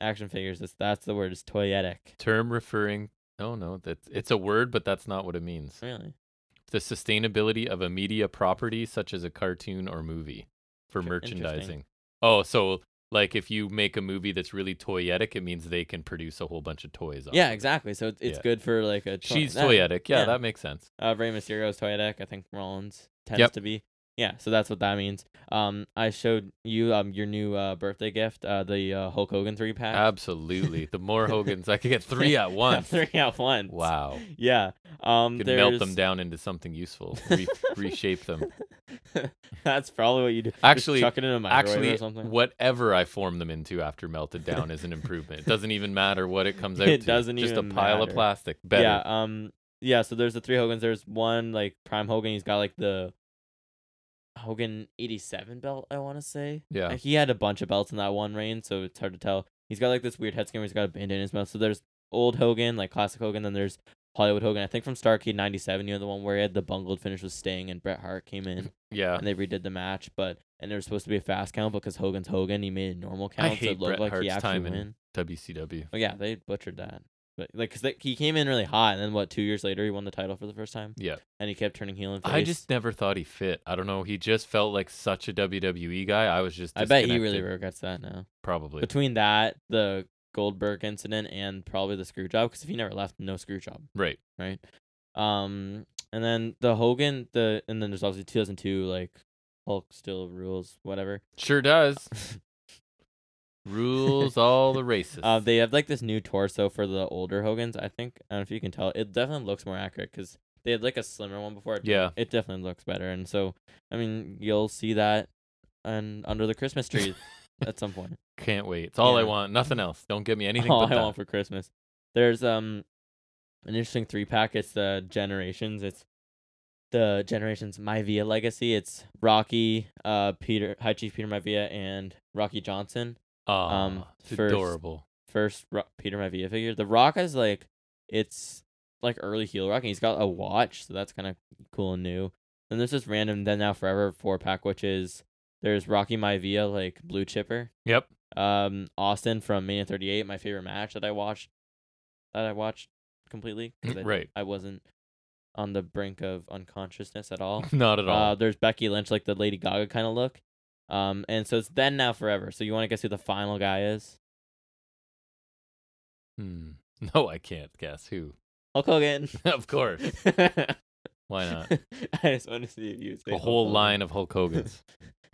action figures. That's that's the word. It's toyetic. Term referring. No, no, that's it's a word, but that's not what it means. Really? The sustainability of a media property, such as a cartoon or movie, for Inter- interesting. merchandising. Oh, so like if you make a movie that's really toyetic, it means they can produce a whole bunch of toys. Off Yeah, of it. exactly. So it's, it's Yeah. good for like a. Toy- She's that- toyetic. Yeah, yeah. that makes sense. Uh, Rey Mysterio's toyetic. I think Rollins tends Yep. to be. Yeah, so that's what that means. Um, I showed you um your new uh birthday gift, uh the uh, Hulk Hogan three pack. Absolutely. The more Hogan's, I could get three at once. three out one. Wow. Yeah. Um, Could there's... melt them down into something useful, re- reshape them. that's probably what you do. Just Actually- chuck it in a microwave Actually, or something. whatever I form them into after melted down is an improvement. It doesn't even matter what it comes out It to. doesn't Just even a pile matter. of plastic. Better. Yeah. Um. Yeah. So there's the three Hogans. There's one like Prime Hogan. He's got like the Hogan '87 belt. I want to say. Yeah. Like, he had a bunch of belts in that one reign, so it's hard to tell. He's got like this weird head skin where he's got a bandana in his mouth. So there's old Hogan, like classic Hogan. Then there's Hollywood Hogan. I think from Starcade '97. You know the one where he had the bungled finish with Sting and Bret Hart came in Yeah. and they redid the match, but. And there was supposed to be a fast count because Hogan's Hogan. He made a normal count, so hate it looked Bret like he Hart's actually time in- win. WCW. Oh yeah, they butchered that. But like, cause they, he came in really hot, and then what? Two years later, he won the title for the first time, Yeah. and he kept turning heel and face. I just never thought he fit. I don't know. He just felt like such a WWE guy. I was just. I bet he really disconnected, regrets that now. probably. Between that, the Goldberg incident, and probably the screw job, because if he never left, no screw job, right. right? Um, and then the Hogan, the and then there's obviously 2002, like Hulk still rules, whatever. Sure does. Rules all the races. Uh, they have like this new torso for the older Hogans. I think, I don't know if you can tell, it definitely looks more accurate because they had like a slimmer one before. It yeah. it definitely looks better. And so, I mean, you'll see that and under the Christmas tree at some point. Can't wait. It's all I Yeah. want. Nothing else. Don't give me anything All I but that. want for Christmas. There's um an interesting three pack. It's the generations. It's the generations Maivia legacy. It's Rocky, uh, Peter, High Chief Peter Maivia, and Rocky Johnson. Aw, um, it's first- adorable. First Ro- Peter Maivia figure. The Rock is like it's like early heel Rock, and he's got a watch, so that's kind of cool and new. Then there's this random then now forever four pack, which is there's Rocky Maivia like blue chipper, Yep. um Austin from Mania 38, my favorite match that I watched that I watched completely 'cause I, Mm, Right. I wasn't on the brink of unconsciousness at all. Not at all. Uh, there's Becky Lynch like the Lady Gaga kind of look. Um and so it's then now forever. So you want to guess who the final guy is? Hmm. No, I can't guess who. Hulk Hogan. of course. Why not? I just want to see if you A say Hulk whole Hogan. line of Hulk Hogan's.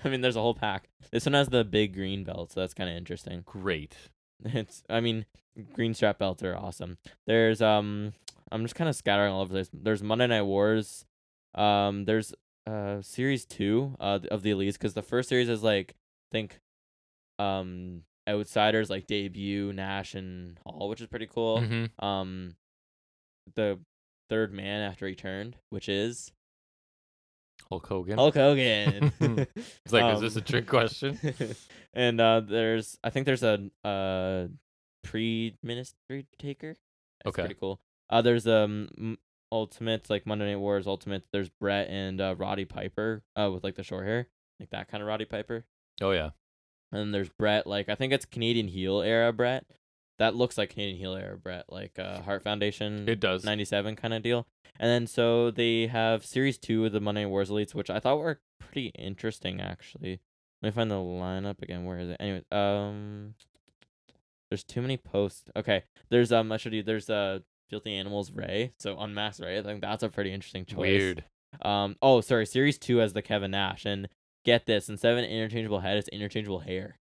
I mean, there's a whole pack. This one has the big green belt, so that's kind of interesting. Great. It's, I mean, green strap belts are awesome. There's, um, I'm just kind of scattering all over this. There's Monday Night Wars. Um, there's, uh, series two, uh, th- of the Elites, because the first series is like, think, um, outsiders like debut Nash and Hall, which is pretty cool. Mhm. Um, the third man after he turned, which is Hulk Hogan. Hulk Hogan. Um, It's like, is this a trick question? and uh, there's, I think there's a uh, pre ministry taker. That's Okay. pretty cool. Uh, there's um m- ultimates like Monday Night Wars ultimates. There's Brett and uh, Roddy Piper uh, with like the short hair, like that kind of Roddy Piper. Oh yeah. And then there's Brett, like I think it's Canadian heel era Brett. that looks like Canadian Heal Air Brett, like uh, Heart Foundation It does. 97 kind of deal. And then so they have series two of the Monday Night Wars Elites, which I thought were pretty interesting actually. Let me find the lineup again. Where is it? Anyways, um, there's too many posts. Okay, there's um, I should do. There's uh, Filthy Animals Ray. So unmasked Ray. I think that's a pretty interesting choice. Weird. Um, oh, sorry, series two as the Kevin Nash, and get this: instead of an interchangeable head, it's interchangeable hair.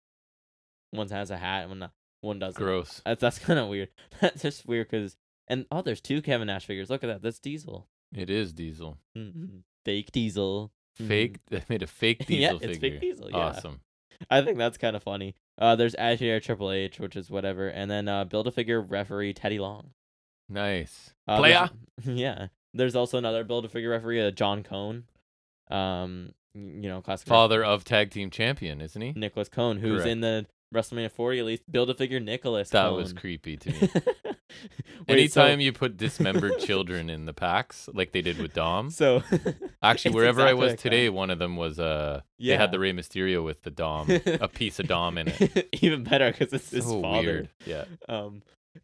One has a hat, and one not, one doesn't. Gross. That's that's kind of weird. That's just weird because and oh, there's two Kevin Nash figures. Look at that. That's Diesel. It is Diesel. Mhm. Fake Diesel. Mhm. Fake. They made a fake Diesel yeah, figure. it's fake Diesel. Yeah. Awesome. I think that's kind of funny. Uh, there's Attitude Era Triple H, which is whatever, and then uh, build a figure referee Teddy Long. Nice. Uh, Player. there's- yeah. There's also another build a figure referee, uh, John Cohn. Um, you know, classic Father of tag team champion, isn't he? Nicholas Cohn, who's Correct. in the WrestleMania 40 at least. Build a figure Nicholas. That was Cohn. creepy to me. Wait, Anytime you put dismembered children in the packs, like they did with Dom. so, so Actually, It's wherever I exactly was like that. today, one of them was uh, they Yeah. had the Rey Mysterio with the Dom, a piece of Dom in it. even better because it's his so father. weird. Yeah. Um,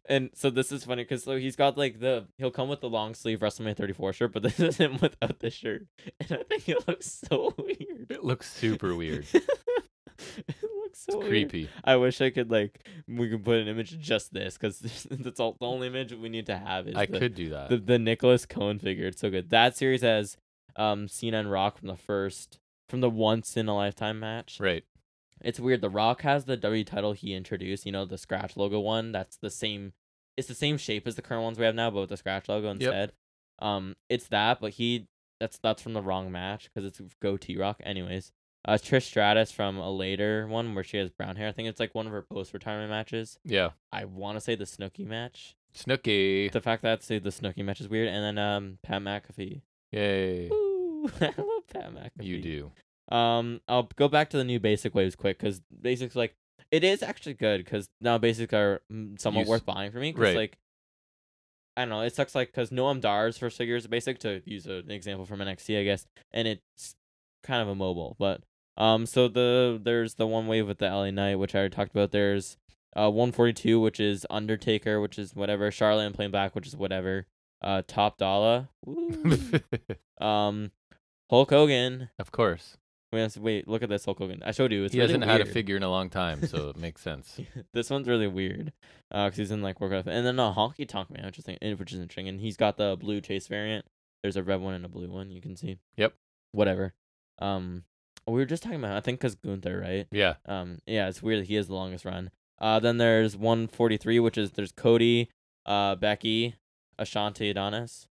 and so this is funny because so he's got like the he'll come with the long sleeve WrestleMania 34 shirt, but this is him without the shirt, and I think it looks so weird. It looks super weird. it looks so It's weird. creepy. I wish I could like we could put an image of just this because that's all the only image we need to have is I the, could do that. the the Nicholas Cohen figure. It's so good. That series has um Cena and Rock from the first from the once in a lifetime match. right. It's weird. The Rock has the W title he introduced. You know the scratch logo one. That's the same. It's the same shape as the current ones we have now, but with the scratch logo instead. Um, it's that, but he that's that's from the wrong match because it's goatee Rock. Anyways, uh, Trish Stratus from a later one where she has brown hair. I think it's like one of her post retirement matches. Yeah. I want to say the Snooki match. Snooky. The fact that say the Snooki match is weird, and then um Pat McAfee. Yay. Ooh, I love Pat McAfee. You do. Um, I'll go back to the new basic waves quick because basics like it is actually good because now basics are mm, somewhat Use- worth buying for me because right. like I don't know it sucks like because Noam Dar's first figure is a basic to use a- an example from NXT I guess and it's kind of immobile but um so the there's the one wave with the LA Knight which I already talked about there's uh 142 which is Undertaker which is whatever Charlotte and Plain Black which is whatever uh Top Dollar Woo. Hmm. um Hulk Hogan of course. Wait, that's- wait, look at this Hulk Hogan. I showed you. It's he really hasn't had a weird. figure in a long time, so it makes sense. this one's really weird, uh, cause he's in like workout. And then a honky tonk man, which is thing- which is interesting. And he's got the blue chase variant. There's a red one and a blue one. You can see. Yep. Whatever. Um, we were just talking about I think cause Gunther, right? Yeah. Um, yeah, it's weird that he has the longest run. Uh, then there's 143, which is there's Cody, uh, Becky, Ashanti Adonis.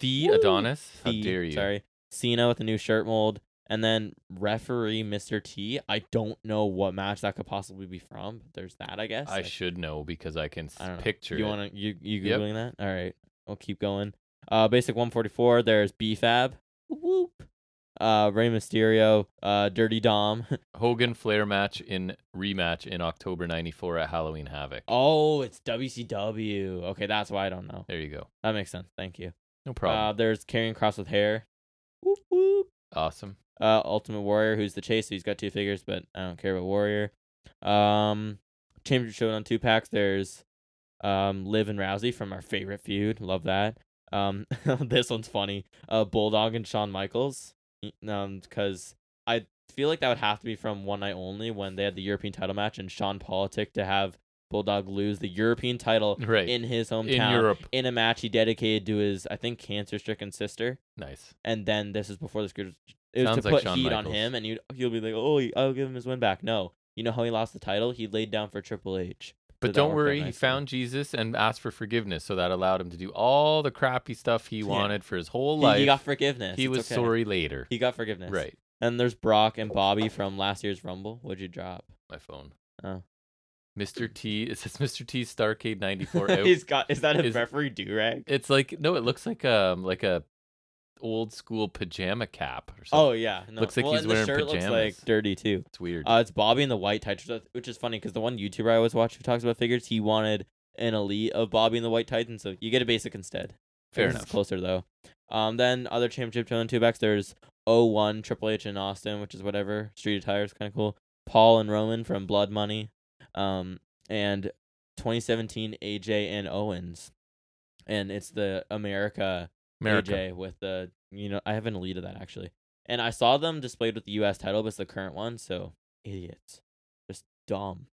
The Woo! Adonis. How T, dare you? Sorry. Cena with a new shirt mold. And then referee Mr. T. I don't know what match that could possibly be from, but there's that, I guess. I should know because I can s- I don't know. picture You it. wanna you you Yep. googling that? All right. I'll keep going. Uh basic 144, there's BFAB. Whoop. Uh Rey Mysterio, uh Dirty Dom. Hogan Flair match in rematch in October 94 at Halloween Havoc. oh, it's WCW. Okay, that's why I don't know. There you go. That makes sense. Thank you. No Uh problem. there's Carrying Cross with hair. Whoop whoop. awesome. uh, Ultimate Warrior, who's the chase. So he's got two figures, but I don't care about Warrior. Um, Chamber showed on two packs. There's um, Liv and Rousey from our favorite feud. Love that. Um, this one's funny. Uh, Bulldog and Shawn Michaels. Y- Um, because I feel like that would have to be from One Night Only when they had the European title match and Shawn politic to have Bulldog lose the European title Right. in his hometown in Europe. in a match he dedicated to his, I think, cancer stricken sister Nice. and then this is before the screw. It was Sounds to like put Shawn heat on Michaels. him, and you you'll be like, oh, I'll give him his win back. No, you know how he lost the title? He laid down for Triple H. But that don't worked out worry, he nicely. found Jesus and asked for forgiveness, so that allowed him to do all the crappy stuff he Yeah. wanted for his whole He, life. he got forgiveness. He It's was okay. sorry later. He got forgiveness. Right. And there's Brock and Bobby from last year's Rumble. What'd you drop? My phone. Oh. Mr. T. It says Mr. T. Starcade '94 out. He's got. Is that a Is- referee do rag? It's like no, it looks like um like a old school pajama cap or something. Oh yeah. No. Looks like well, he's and the wearing shirt Looks like pajamas. dirty too. it's weird. Uh, it's Bobby in the white tights, which I- which is funny because the one YouTuber I always watch who talks about figures, he wanted an elite of Bobby in the white tights, and so you get a basic instead. Fair This is enough. closer though. Um, then other championship two and two backs. There's 01 Triple H in Austin, which is whatever. Street attire is kind of cool. Paul and Roman from Blood Money. Um, and 2017 AJ and Owens, and it's the America, America. AJ with the you know I have an elite of that actually, and I saw them displayed with the U.S. title, but it's the current one, so idiots, just dumb.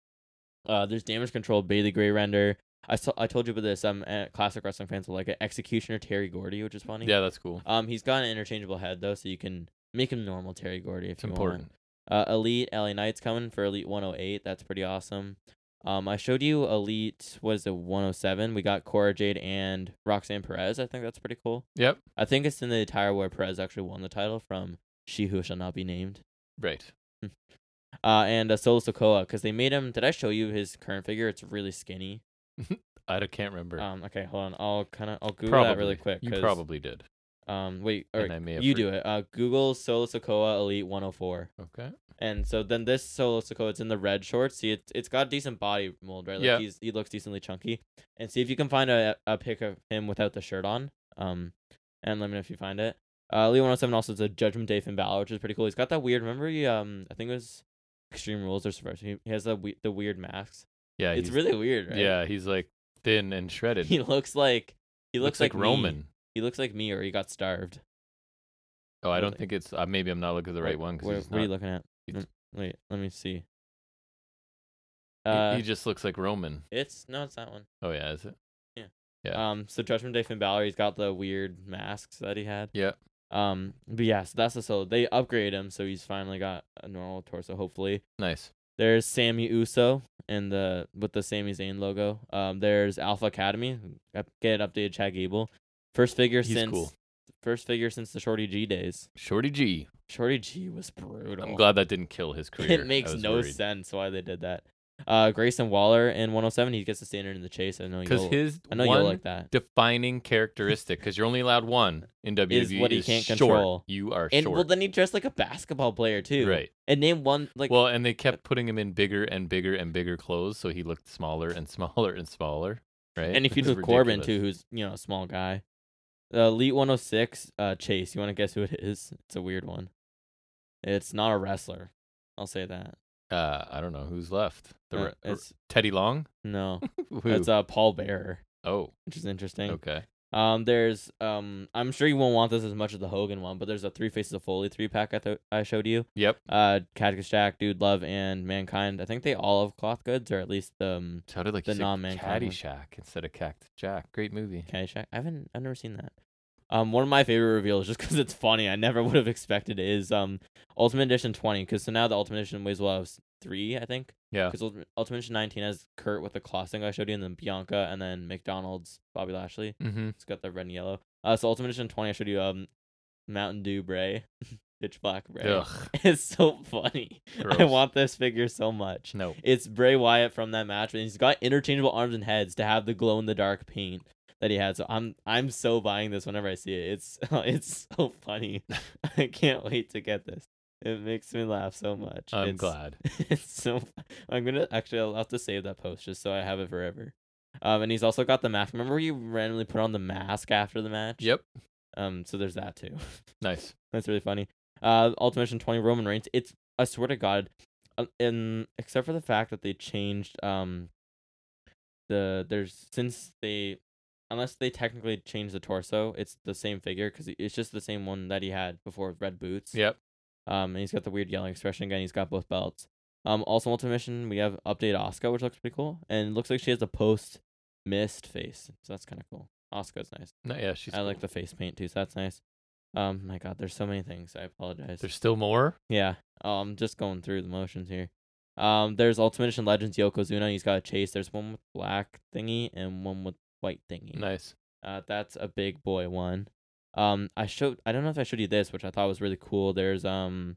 Uh, there's damage control Bailey Gray render. I saw I told you about this. Um, uh, classic wrestling fans will like it. Executioner Terry Gordy, which is funny. Yeah, that's cool. Um, he's got an interchangeable head though, so you can make him normal Terry Gordy if It's you want. important. Uh, Elite LA Knights coming for Elite 108. That's pretty awesome. Um, I showed you Elite. What is it? 107. We got Cora Jade and Roxanne Perez. I think that's pretty cool. Yep. I think it's in the attire where Perez actually won the title from She Who Shall Not Be Named. Right. Uh, and uh, Solo Sokoa because they made him. Did I show you his current figure? It's really skinny. I d- can't remember. Um, okay, hold on. I'll kind of I'll Google probably. that really quick. You 'cause, probably did. Um, wait. All And right, I may have you re- do it. Uh, Google Solo Sokoa Elite 104. Okay. And so then this solo Sokoa, it's in the red shorts. See, it's it's got decent body mold, right? Like Yeah. he's he looks decently chunky. And see if you can find a a pic of him without the shirt on. Um, and let me know if you find it. Uh, Lee 107 also is a Judgment Day Finn Balor, which is pretty cool. He's got that weird. Remember, he um, I think it was Extreme Rules or Survivor. He, he has the we- the weird masks. Yeah. It's he's- really weird, right? Yeah, he's like thin and shredded. He looks like he looks, like, me. Roman. He looks like me, or he got starved. Oh, I Or don't like- think it's. Uh, maybe I'm not looking at the Wait, right one What, because what are you looking at? he's- Mm, Wait, let me see. he, Uh, he just looks like Roman. it's no, it's that one. Oh yeah, is it? Yeah. Um, so Judgment Day Finn Balor, he's got the weird masks that he had. Yeah. Um, but yeah, so that's the solo. They upgrade him, so he's finally got a normal torso. Hopefully, Nice. there's Sammy Uso and the with the Sami Zayn logo. Um, there's Alpha Academy. Up- Get it updated, Chad Gable. First figure He's since cool. first figure since the Shorty G days. Shorty G. Shorty G was brutal. am glad that didn't kill his career. I It makes was no worried. sense why they did that. Uh, Grayson Waller in 107, he gets the standard in the chase. I know Because you'll. his I know one you'll like that. defining characteristic, because you're only allowed one in WWE, what he can't short. control. You are And short. well, then he dressed like a basketball player too. right. And name one like well, and they kept putting him in bigger and bigger and bigger clothes, so he looked smaller and smaller and smaller. Right. and if you It's do Corbin ridiculous. too, who's you know a small guy. The Elite 106, uh, Chase. You want to guess who it is? It's a weird one. It's not a wrestler. I'll say that. Uh, I don't know who's left. The Uh, re- r- it's Teddy Long. no. Who? it's uh, Paul Bearer, oh, which is interesting. okay. Um, there's um, I'm sure you won't want this as much as the Hogan one, but there's a Three Faces of Foley three pack I th- I showed you. Yep. Uh, Catechus Jack, Dude Love, and Mankind. I think they all have cloth goods, or at least um, Sounded like The you said non-mankind one. Caddyshack instead of Cactus Jack. Great movie. Caddyshack. I haven't. I've never seen that. Um, one of my favorite reveals, just because it's funny, I never would have expected, it, is um, Ultimate Edition twenty. Because so now the Ultimate Edition weighs well, it's three, I think. Yeah. Because Ultimate, Ultimate Edition nineteen has Kurt with the claw thing I showed you, and then Bianca, and then McDonald's Bobby Lashley. Mm-hmm. It's got the red and yellow. Uh, so Ultimate Edition twenty, I showed you um, Mountain Dew Bray, Pitch Black Bray. Ugh. It's so funny. I gross. want this figure so much. No. It's Bray Wyatt from that match, and he's got interchangeable arms and heads to have the glow in the dark paint that he had. So I'm I'm so buying this whenever I see it. It's oh, it's so funny. I can't wait to get this. It makes me laugh so much. I'm It's- glad. It's so. fu- I'm gonna actually I'll have to save that post just so I have it forever. Um, and he's also got the mask. Remember you randomly put on the mask after the match? Yep. Um, so there's that too. Nice. That's really funny. Uh, Ultimate Edition 20 Roman Reigns. It's I swear to God, uh, and except for the fact that they changed um the there's since they unless they technically changed the torso, it's the same figure because it's just the same one that he had before with red boots. Yep. Um, and he's got the weird yelling expression again. He's got both belts. Um, also Ultimate Mission we have update Oscar, which looks pretty cool, and it looks like she has a post mist face, so that's kind of cool. Oscar's nice. No, yeah, she's. I like the face paint too, so that's nice. Um, my God, there's so many things. I apologize. There's still more. Yeah, oh, I'm just going through the motions here. Um, there's Ultimate Edition Legends Yokozuna. He's got a chase. There's one with black thingy and one with white thingy. Nice. Uh, that's a big boy one. Um, I showed. I don't know if I showed you this, which I thought was really cool. There's um,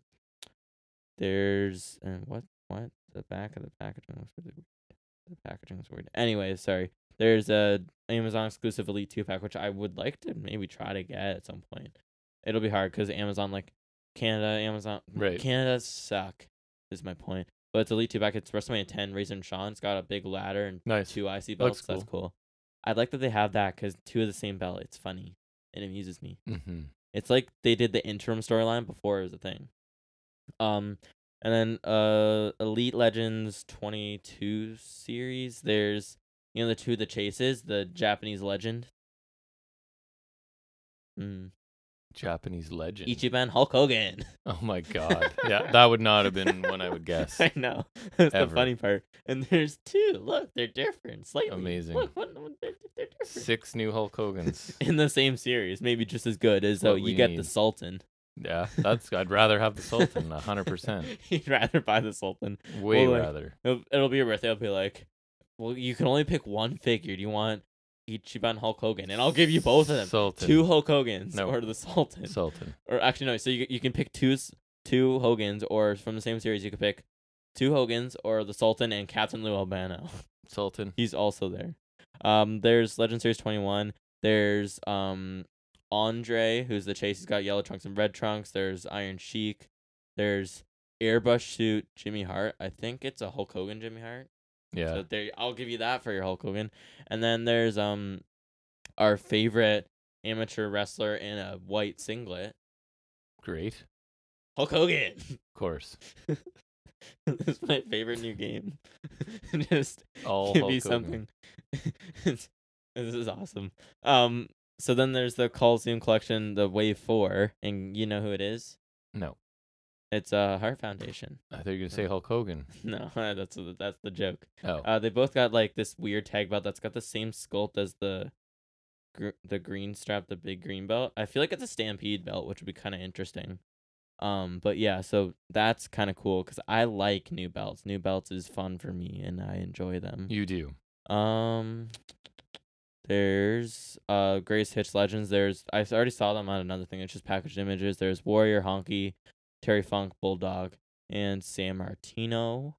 there's uh, what what the back of the packaging looks really weird. The packaging is weird. Anyway, sorry. There's a Amazon exclusive Elite Two pack, which I would like to maybe try to get at some point. It'll be hard because Amazon like Canada, Amazon, Right. Canada suck. Is my point. But it's Elite Two pack. It's WrestleMania 10. Razor and Shawn. It's got a big ladder and Nice. two IC That looks belts. That's cool. I like that they have that because two of the same belt. It's funny. It amuses me. Mm-hmm. It's like they did the interim storyline before it was a thing. Um, and then uh, Elite Legends 22 series. There's You know the two the chases, the Japanese legend. Mm. Japanese legend. Ichiban Hulk Hogan. Oh my god. yeah, that would not have been one I would guess. I know. That's the Ever. funny part. And there's two. Look, they're different. Slightly. Amazing. Look, what, what- they're, they're different. Six new Hulk Hogan's. In the same series, maybe just as good as though what you we get the need. Sultan. Yeah, that's. I'd rather have the Sultan, a hundred percent. You'd rather buy the Sultan. Way Well, like- rather. It'll, it'll be your birthday. I'll be like, well, you can only pick one figure. Do you want Ichiban Hulk Hogan? And I'll give you both of them. Sultan. Two Hulk Hogan's No. or the Sultan. Sultan. or actually no, so you you can pick two s- two Hogans or from the same series you could pick two Hogans or the Sultan and Captain Lou Albano. Sultan. He's also there. Um, there's Legend Series 21. There's um Andre, who's the chase. He's got yellow trunks and red trunks. There's Iron Sheik. There's Airbrush suit Jimmy Hart. I think it's a Hulk Hogan Jimmy Hart. Yeah. So there, I'll give you that for your Hulk Hogan. And then there's um, our favorite amateur wrestler in a white singlet, Great. Of Hulk Hogan. course. this is my favorite new game. Just All give Hulk Hogan. you something. this is awesome. Um, so then there's the Coliseum Collection, the Wave Four, and you know who it is? No, It's uh Heart Foundation. I thought you were gonna say Hulk Hogan. No, that's the- that's the joke. Oh, Uh, they both got like this weird tag belt that's got the same sculpt as the gr- the green strap, the big green belt. I feel like it's a Stampede belt, which would be kind of interesting. Um, but yeah, so that's kind of cool because I like new belts. New belts is fun for me, and I enjoy them. you do. Um, there's uh Grace Hitch Legends. There's I already saw them on another thing. It's just packaged images. There's Warrior Honky, Terry Funk Bulldog, and San Martino.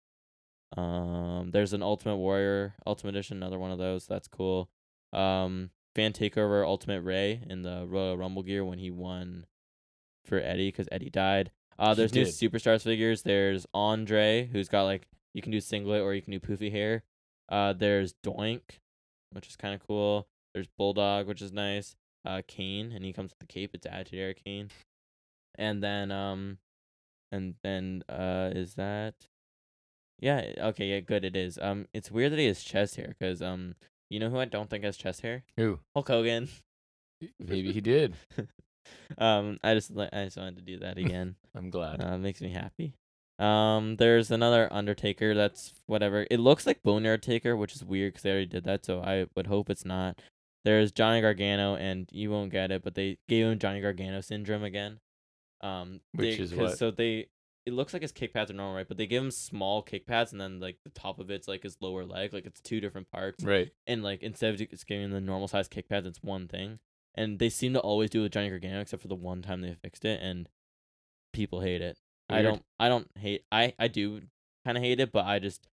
Um, there's an Ultimate Warrior Ultimate Edition. Another one of those. That's cool. Um, fan takeover Ultimate Ray in the Royal Rumble gear when he won for Eddie because Eddie died. Uh, He there's new did. superstars figures. There's Andre who's got like you can do singlet or you can do poofy hair. Uh, there's Doink, which is kind of cool. There's Bulldog, which is nice. Uh, Kane, and he comes with the cape. It's Attitude Era Kane. And then um, and then uh, is that? Yeah. it- Okay. Yeah. Good. It is. Um, it's weird that he has chest hair, cause um, you know who I don't think has chest hair? Ooh, Hulk Hogan. maybe he did. Um, I just li- I just wanted to do that again. I'm glad. Uh, it makes me happy. Um, there's another Undertaker that's whatever. It looks like Boneyard Taker, which is weird because they already did that, so I would hope it's not. There's Johnny Gargano, and you won't get it, but they gave him Johnny Gargano syndrome again. Um, Which they- is 'cause- what? So they, it looks like his kick pads are normal, right? But they give him small kick pads, and then like the top of it's like his lower leg, like it's two different parts right. and like instead of ju- just giving them the normal size kick pads, it's one thing. And they seem to always do it with Johnny Gargano, except for the one time they fixed it, and people hate it. I Weird. don't. I don't hate. I I do kind of hate it, but I just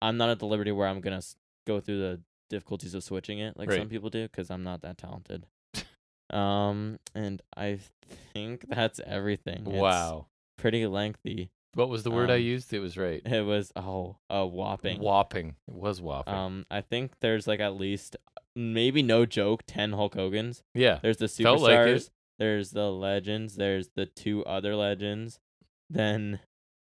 I'm not at the liberty where I'm gonna s- go through the difficulties of switching it like Right. some people do, because I'm not that talented. um, and I think that's everything. It's Wow. pretty lengthy. What was the word I um, used? It was right. It was oh a whopping. Whopping. It was whopping. Um, I think there's like at least maybe no joke ten Hulk Hogan's. yeah. There's the Felt like it. superstars. there's the legends. There's the two other legends. Then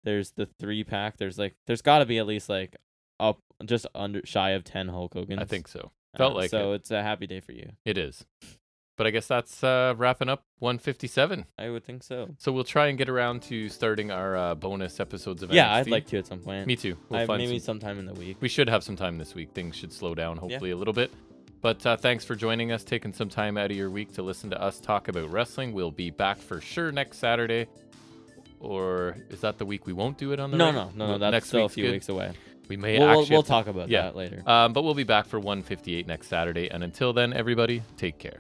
there's the three pack. There's like there's got to be at least like up just under shy of ten Hulk Hogan's. I think so. felt like so. It's a happy day for you. It is. But I guess that's uh, wrapping up 157. I would think so. So we'll try and get around to starting our uh, bonus episodes of Yeah, I'd NXT. like to at some point. Me too. We'll I, find maybe some- sometime in the week. We should have some time this week. Things should slow down hopefully a little bit. But uh, thanks for joining us, taking some time out of your week to listen to us talk about wrestling. We'll be back for sure next Saturday. Or is that the week we won't do it on the No, no, reg- no, no. That's next still a week's few good. weeks away. We may we'll, we'll, actually we'll have to- talk about yeah. that later. Um, but we'll be back for 158 next Saturday. And until then, everybody, take care.